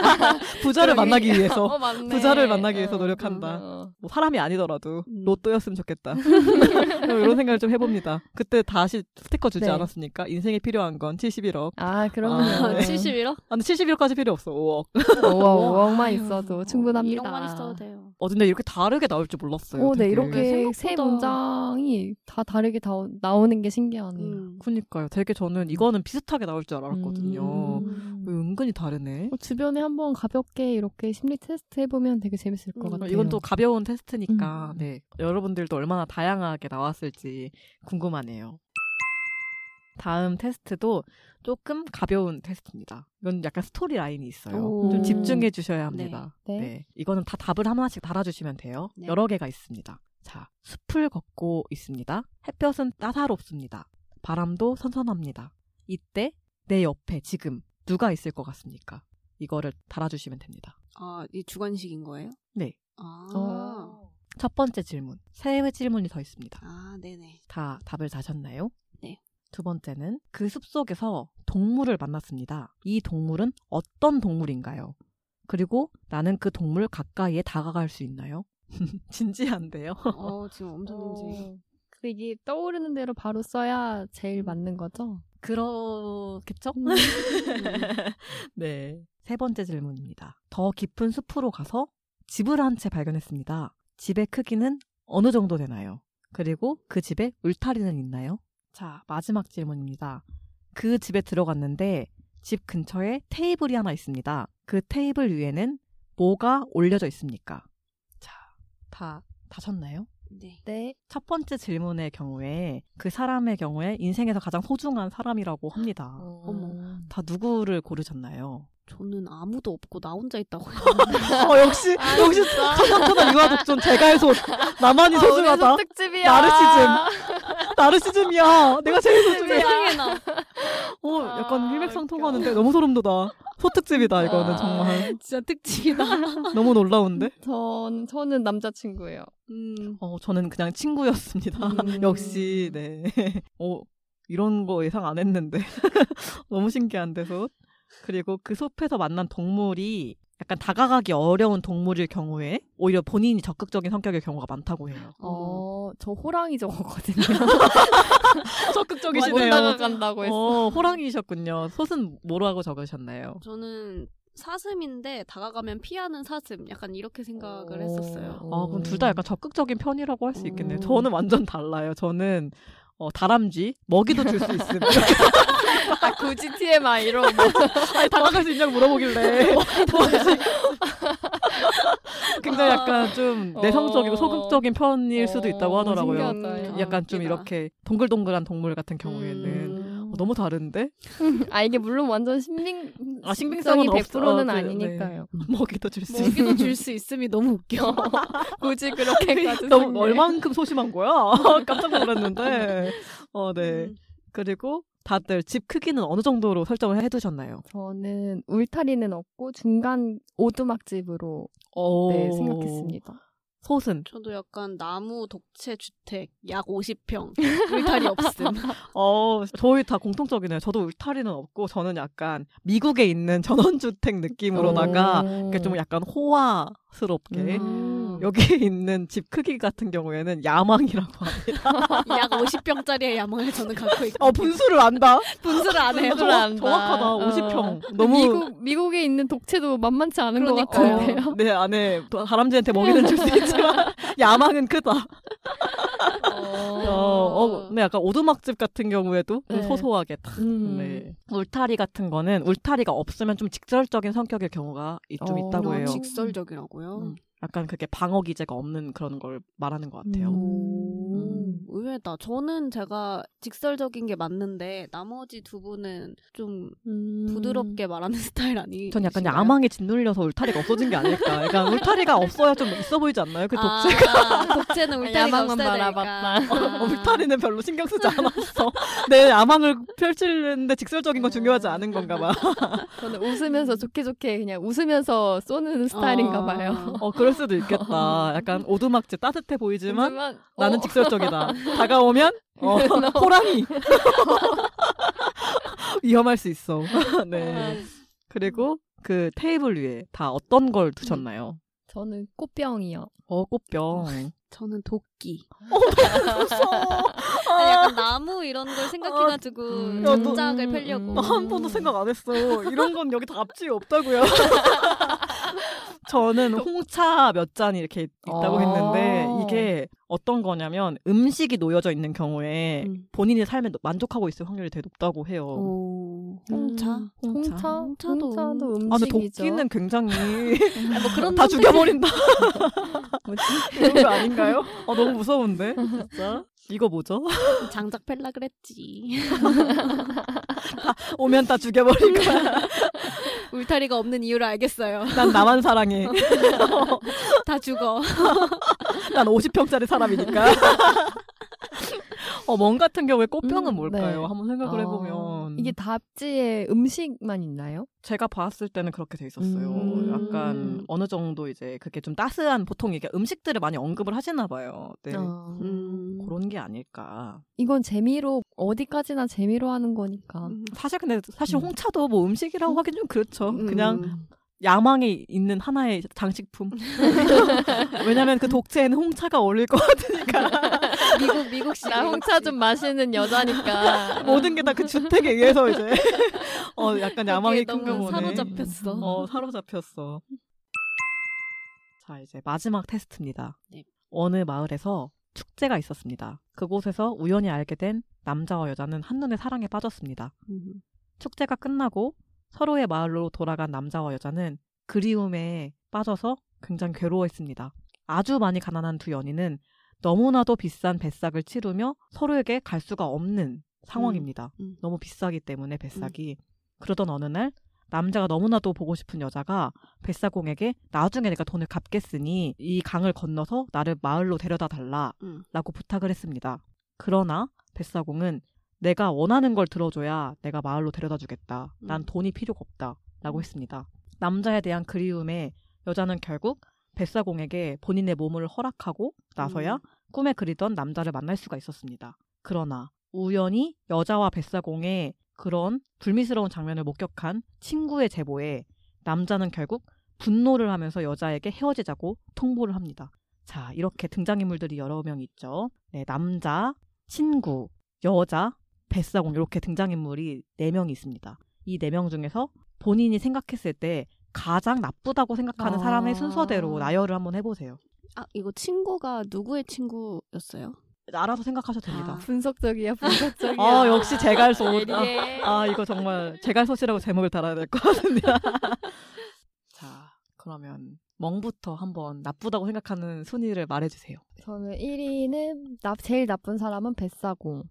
[SPEAKER 2] 부자를 만나기 위해서.
[SPEAKER 3] 어, 맞네.
[SPEAKER 2] 부자를 만나기 위해서
[SPEAKER 3] 어,
[SPEAKER 2] 노력한다.
[SPEAKER 3] 어.
[SPEAKER 2] 뭐 사람이 아니더라도
[SPEAKER 1] 음.
[SPEAKER 2] 로또였으면 좋겠다. 어, 이런 생각을 좀 해봅니다. 그때 다시 스티커 주지
[SPEAKER 3] 네.
[SPEAKER 2] 않았으니까 인생에 필요한 건 71억.
[SPEAKER 3] 아 그럼요.
[SPEAKER 1] 아,
[SPEAKER 2] 아,
[SPEAKER 1] 71억?
[SPEAKER 2] 아, 근데 71억까지 필요 없어. 5억.
[SPEAKER 3] 5억만 아, 있어도 충분합니다.
[SPEAKER 1] 1억만 뭐 있어도 돼요.
[SPEAKER 2] 어, 근데 이렇게 다르게 나올 줄 몰랐어요.
[SPEAKER 3] 오, 네
[SPEAKER 2] 되게.
[SPEAKER 3] 이렇게
[SPEAKER 1] 생각보다-
[SPEAKER 3] 세 문장이 다 다르게 다 나오는 게 신기하네요.
[SPEAKER 1] 음.
[SPEAKER 2] 그니까요. 되게 저는 이거는 비슷하게 나올 줄 알았거든요.
[SPEAKER 3] 음.
[SPEAKER 2] 왜 은근히 다르네.
[SPEAKER 3] 어, 주변에 한번 가볍게 이렇게 심리 테스트 해보면 되게 재밌을 것
[SPEAKER 1] 음,
[SPEAKER 3] 같아요.
[SPEAKER 2] 이건 또 가벼운 테스트니까
[SPEAKER 3] 음.
[SPEAKER 2] 네 여러분들도 얼마나 다양하게 나왔을지 궁금하네요. 다음 테스트도 조금 가벼운 테스트입니다. 이건 약간 스토리 라인이 있어요.
[SPEAKER 1] 오.
[SPEAKER 2] 좀 집중해 주셔야 합니다.
[SPEAKER 3] 음. 네.
[SPEAKER 2] 네.
[SPEAKER 3] 네.
[SPEAKER 2] 이거는 다 답을 하나씩 달아주시면 돼요.
[SPEAKER 1] 네.
[SPEAKER 2] 여러 개가 있습니다. 자, 숲을 걷고 있습니다. 햇볕은 따사롭습니다. 바람도 선선합니다. 이때 내 옆에 지금 누가 있을 것 같습니까? 이거를 달아주시면 됩니다.
[SPEAKER 1] 아, 이 주관식인 거예요?
[SPEAKER 2] 네.
[SPEAKER 1] 아,
[SPEAKER 3] 어.
[SPEAKER 2] 첫 번째 질문. 세 질문이 더 있습니다.
[SPEAKER 1] 아 네네.
[SPEAKER 2] 다 답을 다셨나요?
[SPEAKER 1] 네.
[SPEAKER 2] 두 번째는 그 숲속에서 동물을 만났습니다. 이 동물은 어떤 동물인가요? 그리고 나는 그 동물 가까이에 다가갈 수 있나요? 진지한데요.
[SPEAKER 1] 어, 지금 엄청 진지.
[SPEAKER 3] 근데 그 이게 떠오르는 대로 바로 써야 제일 맞는 거죠.
[SPEAKER 2] 그렇겠죠?
[SPEAKER 1] 음.
[SPEAKER 2] 네. 세 번째 질문입니다. 더 깊은 숲으로 가서 집을 한 채 발견했습니다. 집의 크기는 어느 정도 되나요? 그리고 그 집에 울타리는 있나요? 자, 마지막 질문입니다. 그 집에 들어갔는데 집 근처에 테이블이 하나 있습니다. 그 테이블 위에는 뭐가 올려져 있습니까? 자, 다 다셨나요?
[SPEAKER 1] 네.
[SPEAKER 3] 네.
[SPEAKER 2] 첫 번째 질문의 경우에 그 사람의 경우에 인생에서 가장 소중한 사람이라고 합니다.
[SPEAKER 1] 어머.
[SPEAKER 2] 다 누구를 고르셨나요?
[SPEAKER 1] 저는 아무도 없고 나 혼자 있다고.
[SPEAKER 2] 어, 역시,
[SPEAKER 3] 아,
[SPEAKER 2] 역시, 천상천하 유아독존 제갈 솥. 나만이 소중하다.
[SPEAKER 3] 아, 특집이야.
[SPEAKER 2] 나르시즘. 나르시즘이야. 내가 제일 소중해.
[SPEAKER 1] 세상에나.
[SPEAKER 2] 어, 약간
[SPEAKER 3] 아,
[SPEAKER 2] 힐맥상통하는데 너무 소름 돋아. 소특집이다, 이거는
[SPEAKER 3] 아.
[SPEAKER 2] 정말.
[SPEAKER 1] 진짜 특집이다.
[SPEAKER 2] 너무 놀라운데?
[SPEAKER 3] 전 저는 남자친구예요.
[SPEAKER 1] 음.
[SPEAKER 2] 어, 저는 그냥 친구였습니다.
[SPEAKER 3] 음.
[SPEAKER 2] 아, 역시, 네. 어, 이런 거 예상 안 했는데. 너무 신기한데, 솥. 그리고 그 숲에서 만난 동물이 약간 다가가기 어려운 동물일 경우에 오히려 본인이 적극적인 성격일 경우가 많다고 해요.
[SPEAKER 3] 어, 저 호랑이 저거거든요. 못
[SPEAKER 2] 적극적이시네요.
[SPEAKER 3] 다가간다고 했어.
[SPEAKER 2] 어, 호랑이셨군요. 솥은 뭐라고 적으셨나요?
[SPEAKER 1] 저는 사슴인데 다가가면 피하는 사슴. 약간 이렇게 생각을
[SPEAKER 3] 어.
[SPEAKER 1] 했었어요.
[SPEAKER 2] 아, 그럼 둘 다 약간 적극적인 편이라고 할 수 있겠네요.
[SPEAKER 3] 음.
[SPEAKER 2] 저는 완전 달라요. 저는 어, 다람쥐, 먹이도 줄 수 있음.
[SPEAKER 3] 아, 굳이 TMI 이런 거.
[SPEAKER 2] 아니, 다가갈 수 있냐고 물어보길래. 도와주지. 굉장히 약간 좀
[SPEAKER 3] 어.
[SPEAKER 2] 내성적인, 소극적인 편일 수도 있다고
[SPEAKER 3] 어,
[SPEAKER 2] 하더라고요.
[SPEAKER 3] 신기하다.
[SPEAKER 2] 약간 좀
[SPEAKER 3] 웃기다.
[SPEAKER 2] 이렇게 동글동글한 동물 같은 경우에는.
[SPEAKER 3] 음.
[SPEAKER 2] 어, 너무 다른데?
[SPEAKER 3] 아 이게 물론 완전 신빙
[SPEAKER 2] 아,
[SPEAKER 3] 신빙성이
[SPEAKER 2] 신빙성은 없-
[SPEAKER 3] 100%는
[SPEAKER 2] 어, 그,
[SPEAKER 3] 아니니까요.
[SPEAKER 2] 먹이도 줄
[SPEAKER 1] 뭐
[SPEAKER 2] 수 있음.
[SPEAKER 5] 먹이도 줄 수 있음이 너무 웃겨.
[SPEAKER 3] 굳이 그렇게까지
[SPEAKER 2] 너무
[SPEAKER 3] 생각해.
[SPEAKER 2] 얼만큼 소심한 거야? 깜짝 놀랐는데. 어, 네.
[SPEAKER 1] 음.
[SPEAKER 2] 그리고 다들 집 크기는 어느 정도로 설정을 해두셨나요?
[SPEAKER 3] 저는 울타리는 없고 중간 오두막집으로 네, 생각했습니다.
[SPEAKER 2] 솥은?
[SPEAKER 1] 저도 약간 나무 독채 주택 약 50평 울타리 없음.
[SPEAKER 2] 어, 저희 다 공통적이네요. 저도 울타리는 없고, 저는 약간 미국에 있는 전원주택 느낌으로다가, 이렇게 좀 약간 호화스럽게.
[SPEAKER 1] 음.
[SPEAKER 2] 여기에 있는 집 크기 같은 경우에는 야망이라고 합니다.
[SPEAKER 1] 약 50평짜리의 야망을 저는 갖고 있고
[SPEAKER 2] 어, 분수를 안다?
[SPEAKER 1] 아, 네, 분수를 안 해요.
[SPEAKER 2] 정확- 정확하다. 50평. 너무. 어,
[SPEAKER 3] 미국 미국에 있는 독채도 만만치 않은 것
[SPEAKER 1] 그러니까요.
[SPEAKER 3] 같은데요.
[SPEAKER 2] 내 네, 안에 다람쥐한테 먹이는 줄 수 있지만 야망은 크다. 어, 어, 근데 약간 오두막집 같은 경우에도 좀
[SPEAKER 3] 네.
[SPEAKER 2] 소소하게 탁.
[SPEAKER 3] 음.
[SPEAKER 2] 네. 울타리 같은 거는 울타리가 없으면 좀 직설적인 성격일 경우가 이- 좀
[SPEAKER 3] 어,
[SPEAKER 2] 있다고
[SPEAKER 1] 음.
[SPEAKER 2] 해요.
[SPEAKER 3] 그렇지.
[SPEAKER 1] 직설적이라고요.
[SPEAKER 2] 음. 약간 그게 방어 기제가 없는 그런 걸 말하는 것 같아요.
[SPEAKER 3] 음.
[SPEAKER 1] 오, 의외다. 저는 제가 직설적인 게 맞는데 나머지 두 분은 좀 음. 부드럽게 말하는 스타일 아니?
[SPEAKER 2] 음. 전 약간
[SPEAKER 1] 이신가요?
[SPEAKER 2] 야망에 짓눌려서 울타리가 없어진 게 아닐까. 그러니까 울타리가 없어야 좀 있어 보이지 않나요? 그 독재.
[SPEAKER 1] 아, 독재는 울타리가
[SPEAKER 3] 야망만
[SPEAKER 1] 없어야
[SPEAKER 3] 바라봤다.
[SPEAKER 1] 되니까.
[SPEAKER 2] 어, 울타리는 별로 신경 쓰지 않았어. 내 야망을 펼치는데 직설적인 건 중요하지 않은 건가 봐.
[SPEAKER 3] 저는 웃으면서 좋게 좋게 그냥 웃으면서
[SPEAKER 1] 아.
[SPEAKER 3] 쏘는 스타일인가 봐요.
[SPEAKER 2] 어, 그럴 수도 있겠다. 약간 오두막집 어. 따뜻해 보이지만
[SPEAKER 3] 하지만, 어,
[SPEAKER 2] 나는 직설적이다. 다가오면 어, 호랑이. 위험할 수 있어. 네. 그리고 그 테이블 위에 다 어떤 걸 두셨나요?
[SPEAKER 3] 저는 꽃병이요.
[SPEAKER 2] 어, 꽃병.
[SPEAKER 1] 저는 도끼. 어,
[SPEAKER 2] 무서워.
[SPEAKER 1] 근데 약간 나무 이런 걸 생각해가지고
[SPEAKER 3] 음.
[SPEAKER 1] 전작을
[SPEAKER 3] 음.
[SPEAKER 1] 펴려고.
[SPEAKER 2] 나 한 번도 생각 안 했어. 이런 건 여기 다 앞지에 없다고요. 저는 홍차 몇 잔이 이렇게 있다고
[SPEAKER 3] 아.
[SPEAKER 2] 했는데 이게 어떤 거냐면 음식이 놓여져 있는 경우에
[SPEAKER 1] 음.
[SPEAKER 2] 본인의 삶에 만족하고 있을 확률이 되게 높다고 해요.
[SPEAKER 1] 오, 어. 홍차.
[SPEAKER 3] 음, 홍차?
[SPEAKER 1] 홍차도.
[SPEAKER 3] 홍차도
[SPEAKER 2] 아, 근데
[SPEAKER 3] 음식이죠.
[SPEAKER 2] 도끼는 굉장히
[SPEAKER 1] 아, 뭐 그런
[SPEAKER 2] 다
[SPEAKER 1] 선택-
[SPEAKER 2] 죽여버린다
[SPEAKER 3] 뭐지?
[SPEAKER 2] 이런 거 아닌가요? 아, 너무 무서운데 진짜 이거 뭐죠?
[SPEAKER 1] 장작 펠라 그랬지.
[SPEAKER 2] 오면 다 죽여버릴 거야.
[SPEAKER 1] 울타리가 없는 이유를 알겠어요.
[SPEAKER 2] 난 나만 사랑해.
[SPEAKER 1] 다 죽어.
[SPEAKER 2] 난 50평짜리 사람이니까. 어, 멍 같은 경우에 꽃병은
[SPEAKER 3] 음,
[SPEAKER 2] 뭘까요?
[SPEAKER 3] 네.
[SPEAKER 2] 한번 생각을
[SPEAKER 3] 어,
[SPEAKER 2] 해보면.
[SPEAKER 3] 이게 답지에 음식만 있나요?
[SPEAKER 2] 제가 봤을 때는 그렇게 돼 있었어요.
[SPEAKER 3] 음.
[SPEAKER 2] 약간 어느 정도 이제 그게 좀 따스한 보통 이게 음식들을 많이 언급을 하시나 봐요. 네.
[SPEAKER 3] 어,
[SPEAKER 1] 음.
[SPEAKER 2] 그런 게 아닐까.
[SPEAKER 3] 이건 재미로 어디까지나 재미로 하는 거니까.
[SPEAKER 1] 음.
[SPEAKER 2] 사실 근데 사실
[SPEAKER 3] 음.
[SPEAKER 2] 홍차도 뭐 음식이라고 하긴 좀 그렇죠. 그냥
[SPEAKER 1] 음.
[SPEAKER 2] 야망이 있는 하나의 장식품. 왜냐면 그 독재에는 홍차가 어울릴 것 같으니까.
[SPEAKER 1] 미국 미국식
[SPEAKER 3] 나 홍차 좀 마시는 여자니까.
[SPEAKER 1] 뭐,
[SPEAKER 2] 모든 게 다 그 주택에 의해서 이제 어 약간 야망이
[SPEAKER 1] 너무
[SPEAKER 2] 큰가 보네.
[SPEAKER 1] 사로잡혔어.
[SPEAKER 2] 어 사로잡혔어. 자 이제 마지막 테스트입니다.
[SPEAKER 1] 네.
[SPEAKER 2] 어느 마을에서 축제가 있었습니다. 그곳에서 우연히 알게 된 남자와 여자는 한눈에 사랑에 빠졌습니다.
[SPEAKER 1] 음.
[SPEAKER 2] 축제가 끝나고 서로의 마을로 돌아간 남자와 여자는 그리움에 빠져서 굉장히 괴로워했습니다. 아주 많이 가난한 두 연인은 너무나도 비싼 뱃삭을 치르며 서로에게 갈 수가 없는 상황입니다.
[SPEAKER 1] 음.
[SPEAKER 2] 너무 비싸기 때문에 뱃삭이. 그러던 어느 날 남자가 너무나도 보고 싶은 여자가 뱃사공에게 나중에 내가 돈을 갚겠으니 이 강을 건너서 나를 마을로 데려다 달라라고
[SPEAKER 1] 음.
[SPEAKER 2] 부탁을 했습니다. 그러나 뱃사공은 내가 원하는 걸 들어줘야 내가 마을로 데려다 주겠다. 난
[SPEAKER 1] 음.
[SPEAKER 2] 돈이 필요가 없다. 라고 했습니다. 남자에 대한 그리움에 여자는 결국 뱃사공에게 본인의 몸을 허락하고 나서야
[SPEAKER 1] 음.
[SPEAKER 2] 꿈에 그리던 남자를 만날 수가 있었습니다. 그러나 우연히 여자와 뱃사공의 그런 불미스러운 장면을 목격한 친구의 제보에 남자는 결국 분노를 하면서 여자에게 헤어지자고 통보를 합니다. 자, 이렇게 등장인물들이 여러 명 있죠. 네, 남자, 친구, 여자, 뱃사공 이렇게 등장인물이 네명이 있습니다. 이 네 명 중에서 본인이 생각했을 때 가장 나쁘다고 생각하는
[SPEAKER 3] 아.
[SPEAKER 2] 사람의 순서대로 나열을 한번 해보세요.
[SPEAKER 1] 아 이거 친구가 누구의 친구였어요?
[SPEAKER 2] 알아서 생각하셔도 됩니다.
[SPEAKER 3] 분석적이야 분석적이야.
[SPEAKER 2] 아, 역시 제갈소. 아,
[SPEAKER 3] 예리해.
[SPEAKER 2] 아 이거 정말 제갈소시라고 제목을 달아야 될 것 같습니다. 자 그러면 멍부터 한번 나쁘다고 생각하는 순위를 말해주세요.
[SPEAKER 3] 저는 1위는 나, 제일 나쁜 사람은 뱃사공.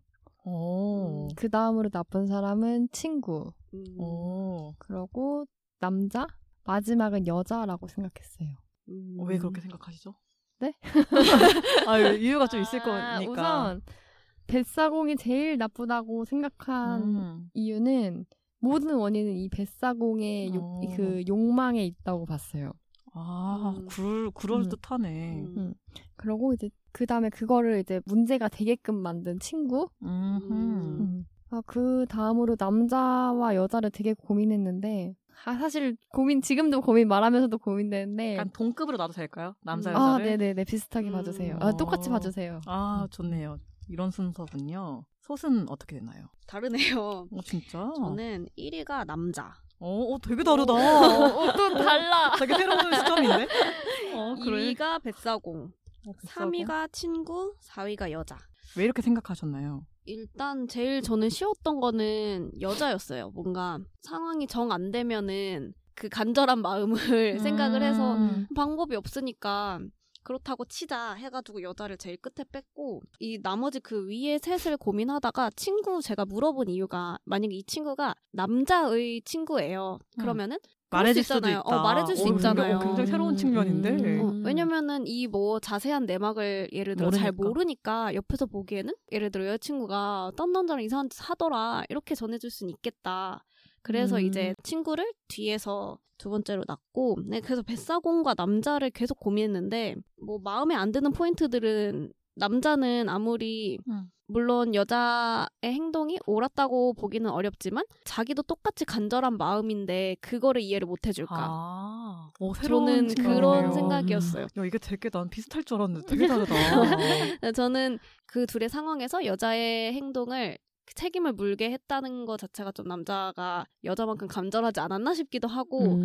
[SPEAKER 2] 오.
[SPEAKER 3] 그 다음으로 나쁜 사람은 친구.
[SPEAKER 1] 음,
[SPEAKER 2] 어, 오.
[SPEAKER 3] 그러고 남자 마지막은 여자라고 생각했어요.
[SPEAKER 1] 음.
[SPEAKER 2] 왜 그렇게 생각하시죠?
[SPEAKER 3] 네?
[SPEAKER 2] 아 이유가 좀 있을
[SPEAKER 3] 아,
[SPEAKER 2] 거니까.
[SPEAKER 3] 우선 뱃사공이 제일 나쁘다고 생각한
[SPEAKER 2] 음.
[SPEAKER 3] 이유는 모든 원인은 이 뱃사공의 욕-
[SPEAKER 2] 어.
[SPEAKER 3] 그 욕망에 있다고 봤어요.
[SPEAKER 2] 아,
[SPEAKER 1] 음.
[SPEAKER 2] 굴, 그럴 듯하네.
[SPEAKER 1] 음.
[SPEAKER 3] 그러고 이제 그 다음에 그거를 이제 문제가 되게끔 만든 친구.
[SPEAKER 2] 음. 음흠.
[SPEAKER 1] 음.
[SPEAKER 3] 아, 그 다음으로 남자와 여자를 되게 고민했는데 아, 사실 고민 지금도 고민 말하면서도 고민되는데
[SPEAKER 2] 약간 동급으로 놔도 될까요? 남자
[SPEAKER 1] 음.
[SPEAKER 3] 아
[SPEAKER 2] 여자를?
[SPEAKER 3] 네네네 비슷하게
[SPEAKER 1] 음.
[SPEAKER 3] 봐주세요. 아, 똑같이
[SPEAKER 2] 어.
[SPEAKER 3] 봐주세요.
[SPEAKER 2] 아, 좋네요. 이런 순서군요. 솥은 어떻게 되나요?
[SPEAKER 1] 다르네요.
[SPEAKER 2] 어 진짜?
[SPEAKER 1] 저는 1위가 남자.
[SPEAKER 2] 어, 어, 되게 다르다.
[SPEAKER 1] 어,
[SPEAKER 3] 또 달라.
[SPEAKER 2] 되게 새로운 시점인데? 어, 그래.
[SPEAKER 1] 2위가 뱃사공,
[SPEAKER 2] 어, 비싸고.
[SPEAKER 1] 3위가 친구, 4위가 여자.
[SPEAKER 2] 왜 이렇게 생각하셨나요?
[SPEAKER 1] 일단 제일 저는 쉬웠던 거는 여자였어요. 뭔가 상황이 정 안 되면은 그 간절한 마음을 생각을 해서
[SPEAKER 2] 음.
[SPEAKER 1] 방법이 없으니까 그렇다고 치자 해가지고 여자를 제일 끝에 뺐고 이 나머지 그 위에 셋을 고민하다가 친구 제가 물어본 이유가 만약에 이 친구가 남자의 친구예요.
[SPEAKER 2] 음.
[SPEAKER 1] 그러면은 그럴 수
[SPEAKER 2] 말해줄 수도
[SPEAKER 1] 있잖아요.
[SPEAKER 2] 있다.
[SPEAKER 1] 어, 말해줄 수
[SPEAKER 2] 어, 굉장히-
[SPEAKER 1] 있잖아요.
[SPEAKER 2] 어, 굉장히 새로운
[SPEAKER 3] 음.
[SPEAKER 2] 측면인데.
[SPEAKER 1] 어, 왜냐면은 이 뭐 자세한 내막을 예를 들어 잘 모르니까 옆에서 보기에는 예를 들어 여자친구가 딴 남자랑 이상한 짓 하더라 이렇게 전해줄 순 있겠다. 그래서
[SPEAKER 2] 음.
[SPEAKER 1] 이제 친구를 뒤에서 두 번째로 낳고 네, 그래서 뱃사공과 남자를 계속 고민했는데 뭐 마음에 안 드는 포인트들은 남자는 아무리
[SPEAKER 2] 음.
[SPEAKER 1] 물론 여자의 행동이 옳았다고 보기는 어렵지만 자기도 똑같이 간절한 마음인데 그거를 이해를 못 해줄까
[SPEAKER 2] 아, 어, 새로운
[SPEAKER 1] 그러니까. 저는
[SPEAKER 2] 측면이네요.
[SPEAKER 1] 그런 생각이었어요.
[SPEAKER 2] 야, 이게 되게 난 비슷할 줄 알았는데 되게 다르다.
[SPEAKER 1] 네, 저는 그 둘의 상황에서 여자의 행동을 책임을 물게 했다는 것 자체가 좀 남자가 여자만큼 간절하지 않았나 싶기도
[SPEAKER 2] 음.
[SPEAKER 1] 하고 어,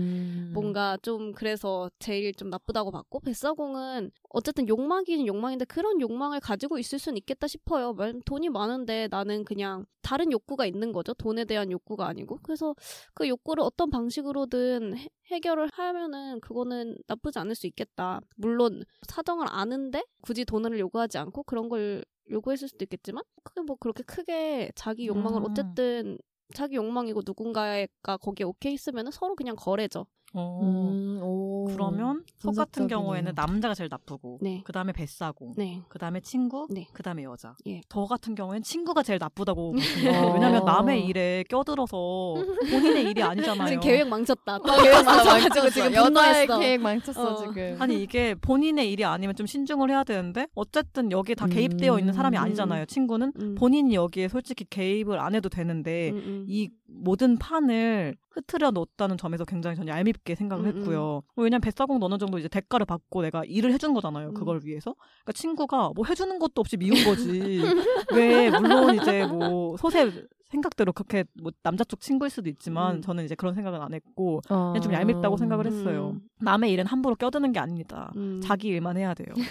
[SPEAKER 1] 뭔가 좀 그래서 제일 좀 나쁘다고 봤고 뱃사공은 어쨌든 욕망이긴 욕망인데 그런 욕망을 가지고 있을 순 있겠다 싶어요. 말- 돈이 많은데 나는 그냥 다른 욕구가 있는 거죠. 돈에 대한 욕구가 아니고 그래서 그 욕구를 어떤 방식으로든 해- 해결을 하면은 그거는 나쁘지 않을 수 있겠다. 물론 사정을 아는데 굳이 돈을 요구하지 않고 그런 걸 요구했을 수도 있겠지만 그게 뭐 그렇게 크게 자기 욕망을
[SPEAKER 2] 음.
[SPEAKER 1] 어쨌든 자기 욕망이고 누군가가 거기에 오케이 했으면 서로 그냥 거래죠.
[SPEAKER 2] 어,
[SPEAKER 3] 음, 오.
[SPEAKER 2] 그러면 속 같은
[SPEAKER 3] 분석적이네요.
[SPEAKER 2] 경우에는 남자가 제일 나쁘고
[SPEAKER 1] 네.
[SPEAKER 2] 그다음에 뱃사고
[SPEAKER 1] 네.
[SPEAKER 2] 그다음에 친구
[SPEAKER 1] 네.
[SPEAKER 2] 그다음에 여자
[SPEAKER 1] 예.
[SPEAKER 2] 저 같은 경우에는 친구가 제일 나쁘다고 보거든요.
[SPEAKER 3] 어.
[SPEAKER 2] 왜냐면 남의 일에 껴들어서 본인의 일이 아니잖아요 어,
[SPEAKER 1] 지금 계획 망쳤다. 또 어, 계획 망쳐가지고 지금
[SPEAKER 3] 여자의
[SPEAKER 1] 분노했어.
[SPEAKER 3] 계획 망쳤어
[SPEAKER 1] 어.
[SPEAKER 3] 지금.
[SPEAKER 2] 아니 이게 본인의 일이 아니면 좀 신중을 해야 되는데 어쨌든 여기에 다
[SPEAKER 3] 음.
[SPEAKER 2] 개입되어 있는 사람이 아니잖아요 친구는
[SPEAKER 1] 음.
[SPEAKER 2] 본인이 여기에 솔직히 개입을 안 해도 되는데
[SPEAKER 1] 음, 음.
[SPEAKER 2] 이 모든 판을 흐트려 놓았다는 점에서 굉장히 전 얄밉게 생각을
[SPEAKER 1] 음, 음.
[SPEAKER 2] 했고요. 뭐 왜냐면 뱃사공도 어느 정도 이제 대가를 받고 내가 일을 해준 거잖아요.
[SPEAKER 1] 음.
[SPEAKER 2] 그걸 위해서. 그러니까 친구가 뭐 해주는 것도 없이 미운 거지. 왜 물론 이제 뭐 소세 생각대로 그렇게 뭐 남자 쪽 친구일 수도
[SPEAKER 1] 음.
[SPEAKER 2] 있지만
[SPEAKER 1] 아.
[SPEAKER 2] 저는 이제 그런 생각은 안 했고
[SPEAKER 3] 어.
[SPEAKER 2] 그냥 좀 얄밉다고 생각을 했어요.
[SPEAKER 1] 음.
[SPEAKER 2] 남의 일은 함부로 껴드는 게 아닙니다.
[SPEAKER 1] 음.
[SPEAKER 2] 자기 일만 해야 돼요. 네.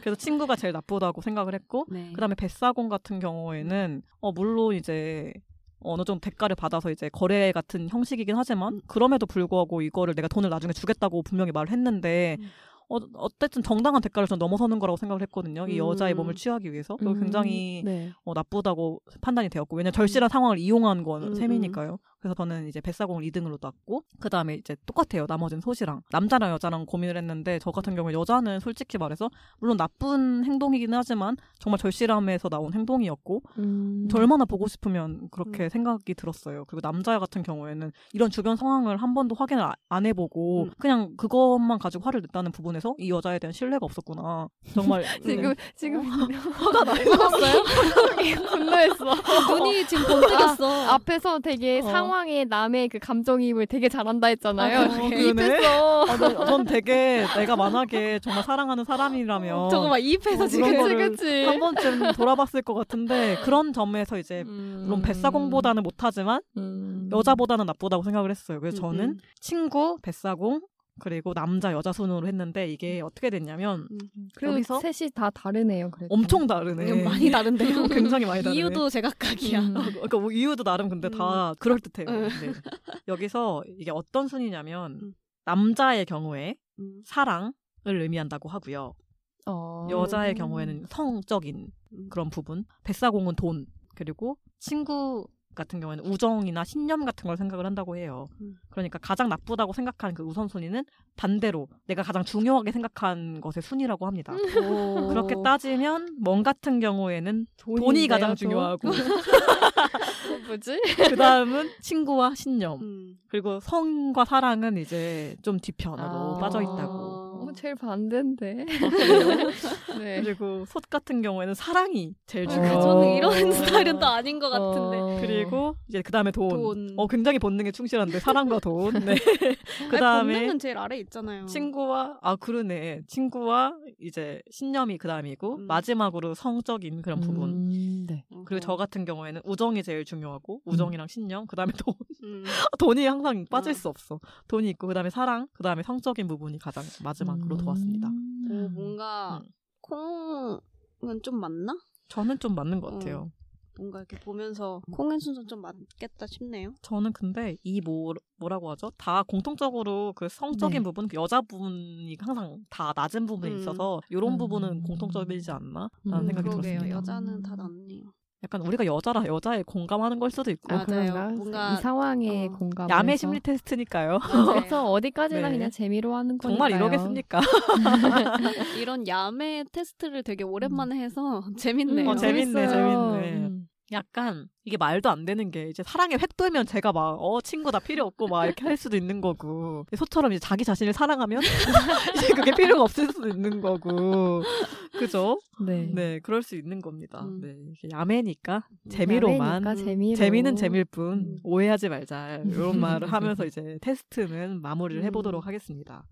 [SPEAKER 2] 그래서 친구가 제일 나쁘다고 생각을 했고
[SPEAKER 1] 네.
[SPEAKER 2] 그다음에 뱃사공 같은 경우에는 어 물론 이제 어느 정도 대가를 받아서 이제 거래 같은 형식이긴 하지만
[SPEAKER 1] 음.
[SPEAKER 2] 그럼에도 불구하고 이거를 내가 돈을 나중에 주겠다고 분명히 말을 했는데
[SPEAKER 1] 음.
[SPEAKER 2] 어, 어쨌든 정당한 대가를 전 넘어서는 거라고 생각을 했거든요. 이
[SPEAKER 1] 음.
[SPEAKER 2] 여자의 몸을 취하기 위해서 그거
[SPEAKER 3] 음,
[SPEAKER 2] 굉장히
[SPEAKER 3] 네.
[SPEAKER 2] 어, 나쁘다고 판단이 되었고 왜냐면 절실한 상황을 이용한 건
[SPEAKER 1] 음,
[SPEAKER 2] 셈이니까요. 그래서 저는 이제 뱃사공을 2등으로 놨고 그 다음에 이제 똑같아요. 나머지는 소시랑 남자랑 여자랑 고민을 했는데 저 같은 경우에 여자는 솔직히 말해서 물론 나쁜 행동이긴 하지만 정말 절실함에서 나온 행동이었고
[SPEAKER 3] 음.
[SPEAKER 2] 저 얼마나 보고 싶으면 그렇게 생각이 들었어요. 그리고 남자 같은 경우에는 이런 주변 상황을 한 번도 확인을 아- 안 해보고
[SPEAKER 1] 음.
[SPEAKER 2] 그냥 그것만 가지고 화를 냈다는 부분에서 이 여자에 대한 신뢰가 없었구나. 정말
[SPEAKER 3] 지금 지금
[SPEAKER 2] 네. 어. 화가 나요.
[SPEAKER 3] 분노했어.
[SPEAKER 1] 눈이 지금
[SPEAKER 2] 아,
[SPEAKER 1] 번뜩였어.
[SPEAKER 3] 앞에서 되게
[SPEAKER 2] 어.
[SPEAKER 3] 상황에 남의 그 감정이입을 되게 잘한다 했잖아요.
[SPEAKER 2] 아,
[SPEAKER 1] 어,
[SPEAKER 2] 그러네.
[SPEAKER 3] 입했어.
[SPEAKER 2] 아, 네. 전 되게 내가 만약에 정말 사랑하는 사람이라면
[SPEAKER 1] 저거 막 이입해서
[SPEAKER 2] 어,
[SPEAKER 1] 지금.
[SPEAKER 2] 그런
[SPEAKER 3] 그치
[SPEAKER 2] 거를
[SPEAKER 3] 그치.
[SPEAKER 2] 한 번쯤 돌아봤을 것 같은데 그런 점에서 이제
[SPEAKER 1] 음.
[SPEAKER 2] 물론 뱃사공보다는 못하지만
[SPEAKER 3] 음.
[SPEAKER 2] 여자보다는 나쁘다고 생각을 했어요. 그래서
[SPEAKER 1] 음,
[SPEAKER 2] 저는
[SPEAKER 1] 음.
[SPEAKER 2] 친구, 뱃사공, 그리고 남자 여자 순으로 했는데 이게
[SPEAKER 1] 음.
[SPEAKER 2] 어떻게 됐냐면
[SPEAKER 3] 그리고
[SPEAKER 2] 여기서
[SPEAKER 3] 셋이 다 다르네요. 그래도.
[SPEAKER 2] 엄청 다르네.
[SPEAKER 1] 음. 이건 많이 다른데요.
[SPEAKER 2] 굉장히 많이 다르네.
[SPEAKER 1] 이유도 제각각이야.
[SPEAKER 3] 음.
[SPEAKER 2] 어, 그러니까 뭐 이유도 나름 근데 다 그럴 듯해요.
[SPEAKER 1] 음.
[SPEAKER 2] 네. 여기서 이게 어떤 순이냐면
[SPEAKER 1] 음.
[SPEAKER 2] 남자의 경우에
[SPEAKER 1] 음.
[SPEAKER 2] 사랑을 의미한다고 하고요.
[SPEAKER 3] 어.
[SPEAKER 2] 여자의 경우에는 성적인
[SPEAKER 1] 음.
[SPEAKER 2] 그런 부분, 뱃사공은 돈, 그리고 친구 같은 경우에는 우정이나 신념 같은 걸 생각을 한다고 해요.
[SPEAKER 1] 음.
[SPEAKER 2] 그러니까 가장 나쁘다고 생각하는 그 우선순위는 반대로 내가 가장 중요하게 생각한 것의 순위라고 합니다.
[SPEAKER 1] 음.
[SPEAKER 2] 그렇게 따지면 멍 같은 경우에는 돈이
[SPEAKER 3] 돈인데요,
[SPEAKER 2] 가장
[SPEAKER 3] 돈?
[SPEAKER 2] 중요하고
[SPEAKER 1] 음.
[SPEAKER 3] 어, 뭐지?
[SPEAKER 2] 그 다음은 친구와 신념
[SPEAKER 1] 음.
[SPEAKER 2] 그리고 성과 사랑은 이제 좀 뒤편으로
[SPEAKER 3] 아.
[SPEAKER 2] 빠져 있다고. 아,
[SPEAKER 3] 어, 제일 반대인데. 네.
[SPEAKER 2] 그리고 솥 같은 경우에는 사랑이 제일
[SPEAKER 1] 아,
[SPEAKER 2] 중요하고 어.
[SPEAKER 1] 저는 이런 스타일은 또 아닌 것 같은데.
[SPEAKER 3] 어.
[SPEAKER 2] 그리고 이제 그 다음에 돈.
[SPEAKER 1] 돈.
[SPEAKER 2] 어 굉장히 본능에 충실한데 사랑과 돈. 네. 그
[SPEAKER 1] 아니,
[SPEAKER 2] 다음에
[SPEAKER 1] 본능은 제일 아래 있잖아요.
[SPEAKER 2] 친구와 아 그러네 친구와 이제 신념이 그 다음이고
[SPEAKER 1] 음.
[SPEAKER 2] 마지막으로 성적인 그런 부분.
[SPEAKER 3] 음, 네.
[SPEAKER 1] 어.
[SPEAKER 2] 그리고 저 같은 경우에는 우정이 제일 중요하고 우정이랑 신념 그 다음에 돈
[SPEAKER 1] 음.
[SPEAKER 2] 돈이 항상 빠질
[SPEAKER 1] 아.
[SPEAKER 2] 수 없어 돈이 있고 그 다음에 사랑 그 다음에 성적인 부분이 가장
[SPEAKER 1] 음.
[SPEAKER 2] 마지막으로 도왔습니다
[SPEAKER 1] 오, 어, 뭔가
[SPEAKER 2] 음.
[SPEAKER 1] 콩은 좀 맞나?
[SPEAKER 2] 저는 좀 맞는 것 같아요
[SPEAKER 1] 뭔가 이렇게 보면서
[SPEAKER 2] 음.
[SPEAKER 1] 콩의 순서 좀 맞겠다 싶네요.
[SPEAKER 2] 저는 근데 이 뭐, 뭐라고 하죠? 다 공통적으로 그 성적인
[SPEAKER 3] 네.
[SPEAKER 2] 부분, 그 여자분이 항상 다 낮은 부분이
[SPEAKER 1] 음.
[SPEAKER 2] 있어서 이런
[SPEAKER 3] 음.
[SPEAKER 2] 부분은 공통적이지 않나라는
[SPEAKER 3] 음,
[SPEAKER 2] 생각이
[SPEAKER 1] 그러게요. 음.
[SPEAKER 2] 들었습니다.
[SPEAKER 1] 여자는 다 낫네요.
[SPEAKER 2] 약간 우리가 여자라 여자에 공감하는 걸 수도 있고
[SPEAKER 1] 맞아요.
[SPEAKER 3] 그런가?
[SPEAKER 1] 뭔가-
[SPEAKER 3] 이 상황에
[SPEAKER 1] 어.
[SPEAKER 3] 공감.
[SPEAKER 2] 야매 심리 테스트니까요.
[SPEAKER 1] 네.
[SPEAKER 3] 그래서 어디까지나
[SPEAKER 2] 네.
[SPEAKER 3] 그냥 재미로 하는 거니까요.
[SPEAKER 2] 정말 이러겠습니까?
[SPEAKER 1] 이런 야매 테스트를 되게 오랜만에 해서 재밌네요.
[SPEAKER 2] 음. 어, 재밌- 재밌네,
[SPEAKER 3] 재밌어요.
[SPEAKER 2] 재밌네.
[SPEAKER 3] 음.
[SPEAKER 2] 약간 이게 말도 안 되는 게 이제 사랑에 획돌면 제가 막 어 친구 나 필요 없고 막 이렇게 할 수도 있는 거고 소처럼 이제 자기 자신을 사랑하면 이제 그게 필요가 없을 수도 있는 거고 그죠?
[SPEAKER 3] 네.
[SPEAKER 2] 네 그럴 수 있는 겁니다.
[SPEAKER 1] 음.
[SPEAKER 2] 네 이게 야매니까 재미로만
[SPEAKER 3] 야매니까
[SPEAKER 1] 음.
[SPEAKER 3] 재미로.
[SPEAKER 2] 재미는 재미일 뿐
[SPEAKER 1] 음.
[SPEAKER 2] 오해하지 말자 이런 말을 하면서 이제 테스트는 마무리를 해보도록 하겠습니다.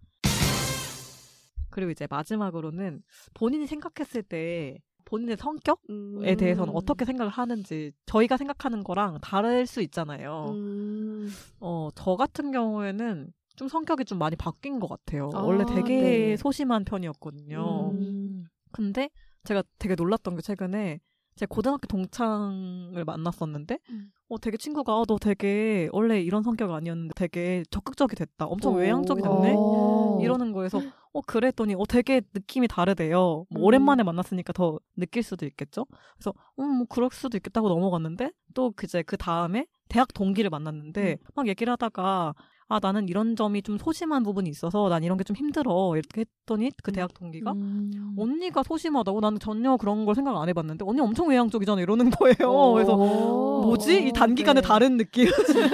[SPEAKER 2] 그리고 이제 마지막으로는 본인이 생각했을 때 본인의 성격
[SPEAKER 1] 음.
[SPEAKER 2] 에 대해서는 어떻게 생각을 하는지 저희가 생각하는 거랑 다를 수 있잖아요.
[SPEAKER 1] 음.
[SPEAKER 2] 어, 저 같은 경우에는 좀 성격이 좀 많이 바뀐 것 같아요.
[SPEAKER 3] 아,
[SPEAKER 2] 원래 되게
[SPEAKER 3] 네.
[SPEAKER 2] 소심한 편이었거든요.
[SPEAKER 3] 음.
[SPEAKER 2] 근데 제가 되게 놀랐던 게 최근에 제 고등학교 동창을 만났었는데
[SPEAKER 1] 음.
[SPEAKER 2] 어, 되게 친구가 어, 너 되게 원래 이런 성격 아니었는데 되게 적극적이 됐다. 엄청
[SPEAKER 1] 오. 어.
[SPEAKER 2] 외향적이 됐네.
[SPEAKER 3] 오.
[SPEAKER 2] 이러는 거에서 어 그랬더니 어 되게 느낌이 다르대요. 뭐
[SPEAKER 1] 음.
[SPEAKER 2] 오랜만에 만났으니까 더 느낄 수도 있겠죠. 그래서 음뭐 그럴 수도 있겠다고 넘어갔는데 또 그제 그 다음에 대학 동기를 만났는데
[SPEAKER 1] 음.
[SPEAKER 2] 막 얘기를 하다가 아 나는 이런 점이 좀 소심한 부분이 있어서 난 이런 게 좀 힘들어 이렇게 했더니 그 대학 동기가
[SPEAKER 3] 음.
[SPEAKER 2] 언니가 소심하다고 나는 전혀 그런 걸 생각 안 해봤는데 언니 엄청 외향적이잖아 이러는 거예요. 그래서
[SPEAKER 3] 오.
[SPEAKER 2] 뭐지? 이 단기간에
[SPEAKER 3] 네.
[SPEAKER 2] 다른 느낌.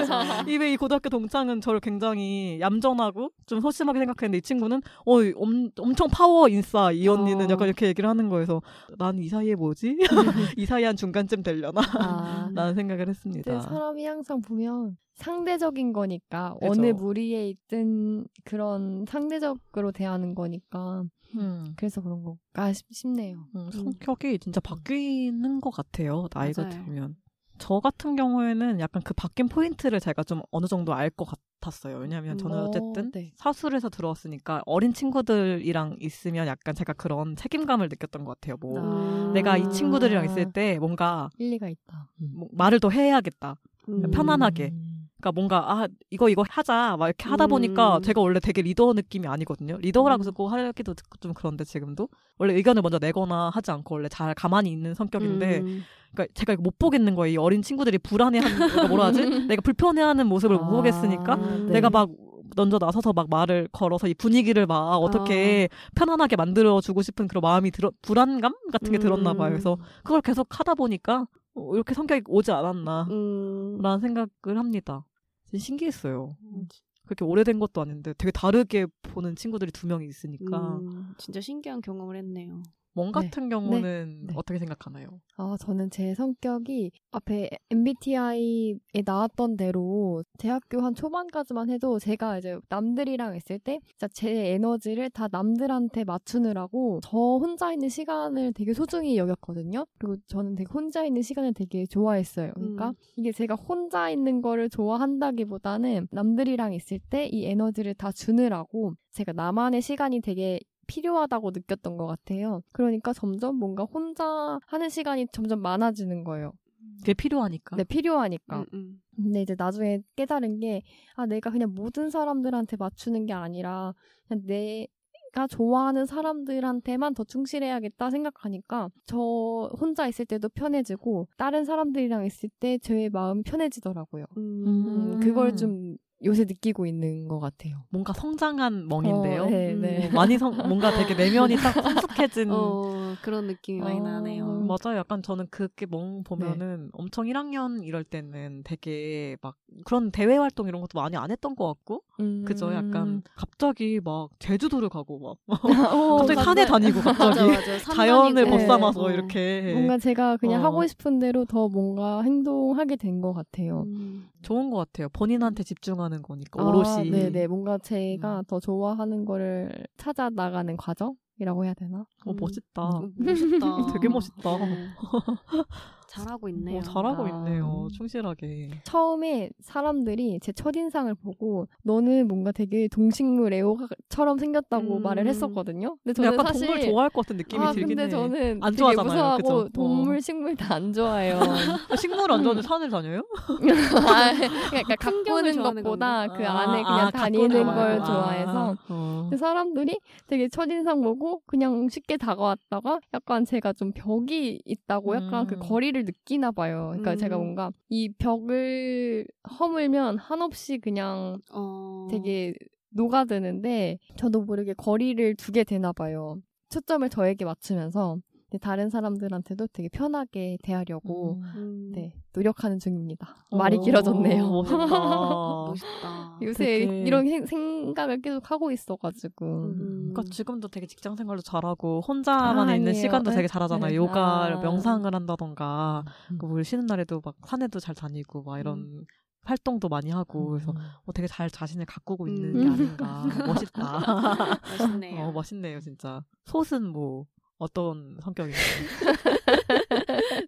[SPEAKER 2] 이외 이 고등학교 동창은 저를 굉장히 얌전하고 좀 소심하게 생각했는데 이 친구는 어 이- 엄, 엄청 파워 인싸 이 언니는
[SPEAKER 3] 어.
[SPEAKER 2] 약간 이렇게 얘기를 하는 거에서 난 이 사이에 뭐지? 이 사이 한 중간쯤 되려나?
[SPEAKER 3] 아.
[SPEAKER 2] 라는 생각을
[SPEAKER 3] 근데
[SPEAKER 2] 했습니다.
[SPEAKER 3] 사람이 항상 보면 상대적인 거니까
[SPEAKER 2] 그죠.
[SPEAKER 3] 어느 무리에 있든 그런 상대적으로 대하는 거니까
[SPEAKER 2] 음,
[SPEAKER 3] 그래서 그런 거가 싶- 싶네요.
[SPEAKER 2] 음, 성격이 진짜 바뀌는 것 같아요. 나이가
[SPEAKER 1] 맞아요.
[SPEAKER 2] 들면. 저 같은 경우에는 약간 그 바뀐 포인트를 제가 좀 어느 정도 알 것 같았어요. 왜냐하면 저는
[SPEAKER 3] 음.
[SPEAKER 2] 어쨌든
[SPEAKER 3] 어, 네.
[SPEAKER 2] 사술에서 들어왔으니까 어린 친구들이랑 있으면 약간 제가 그런 책임감을 느꼈던 것 같아요. 뭐
[SPEAKER 1] 아.
[SPEAKER 2] 내가 이 친구들이랑
[SPEAKER 3] 아.
[SPEAKER 2] 있을 때 뭔가
[SPEAKER 3] 일리가 있다.
[SPEAKER 2] 뭐 말을 더 해야겠다.
[SPEAKER 1] 음.
[SPEAKER 2] 편안하게.
[SPEAKER 3] 음.
[SPEAKER 2] 그러니까 뭔가 아 이거 이거 하자 막 이렇게 하다
[SPEAKER 1] 음.
[SPEAKER 2] 보니까 제가 원래 되게 리더 느낌이 아니거든요. 리더라고
[SPEAKER 1] 음.
[SPEAKER 2] 쓰고 하기도 좀 그런데 지금도 원래 의견을 먼저 내거나 하지 않고 원래 잘 가만히 있는 성격인데
[SPEAKER 1] 음.
[SPEAKER 2] 그러니까 제가 이거 못 보겠는 거예요. 이 어린 친구들이 불안해하는 그러니까 뭐라 하지? 내가 불편해하는 모습을 못 보겠으니까
[SPEAKER 3] 아, 네.
[SPEAKER 2] 내가 막 먼저 나서서 막 말을 걸어서 이 분위기를 막
[SPEAKER 3] 아.
[SPEAKER 2] 어떻게 편안하게 만들어 주고 싶은 그런 마음이 들어 불안감 같은 게 들었나 봐요.
[SPEAKER 1] 음.
[SPEAKER 2] 그래서 그걸 계속 하다 보니까 어, 이렇게 성격이 오지 않았나
[SPEAKER 1] 음.
[SPEAKER 2] 라는 생각을 합니다. 진짜 신기했어요. 그렇게 오래된 것도 아닌데 되게 다르게 보는 친구들이 두 명이 있으니까
[SPEAKER 1] 음. 진짜 신기한 경험을 했네요.
[SPEAKER 2] 멍
[SPEAKER 3] 음. 네.
[SPEAKER 2] 같은 경우는
[SPEAKER 3] 네.
[SPEAKER 2] 어떻게 생각하나요?
[SPEAKER 3] 아, 저는 제 성격이 앞에 MBTI에 나왔던 대로 대학교 한 초반까지만 해도 제가 이제 남들이랑 있을 때 진짜 제 에너지를 다 남들한테 맞추느라고 저 혼자 있는 시간을 되게 소중히 여겼거든요. 그리고 저는 되게 혼자 있는 시간을 되게 좋아했어요. 그러니까
[SPEAKER 1] 음.
[SPEAKER 3] 이게 제가 혼자 있는 거를 좋아한다기보다는 남들이랑 있을 때 이 에너지를 다 주느라고 제가 나만의 시간이 되게 필요하다고 느꼈던 것 같아요. 그러니까 점점 뭔가 혼자 하는 시간이 점점 많아지는 거예요.
[SPEAKER 2] 그게 필요하니까.
[SPEAKER 3] 네,
[SPEAKER 2] 아.
[SPEAKER 3] 필요하니까.
[SPEAKER 1] 음, 음.
[SPEAKER 3] 근데 이제 나중에 깨달은 게, 아, 내가 그냥 모든 사람들한테 맞추는 게 아니라, 그냥 내가 좋아하는 사람들한테만 더 충실해야겠다 생각하니까, 저 혼자 있을 때도 편해지고, 다른 사람들이랑 있을 때 제 마음이 편해지더라고요. 음,
[SPEAKER 2] 음.
[SPEAKER 3] 그걸 좀 요새 느끼고 있는 것 같아요.
[SPEAKER 2] 뭔가 성장한 멍인데요.
[SPEAKER 3] 어, 네,
[SPEAKER 1] 음.
[SPEAKER 3] 네.
[SPEAKER 2] 많이 성, 뭔가 되게 내면이 딱 성숙해진.
[SPEAKER 1] 어, 그런 느낌이 많이
[SPEAKER 3] 어.
[SPEAKER 1] 나네요.
[SPEAKER 3] 음.
[SPEAKER 2] 맞아요. 약간 저는 그게
[SPEAKER 3] 네.
[SPEAKER 2] 멍 보면은 엄청 1학년 이럴 때는 되게 막 그런 대외 활동 이런 것도 많이 안 했던 것 같고 그죠?
[SPEAKER 3] 음.
[SPEAKER 2] 약간 갑자기 막 제주도를 가고 막
[SPEAKER 3] 어,
[SPEAKER 2] 갑자기 산에 다니고 갑자기
[SPEAKER 1] 맞아, 맞아. 산
[SPEAKER 2] 자연을
[SPEAKER 1] 다니고.
[SPEAKER 2] 벗삼아서
[SPEAKER 1] 어.
[SPEAKER 2] 이렇게
[SPEAKER 3] 네. 뭔가 제가 그냥
[SPEAKER 2] 어.
[SPEAKER 3] 하고 싶은 대로 더 뭔가 행동하게 된 것 같아요.
[SPEAKER 1] 음.
[SPEAKER 2] 좋은 것 같아요. 본인한테 집중하는 거니까
[SPEAKER 3] 아,
[SPEAKER 2] 그 오롯이
[SPEAKER 3] 네네. 뭔가 제가
[SPEAKER 2] 음.
[SPEAKER 3] 더 좋아하는 거를 찾아 나가는 과정이라고 해야 되나?
[SPEAKER 2] 어, 멋있다.
[SPEAKER 1] 음, 멋있다.
[SPEAKER 2] 되게 멋있다.
[SPEAKER 1] 네. 잘하고 있네요.
[SPEAKER 2] 어, 잘하고
[SPEAKER 3] 아.
[SPEAKER 2] 있네요. 충실하게.
[SPEAKER 3] 처음에 사람들이 제 첫인상을 보고 너는 뭔가 되게 동식물 애호가처럼 생겼다고
[SPEAKER 1] 음.
[SPEAKER 3] 말을 했었거든요. 근데
[SPEAKER 2] 근데
[SPEAKER 3] 저는
[SPEAKER 2] 약간
[SPEAKER 3] 사실
[SPEAKER 2] 동물 좋아할 것 같은 느낌이
[SPEAKER 3] 아
[SPEAKER 2] 들긴
[SPEAKER 3] 근데
[SPEAKER 2] 해.
[SPEAKER 3] 저는
[SPEAKER 2] 안
[SPEAKER 3] 되게
[SPEAKER 2] 좋아하잖아요.
[SPEAKER 3] 무서워하고
[SPEAKER 2] 그죠? 어.
[SPEAKER 3] 동물 식물 다 안 좋아해요.
[SPEAKER 2] 아, 식물 안 좋아하는데 산을 다녀요?
[SPEAKER 3] 아, 그러니까
[SPEAKER 1] 풍경을
[SPEAKER 3] 가꾸는
[SPEAKER 1] 좋아하는
[SPEAKER 3] 것보다
[SPEAKER 2] 건가?
[SPEAKER 3] 그
[SPEAKER 2] 아,
[SPEAKER 3] 안에
[SPEAKER 2] 아,
[SPEAKER 3] 그냥
[SPEAKER 2] 가꾸는
[SPEAKER 3] 다니는
[SPEAKER 1] 거.
[SPEAKER 3] 걸
[SPEAKER 1] 아.
[SPEAKER 3] 좋아해서
[SPEAKER 2] 어.
[SPEAKER 3] 근데 그 사람들이 되게 첫인상 보고 그냥 쉽게 다가왔다가 약간 제가 좀 벽이 있다고 약간
[SPEAKER 2] 음.
[SPEAKER 3] 그 거리를 느끼나 봐요. 그러니까
[SPEAKER 1] 음.
[SPEAKER 3] 제가 뭔가 이 벽을 허물면 한없이 그냥
[SPEAKER 1] 어.
[SPEAKER 3] 되게 녹아드는데 저도 모르게 거리를 두게 되나 봐요. 초점을 저에게 맞추면서 근데 다른 사람들한테도 되게 편하게
[SPEAKER 2] 어.
[SPEAKER 3] 대하려고
[SPEAKER 1] 음,
[SPEAKER 3] 네, 노력하는 중입니다. 말이 길어졌네요.
[SPEAKER 2] 오, 멋있다.
[SPEAKER 1] 멋있다.
[SPEAKER 3] 요새
[SPEAKER 2] 아, 되게-
[SPEAKER 3] 이런 행- 생각을 계속 하고 있어가지고
[SPEAKER 1] 음.
[SPEAKER 2] 그러니까 지금도 되게 직장 생활도 잘하고 혼자만
[SPEAKER 3] 아,
[SPEAKER 2] 있는
[SPEAKER 3] 아니에요.
[SPEAKER 2] 시간도 되게
[SPEAKER 3] 네.
[SPEAKER 2] 잘하잖아요.
[SPEAKER 3] 네.
[SPEAKER 2] 요가를
[SPEAKER 3] 아.
[SPEAKER 2] 명상을 한다던가
[SPEAKER 3] 음.
[SPEAKER 2] 그뭘 쉬는 날에도 막 산에도 잘 다니고 막 이런 활동도 많이 하고
[SPEAKER 3] 음.
[SPEAKER 2] 그래서 어, 되게 잘 자신을 가꾸고 있는
[SPEAKER 1] 음.
[SPEAKER 2] 게 아닌가. 멋있다.
[SPEAKER 1] 멋있네요.
[SPEAKER 2] 어, 멋있네요, 진짜. 솥은 뭐 어떤 성격인가요?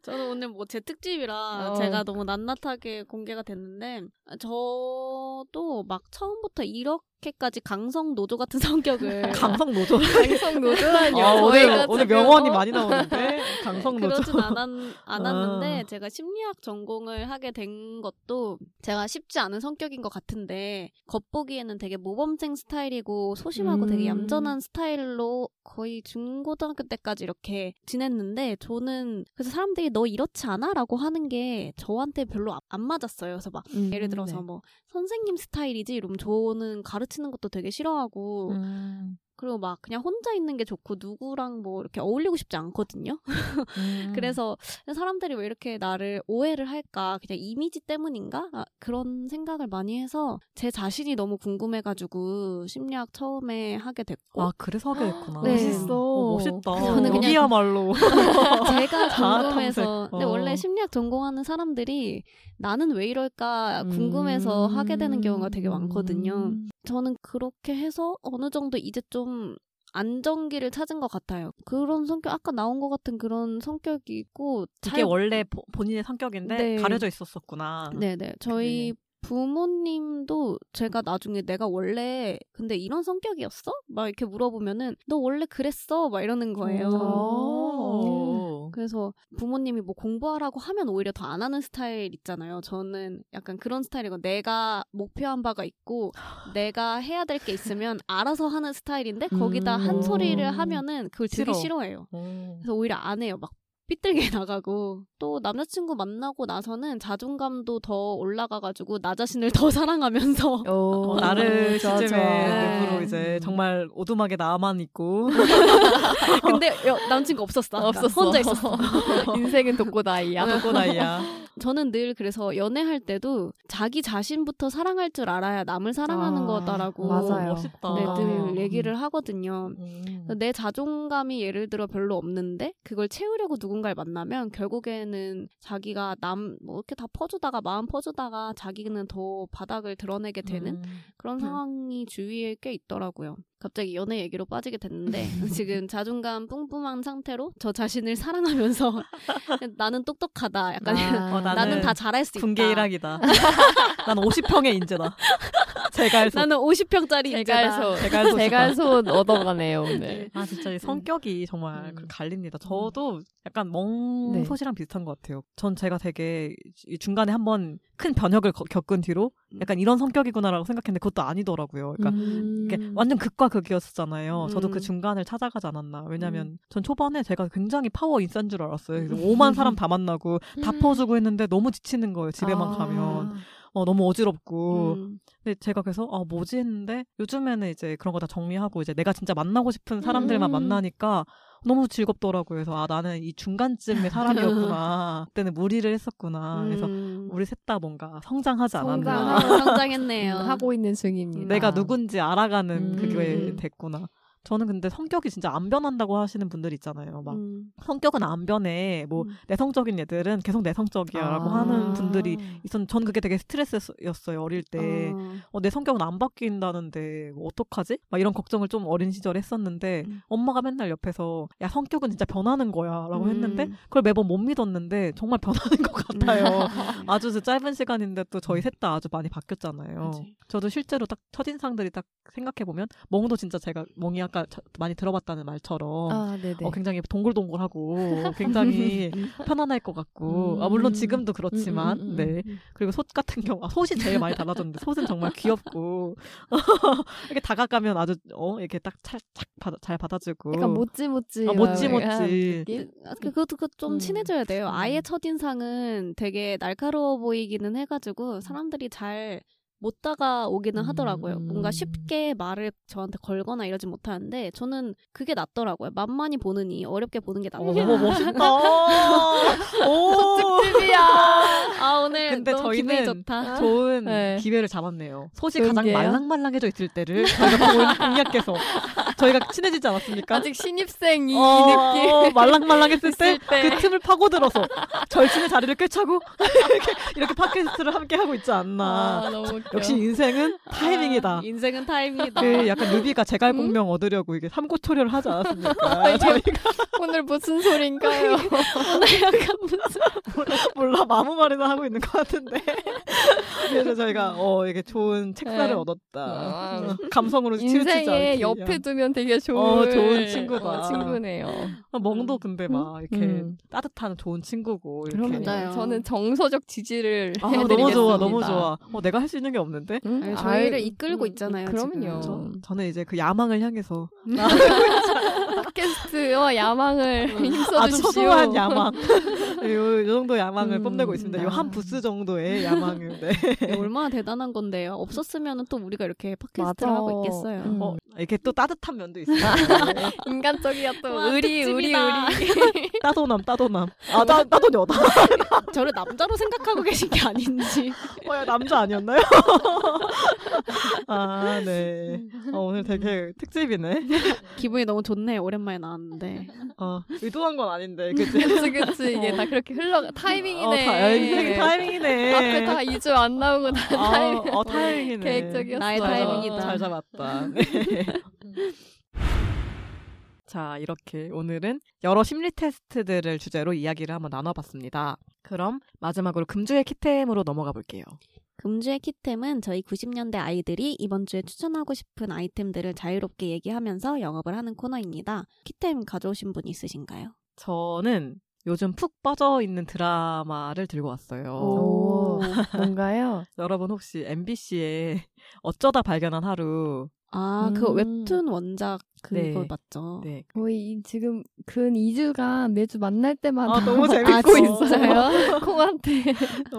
[SPEAKER 1] 저는 오늘 뭐 제 특집이라
[SPEAKER 3] 어.
[SPEAKER 1] 제가 너무 낱낱하게 공개가 됐는데 저도 막 처음부터 이렇게까지 강성 노조 같은 성격을
[SPEAKER 2] 강성 노조.
[SPEAKER 3] 강성 노조라뇨.
[SPEAKER 2] 아, 오늘
[SPEAKER 3] 그 저희가
[SPEAKER 2] 오늘
[SPEAKER 3] 지금,
[SPEAKER 2] 명언이
[SPEAKER 3] 어?
[SPEAKER 2] 많이 나오는데 강성 노조.
[SPEAKER 1] 그러진 않았, 않았는데
[SPEAKER 2] 아.
[SPEAKER 1] 제가 심리학 전공을 하게 된 것도 제가 쉽지 않은 성격인 것 같은데 겉보기에는 되게 모범생 스타일이고 소심하고
[SPEAKER 3] 음.
[SPEAKER 1] 되게 얌전한 스타일로 거의 중고등학교 때까지 이렇게 지냈는데 저는 그래서 사람들이 너 이렇지 않아? 라고 하는 게 저한테 별로 안- 안 맞았어요. 그래서 막
[SPEAKER 3] 음,
[SPEAKER 1] 예를 들어서
[SPEAKER 3] 네.
[SPEAKER 1] 뭐 선생님 스타일이지 이러면 저는 가르치는 것도 되게 싫어하고
[SPEAKER 3] 음.
[SPEAKER 1] 그리고 막 그냥 혼자 있는 게 좋고 누구랑 뭐 이렇게 어울리고 싶지 않거든요.
[SPEAKER 2] 음.
[SPEAKER 1] 그래서 사람들이 왜 이렇게 나를 오해를 할까? 그냥 이미지 때문인가? 아, 그런 생각을 많이 해서 제 자신이 너무 궁금해가지고 심리학 처음에 하게 됐고
[SPEAKER 2] 아 그래서 하게 됐구나.
[SPEAKER 1] 어? 네.
[SPEAKER 3] 멋있어.
[SPEAKER 2] 어, 멋있다.
[SPEAKER 1] 저는 그냥-
[SPEAKER 2] 여기야말로.
[SPEAKER 1] 제가
[SPEAKER 2] 자아
[SPEAKER 1] 궁금해서
[SPEAKER 2] 탐색.
[SPEAKER 1] 근데
[SPEAKER 2] 어.
[SPEAKER 1] 원래 심리학 전공하는 사람들이 나는 왜 이럴까
[SPEAKER 3] 음.
[SPEAKER 1] 아, 궁금해서 하게
[SPEAKER 2] 음.
[SPEAKER 1] 되는 경우가 되게 많거든요. 저는 그렇게 해서 어느 정도 이제 좀 안정기를 찾은 것 같아요. 그런 성격 아까 나온 것 같은 그런 성격이 있고
[SPEAKER 2] 이게 원래 보- 본인의 성격인데
[SPEAKER 1] 네.
[SPEAKER 2] 가려져 있었었구나.
[SPEAKER 1] 네네. 저희 부모님도 제가 나중에 내가 원래 근데 이런 성격이었어? 막 이렇게 물어보면은 너 원래 그랬어? 막 이러는 거예요.
[SPEAKER 2] 오.
[SPEAKER 1] 그래서 부모님이 뭐 공부하라고 하면 오히려 더 안 하는 스타일 있잖아요. 저는 약간 그런 스타일이고 내가 목표한 바가 있고 내가 해야 될 게 있으면 알아서 하는 스타일인데 거기다
[SPEAKER 2] 음.
[SPEAKER 1] 한 소리를 하면은 그걸 되게
[SPEAKER 2] 싫어.
[SPEAKER 1] 싫어해요.
[SPEAKER 2] 오.
[SPEAKER 1] 그래서 오히려 안 해요. 막 삐뚤게 나가고 또 남자친구 만나고 나서는 자존감도 더 올라가가지고 나 자신을 더 사랑하면서
[SPEAKER 3] 오,
[SPEAKER 2] 어, 나를
[SPEAKER 3] 좋아, 네.
[SPEAKER 2] 시집에
[SPEAKER 3] 좋아.
[SPEAKER 1] 네.
[SPEAKER 2] 일부러 이제 정말 오두막에 나만 있고
[SPEAKER 1] 근데 여- 남친구 없었어
[SPEAKER 3] 없었어.
[SPEAKER 1] 혼자 있었어
[SPEAKER 3] 인생은 독고다이야.
[SPEAKER 2] 꼬나이야.
[SPEAKER 1] 저는 늘 그래서 연애할 때도 자기 자신부터 사랑할 줄 알아야 남을 사랑하는
[SPEAKER 3] 아,
[SPEAKER 1] 거다라고
[SPEAKER 3] 맞아요.
[SPEAKER 2] 멋있다.
[SPEAKER 1] 네,
[SPEAKER 3] 아.
[SPEAKER 1] 늘 얘기를 하거든요.
[SPEAKER 2] 음.
[SPEAKER 1] 내 자존감이 예를 들어 별로 없는데 그걸 채우려고 누군가를 만나면 결국에는 자기가 남 뭐 이렇게 다 퍼주다가 마음 퍼주다가 자기는 더 바닥을 드러내게 되는
[SPEAKER 2] 음.
[SPEAKER 1] 그런 상황이 주위에 꽤 있더라고요. 갑자기 연애 얘기로 빠지게 됐는데 지금 자존감 뿜뿜한 상태로 저 자신을 사랑하면서 나는 똑똑하다. 약간 이런
[SPEAKER 2] 어, 나는,
[SPEAKER 1] 나는 다 잘할 수 있다.
[SPEAKER 2] 군계 일학이다. 난 50평의 인재다. 제갈소.
[SPEAKER 1] 나는 50평짜리 인재다.
[SPEAKER 3] 제갈소
[SPEAKER 2] 제갈소.
[SPEAKER 3] 제갈소 얻어가네요 오늘.
[SPEAKER 2] 아 진짜 이 성격이 정말
[SPEAKER 3] 음. 네.
[SPEAKER 2] 그 갈립니다. 저도 약간 멍소시랑 비슷한 것 같아요. 전 제가 되게 이 중간에 한번 큰 변혁을 거- 겪은 뒤로 약간 이런 성격이구나라고 생각했는데 그것도 아니더라고요. 그러니까
[SPEAKER 3] 음.
[SPEAKER 2] 이게 완전 극과 극이었잖아요. 저도 그
[SPEAKER 1] 음.
[SPEAKER 2] 중간을 찾아가지 않았나. 왜냐면
[SPEAKER 3] 음.
[SPEAKER 2] 전 초반에 제가 굉장히 파워 인싸인 줄 알았어요. 그래서 오만 사람 다 만나고 다 퍼주고 했는데 너무 지치는 거예요. 집에만
[SPEAKER 3] 음. 아.
[SPEAKER 2] 가면 어, 너무 어지럽고.
[SPEAKER 1] 음.
[SPEAKER 2] 근데 제가 그래서 아 뭐지 했는데 요즘에는 이제 그런 거 다 정리하고 이제 내가 진짜 만나고 싶은 사람들만
[SPEAKER 3] 음.
[SPEAKER 2] 만나니까 너무 즐겁더라고요. 그래서 아 나는 이 중간쯤의 사람이었구나. 그때는 무리를 했었구나. 아, 그래서
[SPEAKER 1] 음.
[SPEAKER 2] 우리 셋 다 뭔가 성장하지 않았나.
[SPEAKER 3] 성장하고
[SPEAKER 1] 아, 성장했네요.
[SPEAKER 2] 음,
[SPEAKER 3] 하고 있는 중입니다.
[SPEAKER 2] 내가 누군지 알아가는
[SPEAKER 3] 음.
[SPEAKER 2] 그게
[SPEAKER 1] 음.
[SPEAKER 2] 됐구나. 저는 근데 성격이 진짜 안 변한다고 하시는 분들 있잖아요. 막
[SPEAKER 1] 음.
[SPEAKER 2] 성격은 안 변해. 뭐
[SPEAKER 1] 음.
[SPEAKER 2] 내성적인 애들은 계속 내성적이야라고
[SPEAKER 3] 아.
[SPEAKER 2] 하는 분들이 있었. 전 그게 되게 스트레스였어요 어릴 때.
[SPEAKER 1] 어.
[SPEAKER 2] 어, 내 성격은 안 바뀐다는데 뭐 어떡하지? 막 이런 걱정을 좀 어린 시절에 했었는데
[SPEAKER 1] 음.
[SPEAKER 2] 엄마가 맨날 옆에서 야 성격은 진짜 변하는 거야라고
[SPEAKER 1] 음.
[SPEAKER 2] 했는데 그걸 매번 못 믿었는데 정말 변하는 것
[SPEAKER 3] 음.
[SPEAKER 2] 같아요.
[SPEAKER 1] 음.
[SPEAKER 2] 아주 어. 이제 짧은 시간인데 또 저희 셋 다 아주 많이 바뀌었잖아요.
[SPEAKER 1] 맞아요.
[SPEAKER 2] 저도 실제로 딱 첫인상들이 딱 생각해 보면 멍도 진짜 제가 멍이 아까 저- 많이 들어봤다는 말처럼
[SPEAKER 3] 아 네네.
[SPEAKER 2] 어, 굉장히 동글동글하고 굉장히 편안할 것 같고 아, 물론
[SPEAKER 3] 음.
[SPEAKER 2] 지금도 그렇지만
[SPEAKER 3] 음, 음, 음,
[SPEAKER 2] 네 그리고 솥 같은 경우 아, 솥이 제일 많이 달라졌는데 솥은 정말 귀엽고 이렇게 다가가면 아주 어 이렇게 딱잘 받아, 잘 받아주고
[SPEAKER 3] 약간 모찌모찌.
[SPEAKER 2] 아, 모찌모찌.
[SPEAKER 3] 이런 느낌?
[SPEAKER 1] 아, 그- 그것도 그 좀
[SPEAKER 3] 음.
[SPEAKER 1] 친해져야 돼요. 아예
[SPEAKER 3] 음.
[SPEAKER 1] 첫인상은 되게 날카로워 보이기는 해가지고 사람들이 잘 못 다가오기는 하더라고요.
[SPEAKER 2] 음.
[SPEAKER 1] 뭔가 쉽게 말을 저한테 걸거나 이러지 못하는데 저는 그게 낫더라고요. 만만히 보느니 어렵게 보는 게
[SPEAKER 2] 어,
[SPEAKER 1] 낫더라고요.
[SPEAKER 2] 너무 멋있다 오
[SPEAKER 3] 집이야.
[SPEAKER 1] 아 오늘
[SPEAKER 2] 근데
[SPEAKER 1] 너무 기분이
[SPEAKER 2] 저희는
[SPEAKER 1] 좋다.
[SPEAKER 2] 좋은
[SPEAKER 3] 네.
[SPEAKER 2] 기회를 잡았네요. 솥이
[SPEAKER 3] 좋은
[SPEAKER 2] 가장
[SPEAKER 3] 기회요?
[SPEAKER 2] 말랑말랑해져 있을 때를 저희가 보고 있는 공략해서 저희가 친해지지 않았습니까?
[SPEAKER 3] 아직 신입생이
[SPEAKER 2] 어,
[SPEAKER 3] 이 느낌.
[SPEAKER 2] 어, 말랑말랑했을 때
[SPEAKER 3] 있을 때.
[SPEAKER 2] 그 틈을 파고들어서 절친의 자리를 꿰차고 이렇게, 이렇게 팟캐스트를 함께 하고 있지 않나.
[SPEAKER 3] 아, 너무 웃겨.
[SPEAKER 2] 역시 인생은 타이밍이다.
[SPEAKER 1] 인생은 타임이다.
[SPEAKER 2] 그 약간 루비가
[SPEAKER 3] 음?
[SPEAKER 2] 제갈공명 얻으려고 이게 삼고초려를 하지
[SPEAKER 3] 아,
[SPEAKER 2] 않았습니까? 저희가
[SPEAKER 3] 오늘 무슨 소린가요?
[SPEAKER 2] 몰라 아무 말이나 하고 있는 것 같은데 그래서 저희가 어 이게 좋은 책사를
[SPEAKER 3] 네.
[SPEAKER 2] 얻었다 어,
[SPEAKER 3] 와.
[SPEAKER 2] 감성으로 아, 치우치지
[SPEAKER 3] 음. 인생에
[SPEAKER 2] 않기
[SPEAKER 3] 옆에
[SPEAKER 2] 위한.
[SPEAKER 3] 두면 되게 좋은
[SPEAKER 2] 어, 좋은 친구다.
[SPEAKER 3] 어, 친구네요.
[SPEAKER 2] 아, 멍도 근데 막 이렇게
[SPEAKER 3] 음.
[SPEAKER 2] 따뜻한 좋은 친구고 이렇게
[SPEAKER 3] 그럼요. 네.
[SPEAKER 1] 맞아요.
[SPEAKER 3] 저는 정서적 지지를
[SPEAKER 2] 아,
[SPEAKER 3] 해드리겠습니다.
[SPEAKER 2] 너무 좋아, 너무 좋아. 어, 내가 할 수 있는 게 없는데?
[SPEAKER 3] 음,
[SPEAKER 1] 아니, 저희를
[SPEAKER 3] 아이,
[SPEAKER 1] 이끌고 있잖아요,
[SPEAKER 3] 그럼요.
[SPEAKER 2] 저, 저는 이제 그 야망을 향해서
[SPEAKER 3] 팟캐스트와 야망을
[SPEAKER 2] 음. 아주
[SPEAKER 3] 힘써주십시오.
[SPEAKER 2] 소소한 야망, 요, 요 정도 야망을
[SPEAKER 3] 음,
[SPEAKER 2] 뽐내고 있습니다. 요 한
[SPEAKER 3] 아.
[SPEAKER 2] 부스 정도의 야망을. 네.
[SPEAKER 1] 네, 얼마나 대단한 건데요. 없었으면 또 우리가 이렇게 팟캐스트를
[SPEAKER 3] 맞아.
[SPEAKER 1] 하고 있겠어요.
[SPEAKER 3] 음. 아,
[SPEAKER 2] 어,
[SPEAKER 3] 네.
[SPEAKER 2] 이렇게 또 따뜻한 면도 있어요.
[SPEAKER 3] 인간적이야 또
[SPEAKER 1] 와,
[SPEAKER 3] 의리 의리
[SPEAKER 1] 특집이다.
[SPEAKER 3] 의리.
[SPEAKER 2] 따도남, 따도남. 아, 따, 따도녀다.
[SPEAKER 1] 저를 남자로 생각하고 계신 게 아닌지.
[SPEAKER 2] 어, 야, 남자 아니었나요? 아, 네.
[SPEAKER 3] 음.
[SPEAKER 2] 어, 오늘 되게 특집이네.
[SPEAKER 1] 기분이 너무 좋네. 오랜만에 나왔는데.
[SPEAKER 2] 어, 의도한 건 아닌데, 그치?
[SPEAKER 3] 그치 그치 이게 다 그렇게 흘러 타이밍이네.
[SPEAKER 2] 어, 다, 인생 타이밍이네.
[SPEAKER 3] 앞에 다 2주 안 나오고 다
[SPEAKER 2] 아,
[SPEAKER 3] 타이밍.
[SPEAKER 2] 어, 타이밍이네.
[SPEAKER 3] 계획적이었어요.
[SPEAKER 1] 나의 타이밍이다.
[SPEAKER 2] 잘 잡았다.
[SPEAKER 3] 음.
[SPEAKER 2] 네. 자, 이렇게 오늘은 여러 심리 테스트들을 주제로 이야기를 한번 나눠봤습니다. 그럼 마지막으로 금주의 키템으로 넘어가 볼게요.
[SPEAKER 1] 금주의 키템은 저희 90년대 아이들이 이번 주에 추천하고 싶은 아이템들을 자유롭게 얘기하면서 영업을 하는 코너입니다. 키템 가져오신 분 있으신가요?
[SPEAKER 2] 저는 요즘 푹 빠져 있는 드라마를 들고 왔어요.
[SPEAKER 3] 오 뭔가요?
[SPEAKER 2] 여러분 혹시 MBC의 어쩌다 발견한 하루
[SPEAKER 1] 아, 그거
[SPEAKER 3] 음.
[SPEAKER 1] 웹툰 원작 그거
[SPEAKER 2] 네.
[SPEAKER 1] 맞죠?
[SPEAKER 2] 네.
[SPEAKER 3] 거의 이- 지금 근 2주간 매주 만날 때마다
[SPEAKER 2] 아, 너무
[SPEAKER 3] 알고
[SPEAKER 2] 재밌어.
[SPEAKER 3] 있어요. 콩한테.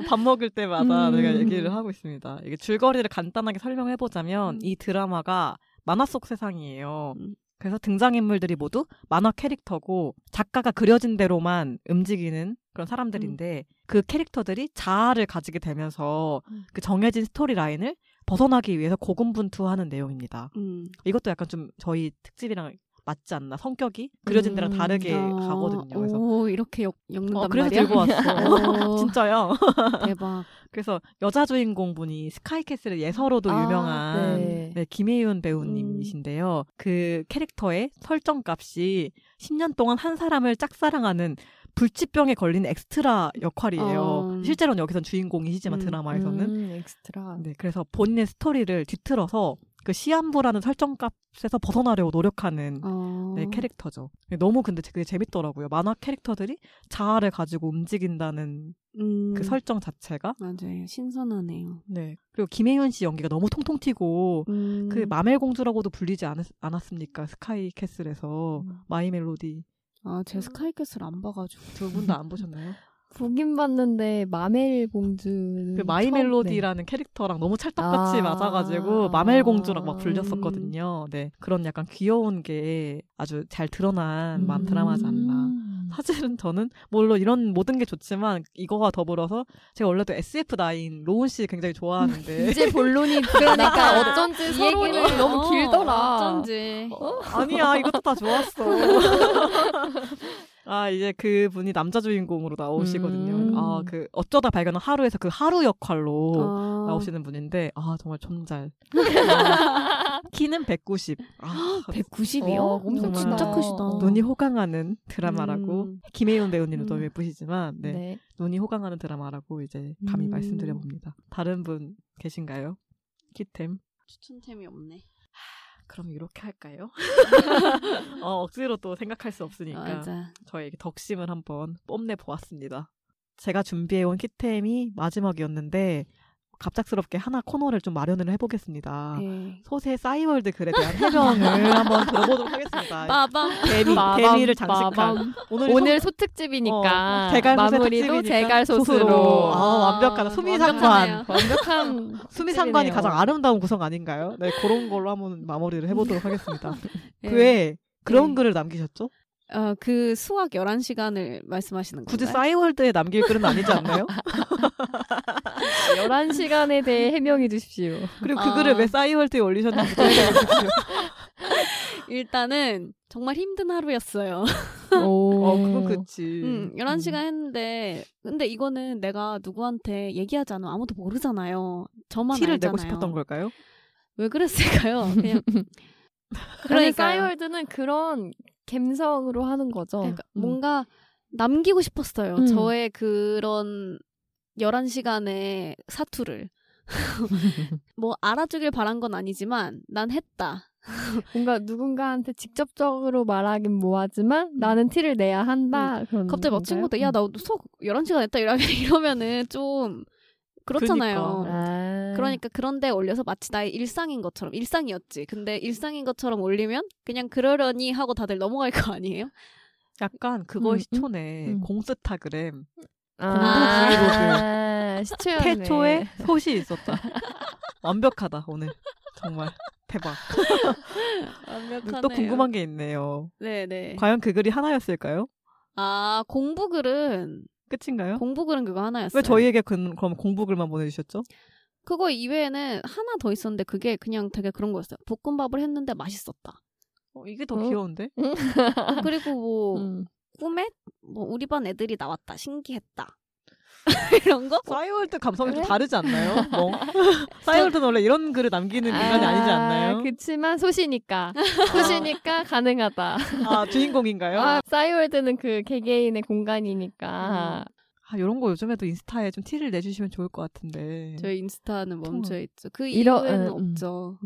[SPEAKER 2] 밥 먹을 때마다
[SPEAKER 3] 음.
[SPEAKER 2] 내가 얘기를 하고 있습니다. 이게 줄거리를 간단하게 설명해 보자면
[SPEAKER 1] 음.
[SPEAKER 2] 이 드라마가 만화 속 세상이에요.
[SPEAKER 1] 음.
[SPEAKER 2] 그래서 등장인물들이 모두 만화 캐릭터고 작가가 그려진 대로만 움직이는 그런 사람들인데 그 캐릭터들이 자아를 가지게 되면서
[SPEAKER 1] 음.
[SPEAKER 2] 그 정해진 스토리 라인을 벗어나기 위해서 고군분투하는 내용입니다.
[SPEAKER 1] 음.
[SPEAKER 2] 이것도 약간 좀 저희 특집이랑 맞지 않나 성격이 그려진 데랑
[SPEAKER 3] 음,
[SPEAKER 2] 다르게
[SPEAKER 1] 아,
[SPEAKER 2] 가거든요. 그래서
[SPEAKER 1] 오, 이렇게 엮, 엮는단
[SPEAKER 2] 어, 그래서
[SPEAKER 1] 말이야?
[SPEAKER 2] 들고 왔어.
[SPEAKER 1] 오,
[SPEAKER 2] 진짜요.
[SPEAKER 1] 대박.
[SPEAKER 2] 그래서 여자 주인공분이 스카이캐슬의 예서로도
[SPEAKER 3] 아,
[SPEAKER 2] 유명한
[SPEAKER 3] 네.
[SPEAKER 2] 네, 김혜윤 배우님이신데요. 그 캐릭터의 설정 값이 10년 동안 한 사람을 짝사랑하는 불치병에 걸린 엑스트라 역할이에요.
[SPEAKER 1] 어.
[SPEAKER 2] 실제로는 여기선 주인공이시지만
[SPEAKER 1] 음,
[SPEAKER 2] 드라마에서는.
[SPEAKER 3] 음, 엑스트라.
[SPEAKER 2] 네, 그래서 본인의 스토리를 뒤틀어서 그 시한부라는 설정 값에서 벗어나려고 노력하는
[SPEAKER 1] 어.
[SPEAKER 2] 네, 캐릭터죠. 너무 근데 그게 재밌더라고요. 만화 캐릭터들이 자아를 가지고 움직인다는
[SPEAKER 1] 음,
[SPEAKER 2] 그 설정 자체가.
[SPEAKER 1] 맞아요. 신선하네요.
[SPEAKER 2] 네. 그리고 김혜윤 씨 연기가 너무 통통 튀고
[SPEAKER 1] 음,
[SPEAKER 2] 그 마멜 공주라고도 불리지 않았, 않았습니까? 스카이 캐슬에서
[SPEAKER 1] 음.
[SPEAKER 2] 마이 멜로디
[SPEAKER 1] 아, 제 스카이캐슬 안 봐가지고.
[SPEAKER 2] 두 분도 안 보셨나요?
[SPEAKER 3] 보긴 봤는데 마멜 공주.
[SPEAKER 1] 음,
[SPEAKER 2] 그 마이
[SPEAKER 1] 네.
[SPEAKER 2] 멜로디라는 캐릭터랑 너무 찰떡같이
[SPEAKER 3] 아.
[SPEAKER 2] 맞아가지고 마멜 공주랑 막 불렸었거든요.
[SPEAKER 1] 음.
[SPEAKER 2] 네 그런 약간 귀여운 게 아주 잘
[SPEAKER 3] 네.
[SPEAKER 2] 드러난
[SPEAKER 1] 음.
[SPEAKER 2] 만 드라마지 않나.
[SPEAKER 3] 음.
[SPEAKER 2] 사실은 저는 물론 이런 모든 게 좋지만 이거와 더불어서 제가 원래도 SF 나인 로운 씨 굉장히 좋아하는데
[SPEAKER 3] 네. 이제 본론이 그러니까 어쩐지
[SPEAKER 1] 이
[SPEAKER 3] 서론이
[SPEAKER 1] 얘기는-
[SPEAKER 3] 너무
[SPEAKER 1] 어,
[SPEAKER 3] 길더라.
[SPEAKER 1] 어쩐지.
[SPEAKER 2] 아니야 이것도 다 좋았어. 아 이제 그 분이 남자 주인공으로 나오시거든요.
[SPEAKER 3] 음.
[SPEAKER 2] 아 그 어쩌다 발견한 하루에서 그 하루 역할로
[SPEAKER 3] 어.
[SPEAKER 1] 아,
[SPEAKER 2] 어, 나오시는 분인데 아 정말 존잘. 아, 키는 190. 아
[SPEAKER 1] 190이요?
[SPEAKER 3] 어, 엄청
[SPEAKER 2] 진짜
[SPEAKER 1] 진짜
[SPEAKER 3] 크다.
[SPEAKER 1] 크시다.
[SPEAKER 2] 눈이 호강하는 드라마라고
[SPEAKER 1] 음.
[SPEAKER 2] 김혜윤 배우님도 너무
[SPEAKER 3] 음.
[SPEAKER 2] 예쁘시지만 네,
[SPEAKER 3] 네.
[SPEAKER 2] 눈이 호강하는 드라마라고 이제 감히
[SPEAKER 1] 음.
[SPEAKER 2] 말씀드려 봅니다. 다른 분 계신가요? 키템.
[SPEAKER 1] 추천템이 없네. 아,
[SPEAKER 2] 그럼 이렇게 할까요? 어, 억지로 또 생각할 수 없으니까.
[SPEAKER 1] 맞아.
[SPEAKER 2] 저의 덕심을 한번 뽐내 보았습니다. 제가 준비해온 키템이 마지막이었는데 갑작스럽게 하나 코너를 좀 마련을 해보겠습니다.
[SPEAKER 1] 예.
[SPEAKER 2] 소세 싸이월드 글에 대한 해명을 한번 들어보도록 하겠습니다.
[SPEAKER 1] 빠밤.
[SPEAKER 2] 데뷔,
[SPEAKER 3] 마밤,
[SPEAKER 2] 데뷔를 장식할
[SPEAKER 3] 마밤.
[SPEAKER 2] 오늘,
[SPEAKER 3] 오늘
[SPEAKER 2] 어,
[SPEAKER 3] 소특집이니까
[SPEAKER 2] 제갈 소세
[SPEAKER 3] 마무리도
[SPEAKER 2] 특집이니까
[SPEAKER 3] 제갈
[SPEAKER 2] 소스로.
[SPEAKER 3] 소스로
[SPEAKER 2] 아, 완벽하다.
[SPEAKER 1] 완벽하네요.
[SPEAKER 2] 수미상관.
[SPEAKER 3] 완벽한
[SPEAKER 2] 수미상관이
[SPEAKER 3] 특집이네요.
[SPEAKER 2] 가장 아름다운 구성 아닌가요? 네, 그런 걸로 한번 마무리를 해보도록 하겠습니다.
[SPEAKER 1] 예.
[SPEAKER 2] 그외 그런
[SPEAKER 1] 네.
[SPEAKER 2] 글을 남기셨죠?
[SPEAKER 1] 어, 그 수학 11시간을 말씀하시는 건가요?
[SPEAKER 2] 굳이 싸이월드에 남길 글은 아니지 않나요?
[SPEAKER 3] 11시간에 대해 해명해 주십시오.
[SPEAKER 2] 그리고
[SPEAKER 1] 아.
[SPEAKER 2] 그 글을 왜 싸이월드에 올리셨는지 저희가 알려주십시오.
[SPEAKER 1] 일단은 정말 힘든 하루였어요.
[SPEAKER 3] 오.
[SPEAKER 2] 어, 그건 그치.
[SPEAKER 1] 음, 11시간 했는데 근데 이거는 내가 누구한테 얘기하지 않으면 아무도 모르잖아요. 저만
[SPEAKER 2] 티를
[SPEAKER 1] 알잖아요.
[SPEAKER 2] 내고 싶었던 걸까요?
[SPEAKER 1] 왜 그랬을까요? 그냥
[SPEAKER 3] 그러니까
[SPEAKER 1] 그러니까요.
[SPEAKER 3] 싸이월드는 그런 감성으로 하는
[SPEAKER 2] 어,
[SPEAKER 3] 거죠.
[SPEAKER 1] 그러니까
[SPEAKER 2] 음.
[SPEAKER 1] 뭔가 남기고 싶었어요.
[SPEAKER 3] 음.
[SPEAKER 1] 저의 그런 11시간의 사투를. 뭐 알아주길 바란 건 아니지만 난 했다.
[SPEAKER 3] 뭔가 누군가한테 직접적으로 말하긴 뭐하지만 나는 티를 내야 한다.
[SPEAKER 2] 음,
[SPEAKER 3] 그런
[SPEAKER 1] 갑자기 막
[SPEAKER 3] 건가요?
[SPEAKER 1] 친구들 야 나 수학 11시간 했다 이러면, 이러면은 좀 그렇잖아요.
[SPEAKER 2] 그러니까.
[SPEAKER 3] 아.
[SPEAKER 1] 그러니까 그런데 올려서 마치 나의 일상인 것처럼 일상이었지. 근데 일상인 것처럼 올리면 그냥 그러려니 하고 다들 넘어갈 거 아니에요?
[SPEAKER 2] 약간 그거의
[SPEAKER 3] 음,
[SPEAKER 2] 시초네.
[SPEAKER 3] 음.
[SPEAKER 2] 공스타그램.
[SPEAKER 3] 아, 시초였네.
[SPEAKER 2] 태초에 솥이 있었다. 완벽하다, 오늘. 정말. 대박.
[SPEAKER 1] 완벽하네요.
[SPEAKER 2] 또 궁금한 게 있네요.
[SPEAKER 1] 네네.
[SPEAKER 2] 과연 그 글이 하나였을까요?
[SPEAKER 1] 아 공부글은
[SPEAKER 2] 끝인가요?
[SPEAKER 1] 공부글은 그거 하나였어요.
[SPEAKER 2] 왜 저희에게 그, 그럼 공부글만 보내주셨죠?
[SPEAKER 1] 그거 이외에는 하나 더 있었는데 그게 그냥 되게 그런 거였어요. 볶음밥을 했는데 맛있었다.
[SPEAKER 2] 어, 이게 더
[SPEAKER 3] 어?
[SPEAKER 2] 귀여운데?
[SPEAKER 1] 그리고 뭐
[SPEAKER 3] 음.
[SPEAKER 1] 꿈에 뭐 우리 반 애들이 나왔다 신기했다 이런 거.
[SPEAKER 3] 어.
[SPEAKER 2] 싸이월드 감성이 좀
[SPEAKER 3] 그래?
[SPEAKER 2] 다르지 않나요? 뭐. 싸이월드는 원래 이런 글을 남기는 인간이 아니지 않나요?
[SPEAKER 3] 그치만 소시니까. 소시니까 가능하다.
[SPEAKER 2] 아, 주인공인가요?
[SPEAKER 3] 아, 싸이월드는 그 개개인의 공간이니까.
[SPEAKER 2] 아, 이런 거 요즘에도 인스타에 좀 티를 내주시면 좋을 것 같은데.
[SPEAKER 1] 저희 인스타는 멈춰 있죠. 그
[SPEAKER 3] 이러-
[SPEAKER 1] 이후에는
[SPEAKER 3] 음, 음.
[SPEAKER 1] 없죠.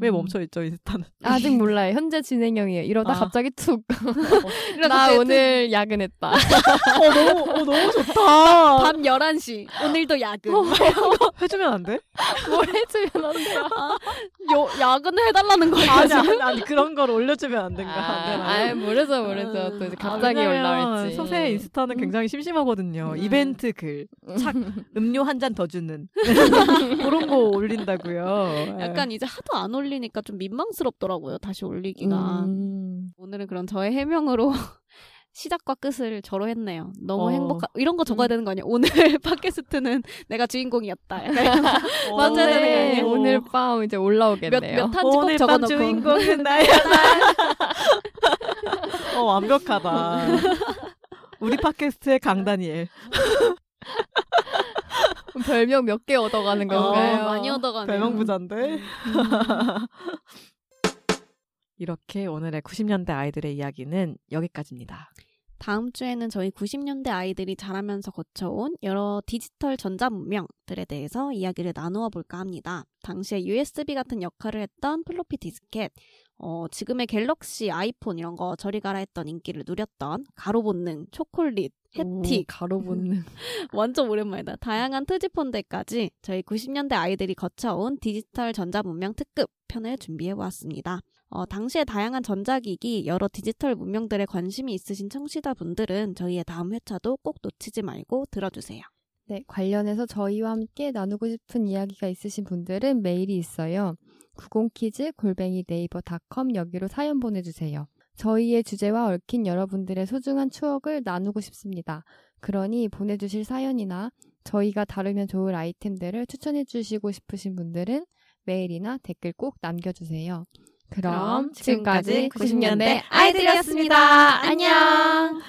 [SPEAKER 2] 왜 멈춰 있죠 인스타는?
[SPEAKER 3] 아직 몰라요. 현재 진행형이에요. 이러다
[SPEAKER 2] 아.
[SPEAKER 3] 갑자기 툭.
[SPEAKER 1] 이러다
[SPEAKER 3] 나
[SPEAKER 1] 갑자기
[SPEAKER 3] 오늘 야근했다.
[SPEAKER 2] 어 너무 어 너무
[SPEAKER 3] 어.
[SPEAKER 2] 좋다.
[SPEAKER 1] 밤 11시 오늘도 야근.
[SPEAKER 2] 해주면 안 돼?
[SPEAKER 3] 뭘 해주면 안 돼요.
[SPEAKER 1] 요- 야근을 해달라는 거예요.
[SPEAKER 2] 아니 아니, 아니 그런 걸 올려주면 안 된가? 안 되나요?
[SPEAKER 3] 아, 아, 모르죠, 모르죠. 또 이제 갑자기
[SPEAKER 2] 아, 왜냐면
[SPEAKER 3] 올라올지.
[SPEAKER 2] 소세 인스타는 굉장히 심심하거든요.
[SPEAKER 1] 음.
[SPEAKER 2] 이벤트 글, 착 음료 한 잔 더 주는 그런 거 올린다고요. 예.
[SPEAKER 1] 약간 이제 하도 안 올리니까 좀 민망스럽더라고요. 다시 올리기가.
[SPEAKER 3] 음.
[SPEAKER 1] 오늘은 그런 저의 해명으로 시작과 끝을 저로 했네요. 너무
[SPEAKER 2] 어.
[SPEAKER 1] 행복하. 이런 거 적어야 되는 거 아니야? 오늘 팟캐스트는 내가 주인공이었다. 약간 이런 맞아야 되는 거
[SPEAKER 2] 네.
[SPEAKER 3] 오늘,
[SPEAKER 1] 아니에요?
[SPEAKER 3] 네. 오늘 밤 이제 올라오겠네요.
[SPEAKER 1] 네, 몇몇 한지 꼭 적어놓고.
[SPEAKER 2] 주인공은 나야. 어 완벽하다. 우리 팟캐스트의 강다니엘.
[SPEAKER 3] 별명 몇 개 얻어가는
[SPEAKER 1] 어,
[SPEAKER 3] 건가요?
[SPEAKER 1] 많이 얻어가네.
[SPEAKER 2] 대명 부자인데. 이렇게 오늘의 90년대 아이들의 이야기는 여기까지입니다.
[SPEAKER 1] 다음 주에는 저희 90년대 아이들이 자라면서 거쳐온 여러 디지털 전자 문명들에 대해서 이야기를 나누어 볼까 합니다. 당시에 USB 같은 역할을 했던 플로피 디스켓, 어, 지금의 갤럭시, 아이폰 이런 거 저리 가라 했던 인기를 누렸던 가로 본능, 초콜릿, 혜택,
[SPEAKER 3] 가로 붙는
[SPEAKER 1] 완전 오랜만이다. 다양한 트지폰들까지 저희 90년대 아이들이 거쳐온 디지털 전자문명 특급 편을 준비해 보았습니다. 어, 당시에 다양한 전자기기, 여러 디지털 문명들에 관심이 있으신 청취자분들은 저희의 다음 회차도 꼭 놓치지 말고 들어주세요.
[SPEAKER 3] 네, 관련해서 저희와 함께 나누고 싶은 이야기가 있으신 분들은 메일이 있어요. 90키즈 골뱅이 네이버 닷컴 여기로 사연 보내주세요. 저희의 주제와 얽힌 여러분들의 소중한 추억을 나누고 싶습니다. 그러니 보내주실 사연이나 저희가 다루면 좋을 아이템들을 추천해 주시고 싶으신 분들은 메일이나 댓글 꼭 남겨주세요. 그럼 지금까지 90년대 아이들이었습니다. 안녕!